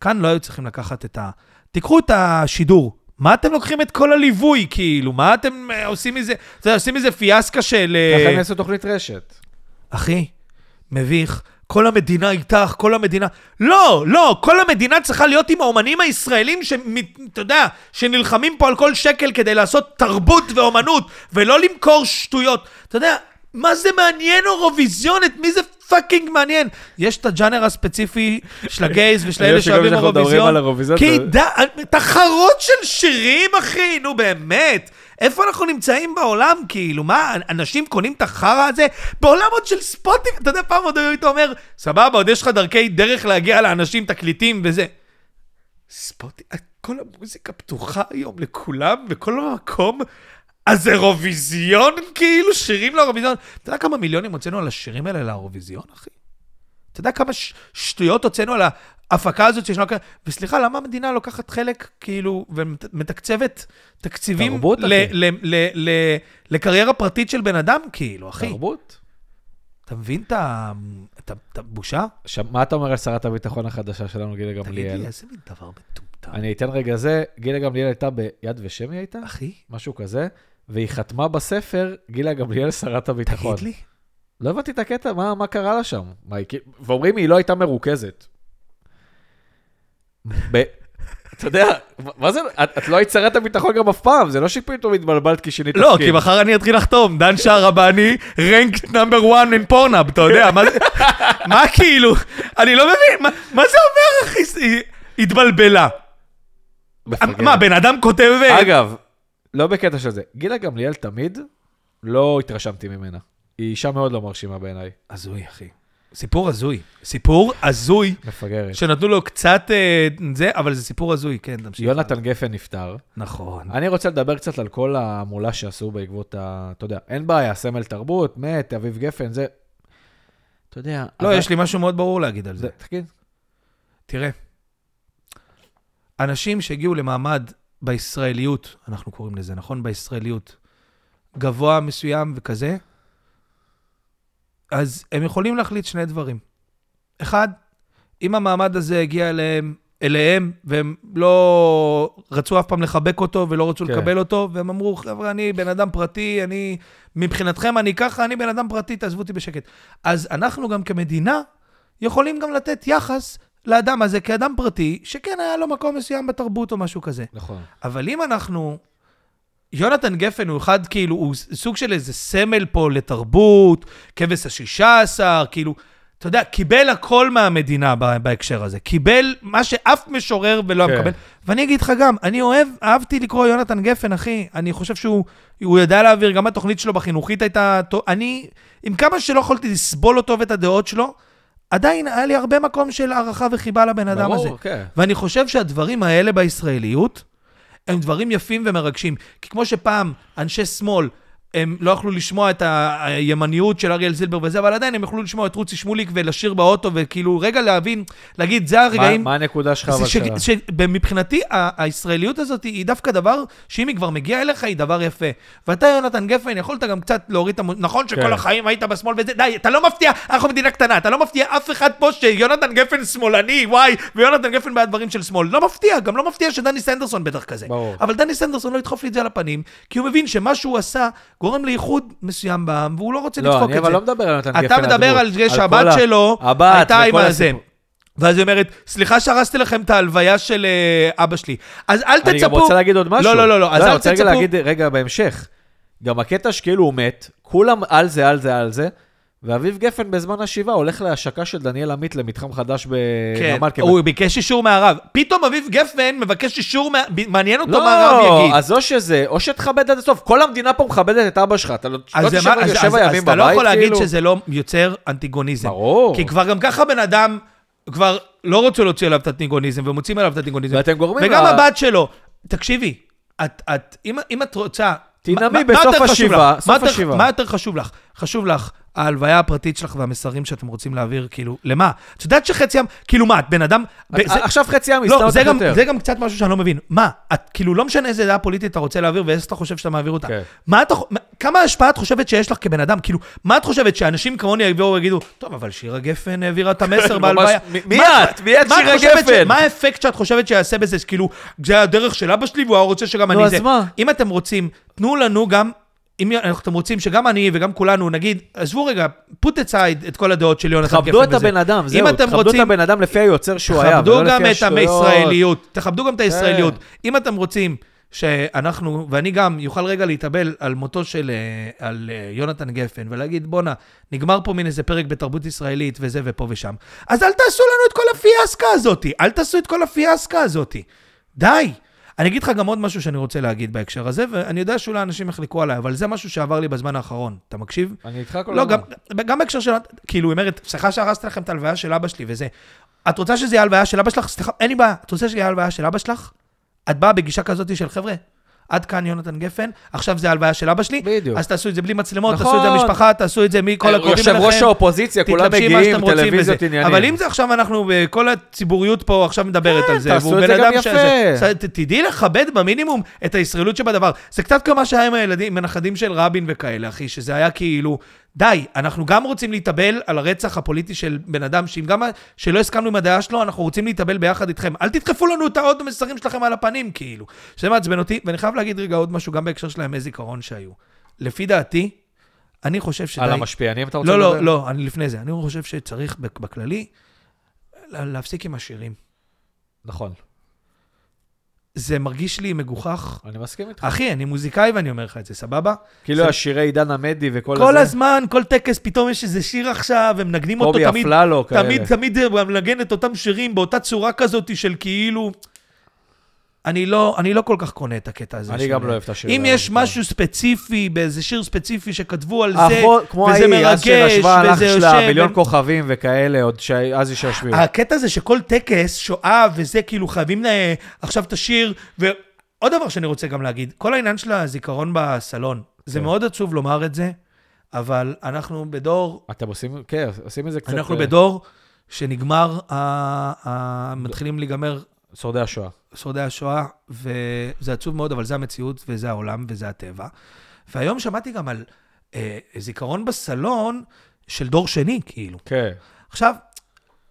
כאן לא היו צריכים לקחת את ה... תיקחו את השידור. מה אתם לוקחים את כל הליווי, כאילו? מה אתם אה, עושים מזה? אתה יודע, עושים מזה פיאסקה של... אה,
ככה הם יעשו תוכנית רשת.
אחי, מביך, כל המדינה איתך, כל המדינה... לא, לא, כל המדינה צריכה להיות עם האומנים הישראלים, שאתה יודע, שנלחמים פה על כל שקל כדי לעשות תרבות ואומנות, ולא למכור שטויות. אתה יודע, מה זה מעניין אירוויזיון? את מי זה פאקינג מעניין? יש את הג'אנר הספציפי של הגייז ושל
אני
אלה
חושב שגם
שאוהבים
כשאנחנו מדברים על
אירוויזיון.
אירוויזיון,
כי
זה-
די, תחרות של שירים, אחי, נו באמת. איפה אנחנו נמצאים בעולם, כאילו? מה, אנשים קונים את החרא הזה? בעולם עוד של ספוטיפ, אתה יודע, פעם עוד היית אומר, סבבה, עוד יש לך דרכי דרך להגיע לאנשים, תקליטים וזה. ספוטיפ, אה, כל המוזיקה פתוחה היום לכולם, בכל מקום. אז אירוויזיון, כאילו, שירים לאירוויזיון. אתה יודע כמה מיליונים הוצאנו על השירים האלה לאירוויזיון, אחי? אתה יודע כמה ש- שטויות הוצאנו על ההפקה הזאת שישנה כאן? וסליחה, למה המדינה לוקחת חלק, כאילו, ומתקצבת תקציבים
תרבות,
ל-
אחי.
ל- ל- ל- לקריירה פרטית של בן אדם, כאילו, אחי?
תרבות.
אתה מבין את ה- את ה- את הבושה?
עכשיו, מה אתה אומר על שרת הביטחון החדשה שלנו, גילה
תגיד לי,
גמליאל?
איזה מין דבר מטומטם.
אני אתן רגע זה, גילה גמליאל הייתה ביד ושם היא הייתה?
אחי,
משהו כזה, והיא חתמה בספר, גילה גמליאל, שרת הביטחון.
תגיד לי.
לא הבנתי את הקטע, מה, מה קרה לה שם? מה, היא, כאילו- ואומרים, היא לא הייתה מרוכזת. ב... אתה יודע, מה- מה זה, את, את לא היית שרת הביטחון גם אף פעם, זה לא שפתאום התבלבלת כי שינית
לא, כי מחר אני אתחיל לחתום, דן שערבני, רנק נאמבר 1 in פורנאב, אתה יודע, מה זה, מה כאילו, אני לא מבין, מה, מה זה אומר, אחי, ס- היא התבלבלה.
מפגרת.
מה, בן אדם כותב, אה,
אגב, לא בקטע של זה, גילה גמליאל תמיד, לא התרשמתי ממנה. היא אישה מאוד לא מרשימה בעיניי,
הזוי, אחי. סיפור הזוי. סיפור הזוי,
מפגרת.
שנתנו לו קצת אה, זה, אבל זה סיפור הזוי, כן, תמשיך.
יונתן גפן נפטר.
נכון.
אני רוצה לדבר קצת על כל ההמולה שעשו בעקבות ה... אתה יודע, אין בעיה, סמל תרבות, מת, אביב גפן, זה... אתה יודע...
לא, יש לי משהו מאוד ברור להגיד על זה.
תגיד.
תראה, אנשים שהגיעו למעמד בישראליות, אנחנו קוראים לזה, נכון? בישראליות, גבוה מסוים וכזה, אז הם יכולים להחליט שני דברים. אחד, אם המעמד הזה הגיע אליהם, אליהם, והם לא רצו אף פעם לחבק אותו ולא רצו
כן.
כן. לקבל אותו, והם אמרו, חבר'ה, אני בן אדם פרטי, אני, מבחינתכם אני ככה, אני בן אדם פרטי, תעזבו אותי בשקט. אז אנחנו גם כמדינה יכולים גם לתת יחס לאדם הזה כאדם פרטי, שכן היה לו מקום מסוים בתרבות או משהו כזה.
נכון.
אבל אם אנחנו... יונתן גפן הוא אחד, כאילו, הוא סוג של איזה סמל פה לתרבות, כבש השישה עשר, כאילו, אתה יודע, קיבל הכל מהמדינה ב- בהקשר הזה. קיבל מה שאף משורר ולא
כן.
כן. מקבל. ואני אגיד לך גם, אני אוהב, אהבתי לקרוא יונתן גפן, אחי. אני חושב שהוא הוא ידע להעביר, גם התוכנית שלו בחינוכית הייתה... טו- אני, עם כמה שלא יכולתי לסבול אותו ואת הדעות שלו, עדיין היה לי הרבה מקום של הערכה וחיבה לבן אדם הזה.
ברור, כן.
ואני חושב שהדברים האלה בישראליות הם דברים יפים ומרגשים. כי כמו שפעם אנשי שמאל, הם לא יכלו לשמוע את ה- הימניות של אריאל זילבר וזה, אבל עדיין הם יכלו לשמוע את רוצי שמוליק ולשיר באוטו, וכאילו רגע להבין, להגיד, זה
מה-
הרגעים...
מה הנקודה שלך אבל
ש-
שלה?
ש- מבחינתי, ה- הישראליות הזאת היא דווקא דבר שאם היא כבר מגיעה אליך, היא דבר יפה. ואתה, יונתן גפן, יכולת גם קצת להוריד את המ... נכון שכל
כן.
החיים היית בשמאל וזה, די, אתה לא מפתיע, אנחנו מדינה קטנה, אתה לא מפתיע אף אחד פה שיונתן גפן שמאלני, וואי, ויונתן גפן בעד דברים של שמאל. לא מפתיע, גם לא מפתיע שדני סנדרסון בטח כזה.
ברור.
אבל דני סנדרסון לא ידחוף לי את זה על הפנים, כי הוא מבין שמה שהוא עשה גורם לאיחוד מסוים בעם, והוא לא רוצה
לא,
לדפוק
אני
את
אבל
זה.
לא מדבר על נתן גפן.
אתה מדבר על זה
הדמות,
שהבת
כל ה-
שלו
הבת
הייתה עם
וכל
הזה.
הסיפור.
ואז היא אומרת, סליחה שהרסתי לכם את ההלוויה של אה, אבא שלי. אז אל תצפו...
אני גם רוצה להגיד עוד משהו.
לא, לא, לא, לא, אז
אני
אל
רוצה רגע
תצפו...
להגיד רגע בהמשך. גם הקטע שכאילו הוא מת, כולם על זה, על זה, על זה, ואביב גפן בזמן השבעה הולך להשקה של דניאל עמית למתחם חדש
כן,
בנמל. כמעט.
הוא ביקש אישור מהרב. פתאום אביב גפן מבקש אישור, מה- ב- מעניין אותו מה הרב
לא,
יגיד.
אז או שזה, או שתכבד עד הסוף. כל המדינה פה מכבדת את אבא שלך. אתה לא לא
אז זה
תשב
מה-
רגע
אז-
שבע
אז-
ימים
אז אתה לא
בבית,
יכול להגיד
כאילו.
שזה לא יוצר אנטיגוניזם.
ברור.
כי כבר גם ככה בן אדם, כבר לא רוצה להוציא עליו את הטניגוניזם, ומוצאים עליו את הטניגוניזם.
ואתם גורמים
וגם
לה-
הבת שלו, תקשיבי, את, את, אם, אם את רוצה...
תנאמי
מה- מה- מה
בסוף
יותר חשוב
השבעה,
לך?
סוף
מה יותר-
השבעה.
מה יותר חשוב לך? חשוב לך ההלוויה הפרטית שלך והמסרים שאתם רוצים להעביר, כאילו, למה? את יודעת שחצי עם, כאילו מה, את בן אדם... ב- זה-
עכשיו חצי עם יסתם
לא,
אותך
זה גם,
יותר.
זה גם קצת משהו שאני לא מבין. מה, את, כאילו, לא משנה איזה דעה פוליטית אתה רוצה להעביר ואיזה אתה חושב שאתה מעביר אותה.
כן.
מה אתה, חו- מה- כמה השפעה את חושבת שיש לך כבן אדם? כאילו, מה את חושבת, שאנשים כמוני יבואו ויגידו, טוב, אבל שירה גפן העבירה את המסר
ממש,
בהלוויה.
מ- מי
מה-
את? מי את
מה
שירה
חושבת ש-
גפן?
מה האפקט שאת חושבת שיעשה בזה? כאילו, זה הדרך של אבא שלי והוא היה רוצה שגם
נו,
אני
אז
זה.
מה?
אם אתם רוצים, תנו לנו גם... אם אתם רוצים שגם אני וגם כולנו נגיד, עזבו רגע, put aside את כל הדעות של יונתן גפן
כבדו את
וזה.
הבן אדם,
אם
זהו,
אתם
כבדו את
רוצים-
הבן אדם לפי היוצר שהוא היה,
תכבדו
ולא
גם
לפי כן.
את
השטויות.
הישראליות, תכבדו גם את הישראליות. אם אתם רוצים שאנחנו, ואני גם, יוכל רגע להתאבל על מותו של אה, על אה, יונתן גפן, ולהגיד, בואנה, נגמר פה מין איזה פרק בתרבות ישראלית וזה ופה ושם, אז אל תעשו לנו את כל הפיאסקה הזאת, אל תעשו את כל הפיאסקה הזאת. די. אני אגיד לך גם עוד משהו שאני רוצה להגיד בהקשר הזה, ואני יודע שאולי אנשים יחלקו עליי, אבל זה משהו שעבר לי בזמן האחרון. אתה מקשיב?
אני איתך כל
לא,
הזמן.
גם, גם בהקשר של... כאילו, היא אומרת, סליחה שהרסת לכם את ההלוויה של אבא שלי וזה. את רוצה שזה יהיה הלוויה של אבא שלך? סליחה, אין לי בעיה. את רוצה שזה יהיה הלוויה של אבא שלך? את באה בגישה כזאת של חבר'ה, עד כאן יונתן גפן, עכשיו זה הלוויה של אבא שלי,
בדיוק.
אז תעשו את זה בלי מצלמות,
נכון.
תעשו את זה במשפחה, תעשו את זה מכל הקרובים אליכם.
אה, יושב ראש האופוזיציה, כולם
תתלבשי מה
מגיעים,
שאתם רוצים
טלוויזיות,
וזה.
עניינים.
אבל אם זה עכשיו אנחנו, אה, כל הציבוריות פה עכשיו מדברת
כן,
על זה,
תעשו
והוא
את זה
בן
גם
אדם
יפה.
שזה- ס- ת- תדעי לכבד במינימום את הישראליות שבדבר. זה קצת כמו מה שהיה עם הילדים, עם הנכדים של רבין וכאלה, אחי, שזה היה כאילו, די, אנחנו גם רוצים להתאבל על הרצח הפוליטי של בן אדם, שאם גם ה- שלא הסכמנו עם הדעה שלו, אנחנו רוצים להתאבל ביחד איתכם. אל תדחפו לנו את העוד מסרים שלכם על הפנים, כאילו. שזה מעצבן אותי, ואני חייב להגיד רגע עוד משהו, גם בהקשר של הימי זיכרון שהיו. לפי דעתי, אני חושב שדי...
על המשפיענים אתה רוצה
לא,
לדבר?
לא, לא, אני לפני זה. אני חושב שצריך בק- בכללי לה- להפסיק עם השירים.
נכון,
זה מרגיש לי מגוחך.
אני מסכים איתך.
אחי, אני מוזיקאי ואני אומר לך את זה, סבבה?
כאילו
זה-
השירי עידן עמדי וכל
כל
הזה,
הזמן, כל טקס, פתאום יש איזה שיר עכשיו, הם מנגנים אותו
קובי
תמיד.
אפללו כאלה.
תמיד, תמיד אה, הוא מנגן את אותם שירים באותה צורה כזאת של כאילו... אני לא, אני לא כל כך קונה את הקטע הזה.
אני
של-
גם לא אוהב את השיר
אם
הזה,
יש
אבל-
משהו ספציפי, באיזה שיר ספציפי שכתבו על זה,
האחרון- כמו
וזה
ההיא, אז
מרגש,
שנשבה על אח
וזה
שלה,
יושב... אה,
מיליון
ו-
כוכבים וכאלה, עוד שאז היא שישביעו.
הקטע זה שכל טקס, שואה וזה, כאילו חייבים לה... עכשיו את השיר.
כן.
ועוד דבר שאני רוצה גם להגיד, כל העניין של הזיכרון בסלון, זה מאוד עצוב לומר את זה, אבל אנחנו בדור,
אתם עושים, כן, עושים את זה קצת...
אנחנו
אה,
בדור שנגמר, ה- ה- מתחילים להיגמר
שורדי השואה.
שורדי השואה, וזה עצוב מאוד, אבל זה המציאות, וזה העולם, וזה הטבע. והיום שמעתי גם על אה, זיכרון בסלון של דור שני, כאילו.
כן.
עכשיו,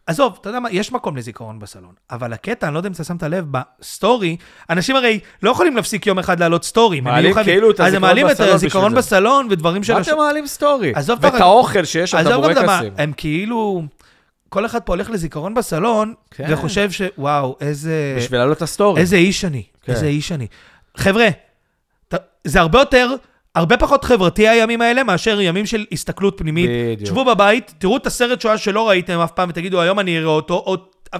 עזוב, אתה יודע מה, יש מקום לזיכרון בסלון, אבל הקטע, אני לא יודע אם אתה שמת לב, בסטורי, אנשים הרי לא יכולים להפסיק יום אחד להעלות סטורים. הם
מעלים
יהיו חייבים-
כאילו את
אז הם מעלים
הזיכרון
את
בסלון
הזיכרון
בשביל זה.
בסלון ודברים של...
מה
הש-
אתם מעלים סטורי?
עזוב את
ואת
הרק-
האוכל שיש שם, את
עזוב גם את המה-
הבורקסים.
הם כאילו, כל אחד פה הולך לזיכרון בסלון,
כן.
וחושב שוואו, איזה...
בשביל להעלות את הסטורי.
אה, איזה איש אני,
כן.
איזה איש אני. חבר'ה, ת- זה הרבה יותר, הרבה פחות חברתי הימים האלה מאשר ימים של הסתכלות פנימית.
בדיוק.
שבו בבית, תראו את הסרט שואה שלא ראיתם אף פעם ותגידו, היום אני אראה אותו, או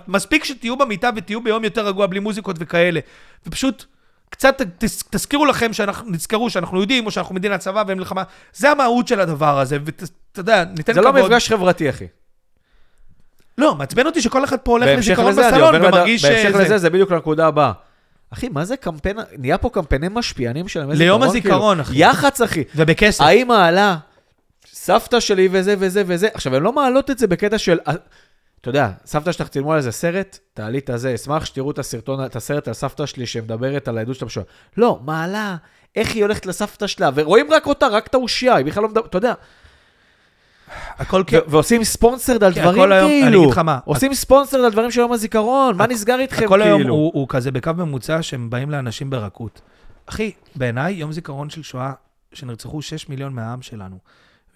מספיק שתהיו במיטה ותהיו ביום יותר רגוע בלי מוזיקות וכאלה. ופשוט... קצת ת- תזכירו לכם, שאנחנו, נזכרו שאנחנו יודעים, או שאנחנו מדינת צבא ואין מלחמה. זה המהות של הדבר הזה, ואתה יודע, ניתן
זה
כבוד.
לא מפגש חברתי, אחי.
לא, מעצבן אותי שכל אחד פה הולך
בהמשך
לזיכרון
לזה, אני
בסלון,
עובר לדבר-
ומרגיש...
בהמשך
שזה-
לזה, זה בדיוק לנקודה הבאה. אחי, מה זה קמפיין, נהיה פה קמפיינים משפיענים של ימי
ליום
כאילו.
הזיכרון, אחי.
יח"צ, אחי.
ובכסף.
האמא עלה, סבתא שלי וזה וזה וזה. עכשיו, הן לא מעלות את זה בקטע של... אה, אתה יודע, סבתא שלך צילמו על איזה סרט, תעלי את הזה, אשמח שתראו את הסרטון, את הסרט על סבתא שלי שמדברת על העדות שלה בשואה. לא, מעלה, איך היא הולכת לסבתא שלה, ורואים רק אותה, רק את האושייה, היא בכלל לא מדברת, אתה יודע,
הכל
ו- ועושים ספונסרד על
כן,
דברים
הכל היום- אני
כאילו,
אגיד לך מה,
עושים ספונסרד על דברים של יום הזיכרון, מה נסגר איתכם
הכל היום
כאילו?
הוא, הוא כזה בקו ממוצע שהם באים לאנשים ברכות. אחי, בעיניי יום זיכרון של שואה, שנרצחו 6 מיליון מהעם שלנו,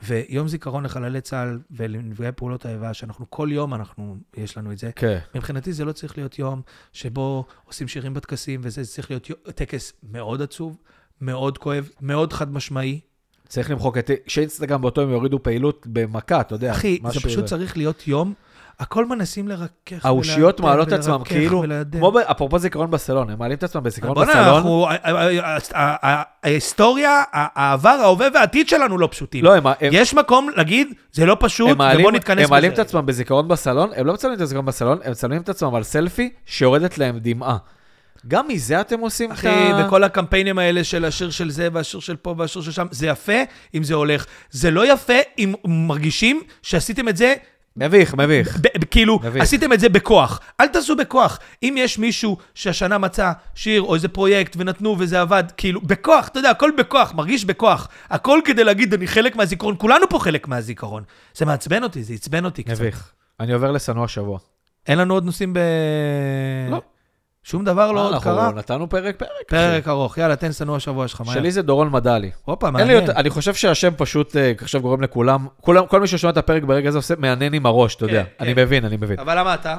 ויום זיכרון לחללי צה"ל ולנפגעי פעולות האיבה, שאנחנו כל יום אנחנו, יש לנו את זה.
כן,
מבחינתי זה לא צריך להיות יום שבו עושים שירים בטקסים וזה, זה צריך להיות יום, טקס מאוד עצוב, מאוד כואב, מאוד חד משמעי.
צריך למחוק את... שאינסטגרם באותו יום יורידו פעילות במכה, אתה יודע,
אחי, זה
כן, משהו
פשוט צריך להיות יום, הכל מנסים לרכך
האושיות
ולהדק
מעלות את עצמם,
ולרכך
כאילו,
ולהדק.
כמו ב- אפרופו זיכרון בסלון, הם מעלים את עצמם בזיכרון
בוא'נה,
בסלון.
אנחנו- ה- ה- ה- ה- ההיסטוריה, ה- העבר, ההווה והעתיד שלנו לא פשוטים.
לא, הם- הם-
יש מקום להגיד, זה לא פשוט,
הם מעלים-
ובוא נתכנס
הם מעלים את
בזה.
עצמם בזיכרון בסלון, הם לא מצלמים את הזיכרון בסלון, הם מצלמים את עצמם על סלפי שיורדת להם דמעה. גם מזה אתם עושים את
אחי,
ה...
וכל הקמפיינים האלה של השיר של זה, והשיר של פה, והשיר של שם, זה יפה אם זה הולך. זה לא יפה אם מרגישים שעשיתם את זה
מביך, מביך.
ב- ב- כאילו,
מביך.
עשיתם את זה בכוח. אל תעשו בכוח. אם יש מישהו שהשנה מצא שיר או איזה פרויקט ונתנו וזה עבד, כאילו, בכוח, אתה יודע, הכל בכוח, מרגיש בכוח. הכל כדי להגיד, אני חלק מהזיכרון, כולנו פה חלק מהזיכרון. זה מעצבן אותי, זה עצבן אותי קצת.
מביך. אני עובר לשנוא השבוע.
אין לנו עוד נושאים ב...
לא.
שום דבר לא עוד
אנחנו
קרה.
נתנו פרק פרק.
פרק ארוך, יאללה, תן שנוא השבוע שלך, מהר.
שלי זה דורון מדלי.
הופה,
אין לי
מעניין.
יותר, אני חושב שהשם פשוט אה, עכשיו גורם לכולם, כולם, כל מי ששומע את הפרק ברגע הזה עושה מהנהן עם הראש, אתה יודע.
כן,
אני
כן.
מבין, אני מבין.
אבל למה אתה?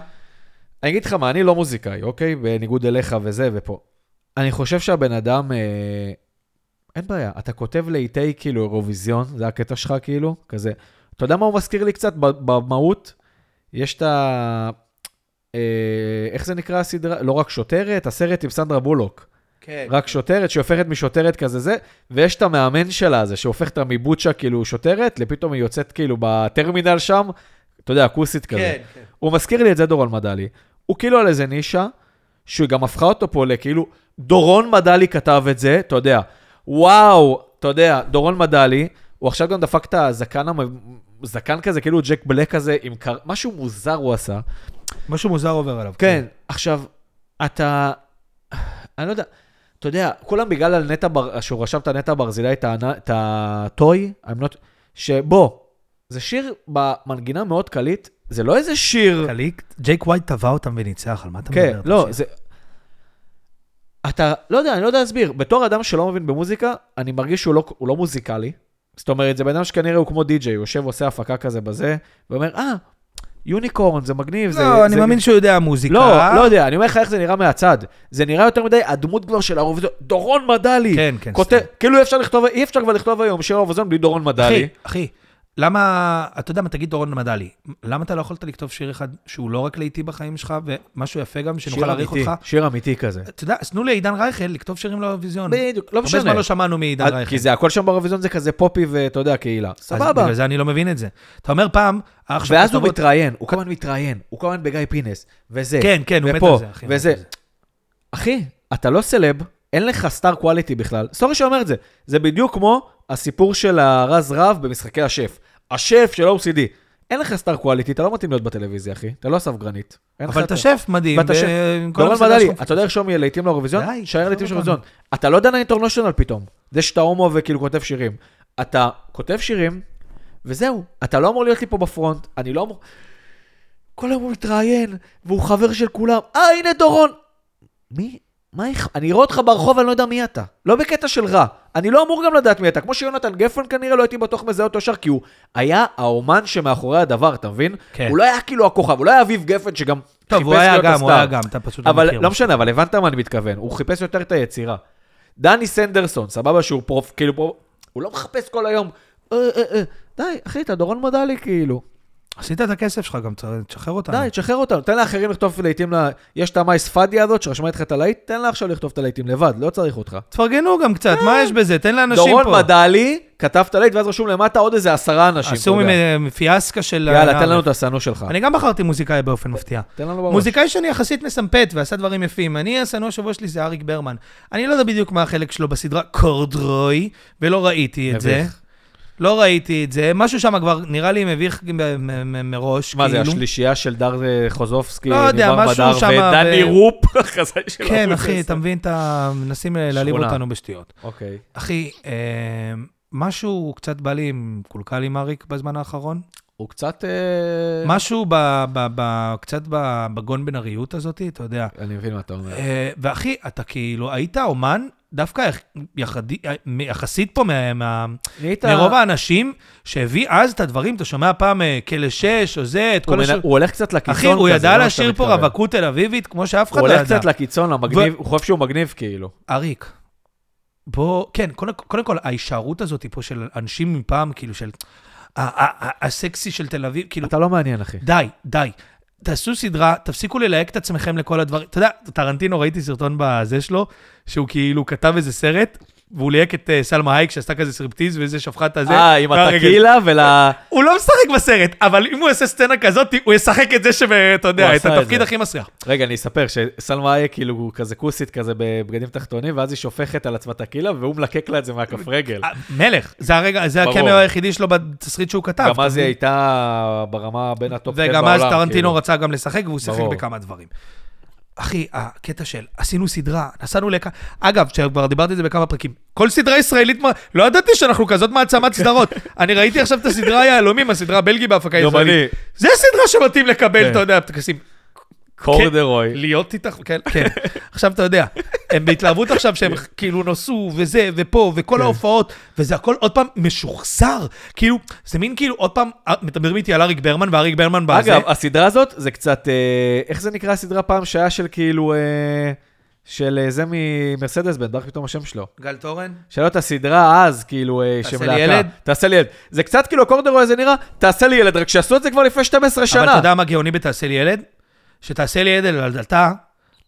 אני אגיד לך מה, אני לא מוזיקאי, אוקיי? בניגוד אליך וזה ופה. אני חושב שהבן אדם, אה, אין בעיה, אתה כותב לעיתי כאילו אירוויזיון, זה הקטע שלך כאילו, כזה. אתה יודע מה הוא מזכיר לי קצת? ב- במהות, יש את ה... אה, איך זה נקרא הסדרה? לא רק שוטרת, הסרט עם סנדרה בולוק.
כן.
רק שוטרת שהופכת משוטרת כזה זה, ויש את המאמן שלה הזה, שהופך אותה מבוצ'ה כאילו שוטרת, לפתאום היא יוצאת כאילו בטרמינל שם, אתה יודע, כוסית כזה.
כן, כן.
הוא מזכיר לי את זה דורון מדלי. הוא כאילו על איזה נישה, שהוא גם הפכה אותו פה לכאילו, דורון מדלי כתב את זה, אתה יודע, וואו, אתה יודע, דורון מדלי, הוא עכשיו גם דפק את הזקן, המ- זקן כזה, כאילו ג'ק בלק כזה, עם קר... משהו מוזר הוא עשה.
משהו מוזר עובר עליו.
כן, עכשיו, אתה... אני לא יודע, אתה יודע, כולם בגלל על נטע בר... שהוא רשם את הנטע ברזילי, את ה- את הטוי, I'm not... שבוא, זה שיר במנגינה מאוד קליט, זה לא איזה שיר...
קליק, ג'ייק ווייט טבע אותם וניצח, על מה אתה מדבר?
כן, לא,
תמשיך.
זה... אתה, לא יודע, אני לא יודע להסביר. בתור אדם שלא מבין במוזיקה, אני מרגיש שהוא לא, הוא לא מוזיקלי. זאת אומרת, זה בן אדם שכנראה הוא כמו די-ג'יי, הוא יושב, עושה הפקה כזה בזה, ואומר, אה, יוניקורן, זה מגניב. זה,
לא, אני
זה...
מאמין שהוא יודע מוזיקה.
לא, לא יודע, אני אומר לך איך זה נראה מהצד. זה נראה יותר מדי, הדמות כבר של האירוויזיון, דורון מדלי.
כן, כן,
כותב,
סתם.
כאילו אי אפשר לכתוב, אי אפשר כבר לכתוב היום שיר האירוויזיון בלי דורון מדלי.
אחי, אחי, למה, אתה יודע מה, תגיד דורון מדלי, למה אתה לא יכולת לכתוב שיר אחד שהוא לא רק לאיטי בחיים שלך, ומשהו יפה גם, שנוכל
שיר
להעריך
אמיתי,
אותך?
שיר אמיתי כזה.
אתה יודע, אז תנו לעידן רייכל לכתוב שירים לאירוויזיון.
בדיוק, לא
הרבה
משנה.
זמן לא שמענו מעידן
אה,
רייכל.
כי זה הכל שם באירוויזיון זה כזה פופי ואתה יודע, קהילה.
אז
סבבה.
בגלל זה אני לא מבין את זה. אתה אומר פעם, האח שלך
ואז הוא
כתוב-
מתראיין, הוא כל הזמן מתראיין, הוא כל הזמן בגיא פינס, וזה.
כן, כן, הוא מת
ופה,
על זה, אחי. הוא מת
וזה.
על זה.
אחי, אתה לא סלב, אין לך סטאר קואליטי בכלל. סורי שאומר את זה, זה בדיוק כמו הסיפור של הרז רב במשחקי השף. השף של OCD. אין לך סטאר קואליטי, אתה לא מתאים להיות בטלוויזיה, אחי. אתה לא ספגרנית. אין לך
אבל אתה שף מדהים.
ואתה שף.
ב- עם כל
דורון
המסעדה
ודלי,
שלך.
אתה יודע איך שומי לעיתים לאירוויזיון?
די,
שער לעיתים
עזוב
של אירוויזיון. אתה לא דנה אינטרנשיונל פתאום. זה שאתה הומו וכאילו כותב שירים. אתה כותב שירים, וזהו. אתה לא אמור להיות לי פה בפרונט, אני לא אמור... כל היום הוא מתראיין, והוא חבר של כולם. אה, הנה דורון! מי? מה איך? אני אראה אותך ברחוב, אני לא יודע מי אתה. לא בקטע של רע. אני לא אמור גם לדעת מי אתה. כמו שיונתן גפן כנראה, לא הייתי בטוח מזהה אותו ישר, כי הוא היה האומן שמאחורי הדבר, אתה מבין?
כן.
הוא לא היה כאילו הכוכב, הוא לא היה אביב גפן שגם
טוב, הוא
חיפש
היה
להיות
גם, הוא
הסטאר.
היה גם, אתה פשוט לא מכיר.
אבל לא משנה, אבל הבנת מה אני מתכוון. הוא חיפש יותר את היצירה. דני סנדרסון, סבבה שהוא פרופ, כאילו פרופ... הוא לא מחפש כל היום. אה, אה, אה, די, אחי, אתה דורון מדלי כאילו.
עשית את הכסף שלך גם, צר- תשחרר אותנו.
די, תשחרר אותנו, תן לאחרים לכתוב לעיתים ל... יש את המאי ספדיה הזאת שרשמה איתך את הלהיט, תן לה עכשיו לכתוב את הלהיטים לבד, לא צריך אותך.
תפרגנו גם קצת, מה יש בזה? תן לאנשים פה.
דורון מדלי, כתב את הלהיט, ואז רשום למטה עוד איזה עשרה אנשים.
עשו
אתה יודע.
ממ- פיאסקה של...
יאללה,
ה-
תן לנו את השנוא שלך.
אני גם בחרתי מוזיקאי
כן.
באופן מפתיע.
תן לנו בראש.
מוזיקאי שאני יחסית מסמפת ועשה דברים יפים. אני, השנוא השבוע שלי זה אריק ברמן. אני לא יודע בדיוק מה החלק שלו בסדרה קורדרוי, ולא ראיתי את זה.
מביך.
לא ראיתי את זה. משהו שם כבר נראה לי מביך מ- מ- מ- מראש,
מה זה,
כאילו.
השלישייה של דר אה, חוזובסקי,
לא יודע,
ניבר
משהו
מדר
שמה ב-
ודני רופ, החזאי של
כן,
הערוץ
אחי,
עשר.
אתה מבין, אתה מנסים אה, להעליב
שכונה.
אותנו בשטויות.
אוקיי.
אחי, אה, משהו קצת בא לי עם קולקל עם אריק בזמן האחרון.
הוא קצת... אה,
משהו ב- ב- ב- קצת ב- בגון בן אריות הזאת, אתה יודע.
אני מבין מה אתה אומר.
אה, ואחי, אתה כאילו, היית אומן, דווקא יח- יחדי- מ- יחסית פה מה- מה-
נהיית...
מרוב האנשים שהביא אז את הדברים, אתה שומע פעם אה, כלא שש או זה, את
הוא
כל
מנ-
השיר.
הוא הולך קצת לקיצון
אחי, הוא
כזה, זה לא
ידע
מה
לשיר
שאתה
פה
מתכוון.
רווקות תל אביבית, כמו שאף אחד
הוא
לא
הולך
ידע.
קצת לקיצון, המגניב, הוא חושב שהוא מגניב כאילו.
אריק, בוא, כן, קודם, קודם כל, ההישארות הזאת פה של אנשים מפעם, כאילו, של ה- ה- ה- הסקסי של תל אביב, כאילו,
אתה לא מעניין, אחי.
די, די. תעשו סדרה, תפסיקו ללהק את עצמכם לכל הדברים. אתה יודע, טרנטינו, ראיתי סרטון בזה שלו, שהוא כאילו כתב איזה סרט, והוא ליהק את אה, סלמה הייק, שעשתה כזה סרפטיז, וזה שפכה את הזה.
אה, עם
והרגל.
הטקילה ול...
הוא לא משחק בסרט, אבל אם הוא יעשה סצנה כזאת, הוא ישחק את זה ש...
הוא
אתה יודע, את
עשה את
התפקיד
זה.
הכי מסריח.
רגע, אני אספר שסלמה איה כאילו כזה כוסית כזה בבגדים תחתונים, ואז היא שופכת על עצמה טקילה, והוא מלקק לה את זה מהכף רגל.
אה, מלך, זה הרגע, זה
ברור.
הקמיו היחידי שלו בתסריט שהוא כתב.
גם
אתה
אז
מבין?
היא הייתה ברמה בין הטופ 10
וגם
בעולם.
אז טרנטינו
כאילו.
רצה גם לשחק, והוא שיחק
ברור.
בכמה דברים. אחי, הקטע של עשינו סדרה, נסענו לכאן... אגב, שכבר דיברתי על זה בכמה פרקים, כל סדרה ישראלית, מה- לא ידעתי שאנחנו כזאת מעצמת סדרות. אני ראיתי עכשיו את הסדרה יהלומים, הסדרה הבלגי בהפקה
גם
ישראלית.
אני.
זה סדרה שמתאים לקבל,
כן.
אתה יודע, טקסים. כן,
קורדרוי.
להיות איתך, כן, כן. עכשיו אתה יודע, הם בהתלהבות עכשיו
כן.
שהם כאילו נוסעו, וזה, ופה, וכל ההופעות, וזה הכל עוד פעם משוחזר. כאילו, זה מין כאילו, עוד פעם, אה, מדברים איתי על אריק ברמן, ואריק ברמן בא זה.
אגב, הסדרה הזאת זה קצת, אה, איך זה נקרא הסדרה פעם שהיה של כאילו, אה, של אה, זה ממרסדס בן, ברח פתאום השם שלו.
גל תורן?
שאלה את הסדרה אז, כאילו, אה,
תעשה
שם
לי
להקה.
ילד?
תעשה לי ילד. זה קצת כאילו קורדרוי זה נראה, תעשה לי ילד, רק שעשו את זה כבר לפני 12 שנה.
אבל אתה יודע מה גאוני בתעשה לי ילד? שתעשה לי ילד על דלתה,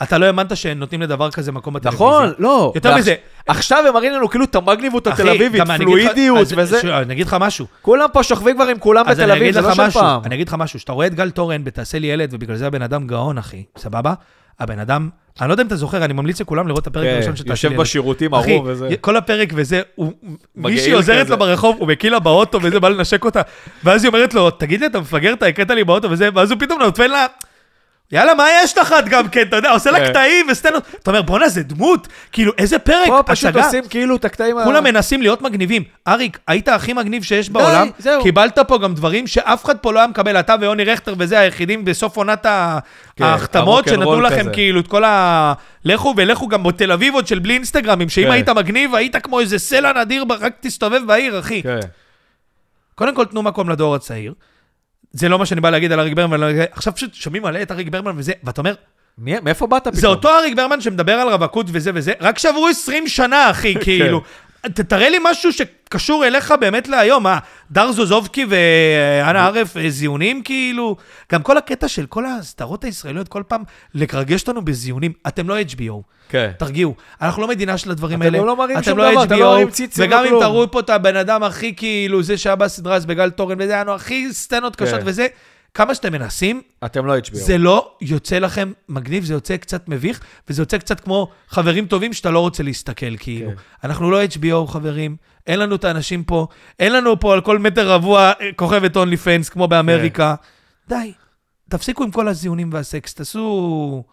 אתה לא האמנת שנותנים לדבר כזה מקום בטלוויזיה.
נכון, לא.
יותר
ועכ-
מזה.
עכשיו הם מראים לנו כאילו את המגניבות
אחי,
התל אביבית,
גם אני אגיד לך-
פלואידיות
אז-
וזה.
ש- אני אגיד לך משהו.
כולם פה שוכבים כבר עם כולם
אז
בתל
אני אגיד
אביב, זה
לך
לא של
משהו,
פעם.
אני אגיד לך משהו, שאתה רואה את גל תורן בתעשה לי ילד, ובגלל זה הבן אדם גאון, אחי, סבבה? הבן אדם, אני לא יודע אם אתה זוכר, אני ממליץ לכולם לראות את הפרק
כן,
הראשון של תעשה
יושב
לי ילד.
בשירותים,
אחי,
ארור וזה.
כל הפרק וזה, הוא, מישהי
מגעיל
עוזרת
כזה.
לו ברחוב, הוא מקיא לה באוטו וזה, בא לנשק אותה, ואז היא אומרת לו, תגיד לי, אתה מפגר, אתה הקטע לי באוטו וזה, ואז הוא פתאום נותן לה... יאללה, מה יש לך את גם כן, אתה יודע, עושה לה
כן.
קטעים וסצנות. אתה אומר, בואנה, זה דמות, כאילו, איזה פרק,
פה פשוט
הצגה.
עושים כאילו את הקטעים ה...
כולם מנסים להיות מגניבים. אריק, היית הכי מגניב שיש בעולם.
זהו.
קיבלת פה גם דברים שאף אחד פה לא היה מקבל. אתה ויוני רכטר וזה היחידים בסוף עונת ה-
כן,
ההחתמות,
הרוק אנד
שנתנו
רול
לכם
כזה.
כאילו את כל ה... לכו ולכו גם בתל אביב עוד של בלי אינסטגרמים, שאם
כן.
היית מגניב, היית כמו איזה סלע נדיר, ב- רק תסתובב בעיר, אחי.
כן.
קודם כל, תנו מקום לדור הצעיר. זה לא מה שאני בא להגיד על אריק ברמן, אבל עכשיו פשוט שומעים מלא את אריק ברמן וזה, ואתה אומר,
מי- מאיפה באת פתאום?
זה אותו אריק ברמן שמדבר על רווקות וזה וזה, רק שעברו 20 שנה, אחי,
כן.
כאילו. ת- תראה לי משהו שקשור אליך באמת להיום, מה, דר זוזובסקי ואנה ערף אה, זיונים כאילו? גם כל הקטע של כל הסדרות הישראליות, כל פעם לגרגש אותנו בזיונים. אתם לא HBO,
כן.
תרגיעו. אנחנו לא מדינה של הדברים
אתם
האלה.
גם לא מראים שום דבר, אתם לא מראים ציצים, לא
וגם אם
כלום.
תראו פה את הבן אדם הכי כאילו, זה שהיה בסדרה אז בגל תורן וזה, היה לנו הכי סצנות קשות
כן.
וזה, כמה שאתם מנסים,
אתם לא HBO.
זה לא יוצא לכם מגניב, זה יוצא קצת מביך, וזה יוצא קצת כמו חברים טובים שאתה לא רוצה להסתכל, כאילו.
כן.
אנחנו לא HBO, חברים, אין לנו את האנשים פה, אין לנו פה על כל מטר רבוע אה, כוכבת אונלי פנס, כמו באמריקה.
כן.
די, תפסיקו עם כל הזיונים והסקס, תעשו...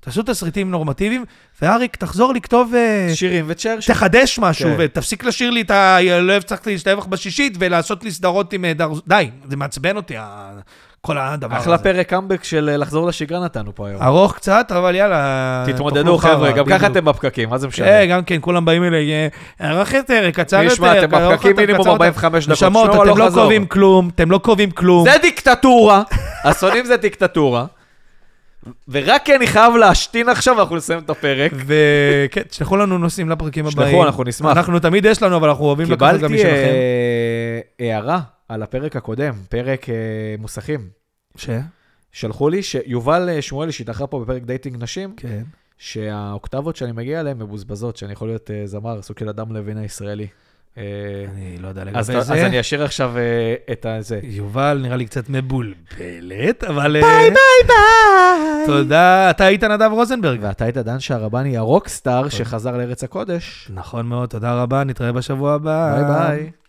תעשו תסריטים נורמטיביים, ואריק, תחזור לכתוב... אה,
שירים וצ'ר ש...
תחדש משהו,
כן.
ותפסיק לשיר לי את ה... לא הצלחתי להשתבח בשישית, ולעשות לי סדרות עם... אה, דר... די, זה מעצבן אותי, ה- כל הדבר
אחלה
הזה.
פרק קאמבק של אה, לחזור לשגרה נתנו פה היום.
ארוך קצת, אבל יאללה.
תתמודדו
תאכלו חרא,
חבר'ה, גם ככה
בדיוק.
אתם בפקקים, מה זה משנה?
כן, גם כן, כולם באים אליי, אה, ארוך יותר, קצר יותר.
תשמע, אתם
ארוך
בפקקים
יותר,
מינימום
קצר יותר.
45 דקות.
נשמות,
שמעו
אתם
הלוך
לא
חזור.
קובעים כלום, אתם לא קובעים כלום.
זה דיקטטורה, השונאים זה דיקטטורה. ורק כי אני חייב להשתין עכשיו, אנחנו נסיים את הפרק.
וכן, תשלחו לנו נושאים לפרקים
שלחו,
הבאים.
אנחנו נשמח.
אנחנו תמיד יש לנו, אבל אנחנו אוהבים לקחת גם
קיבלתי
משלכם.
אה, הערה על הפרק הקודם, פרק אה, מוסכים.
ש?
שלחו לי שיובל אה, שמואלי, שהתאחרה פה בפרק דייטינג נשים,
כן.
שהאוקטבות שאני מגיע אליהן מבוזבזות, שאני יכול להיות אה, זמר, סוג של אדם לוין הישראלי. אה,
אני לא יודע לגבי
אז
זה.
אתה- אז אני אשאיר עכשיו אה, את הזה.
יובל נראה לי קצת מבולבלת, אבל...
אה,
ביי ביי
ביי!
תודה. אתה היית נדב רוזנברג.
ואתה היית דן שהרבני הרוקסטאר שחזר לארץ הקודש.
נכון מאוד, תודה רבה, נתראה בשבוע הבא.
ביי ביי.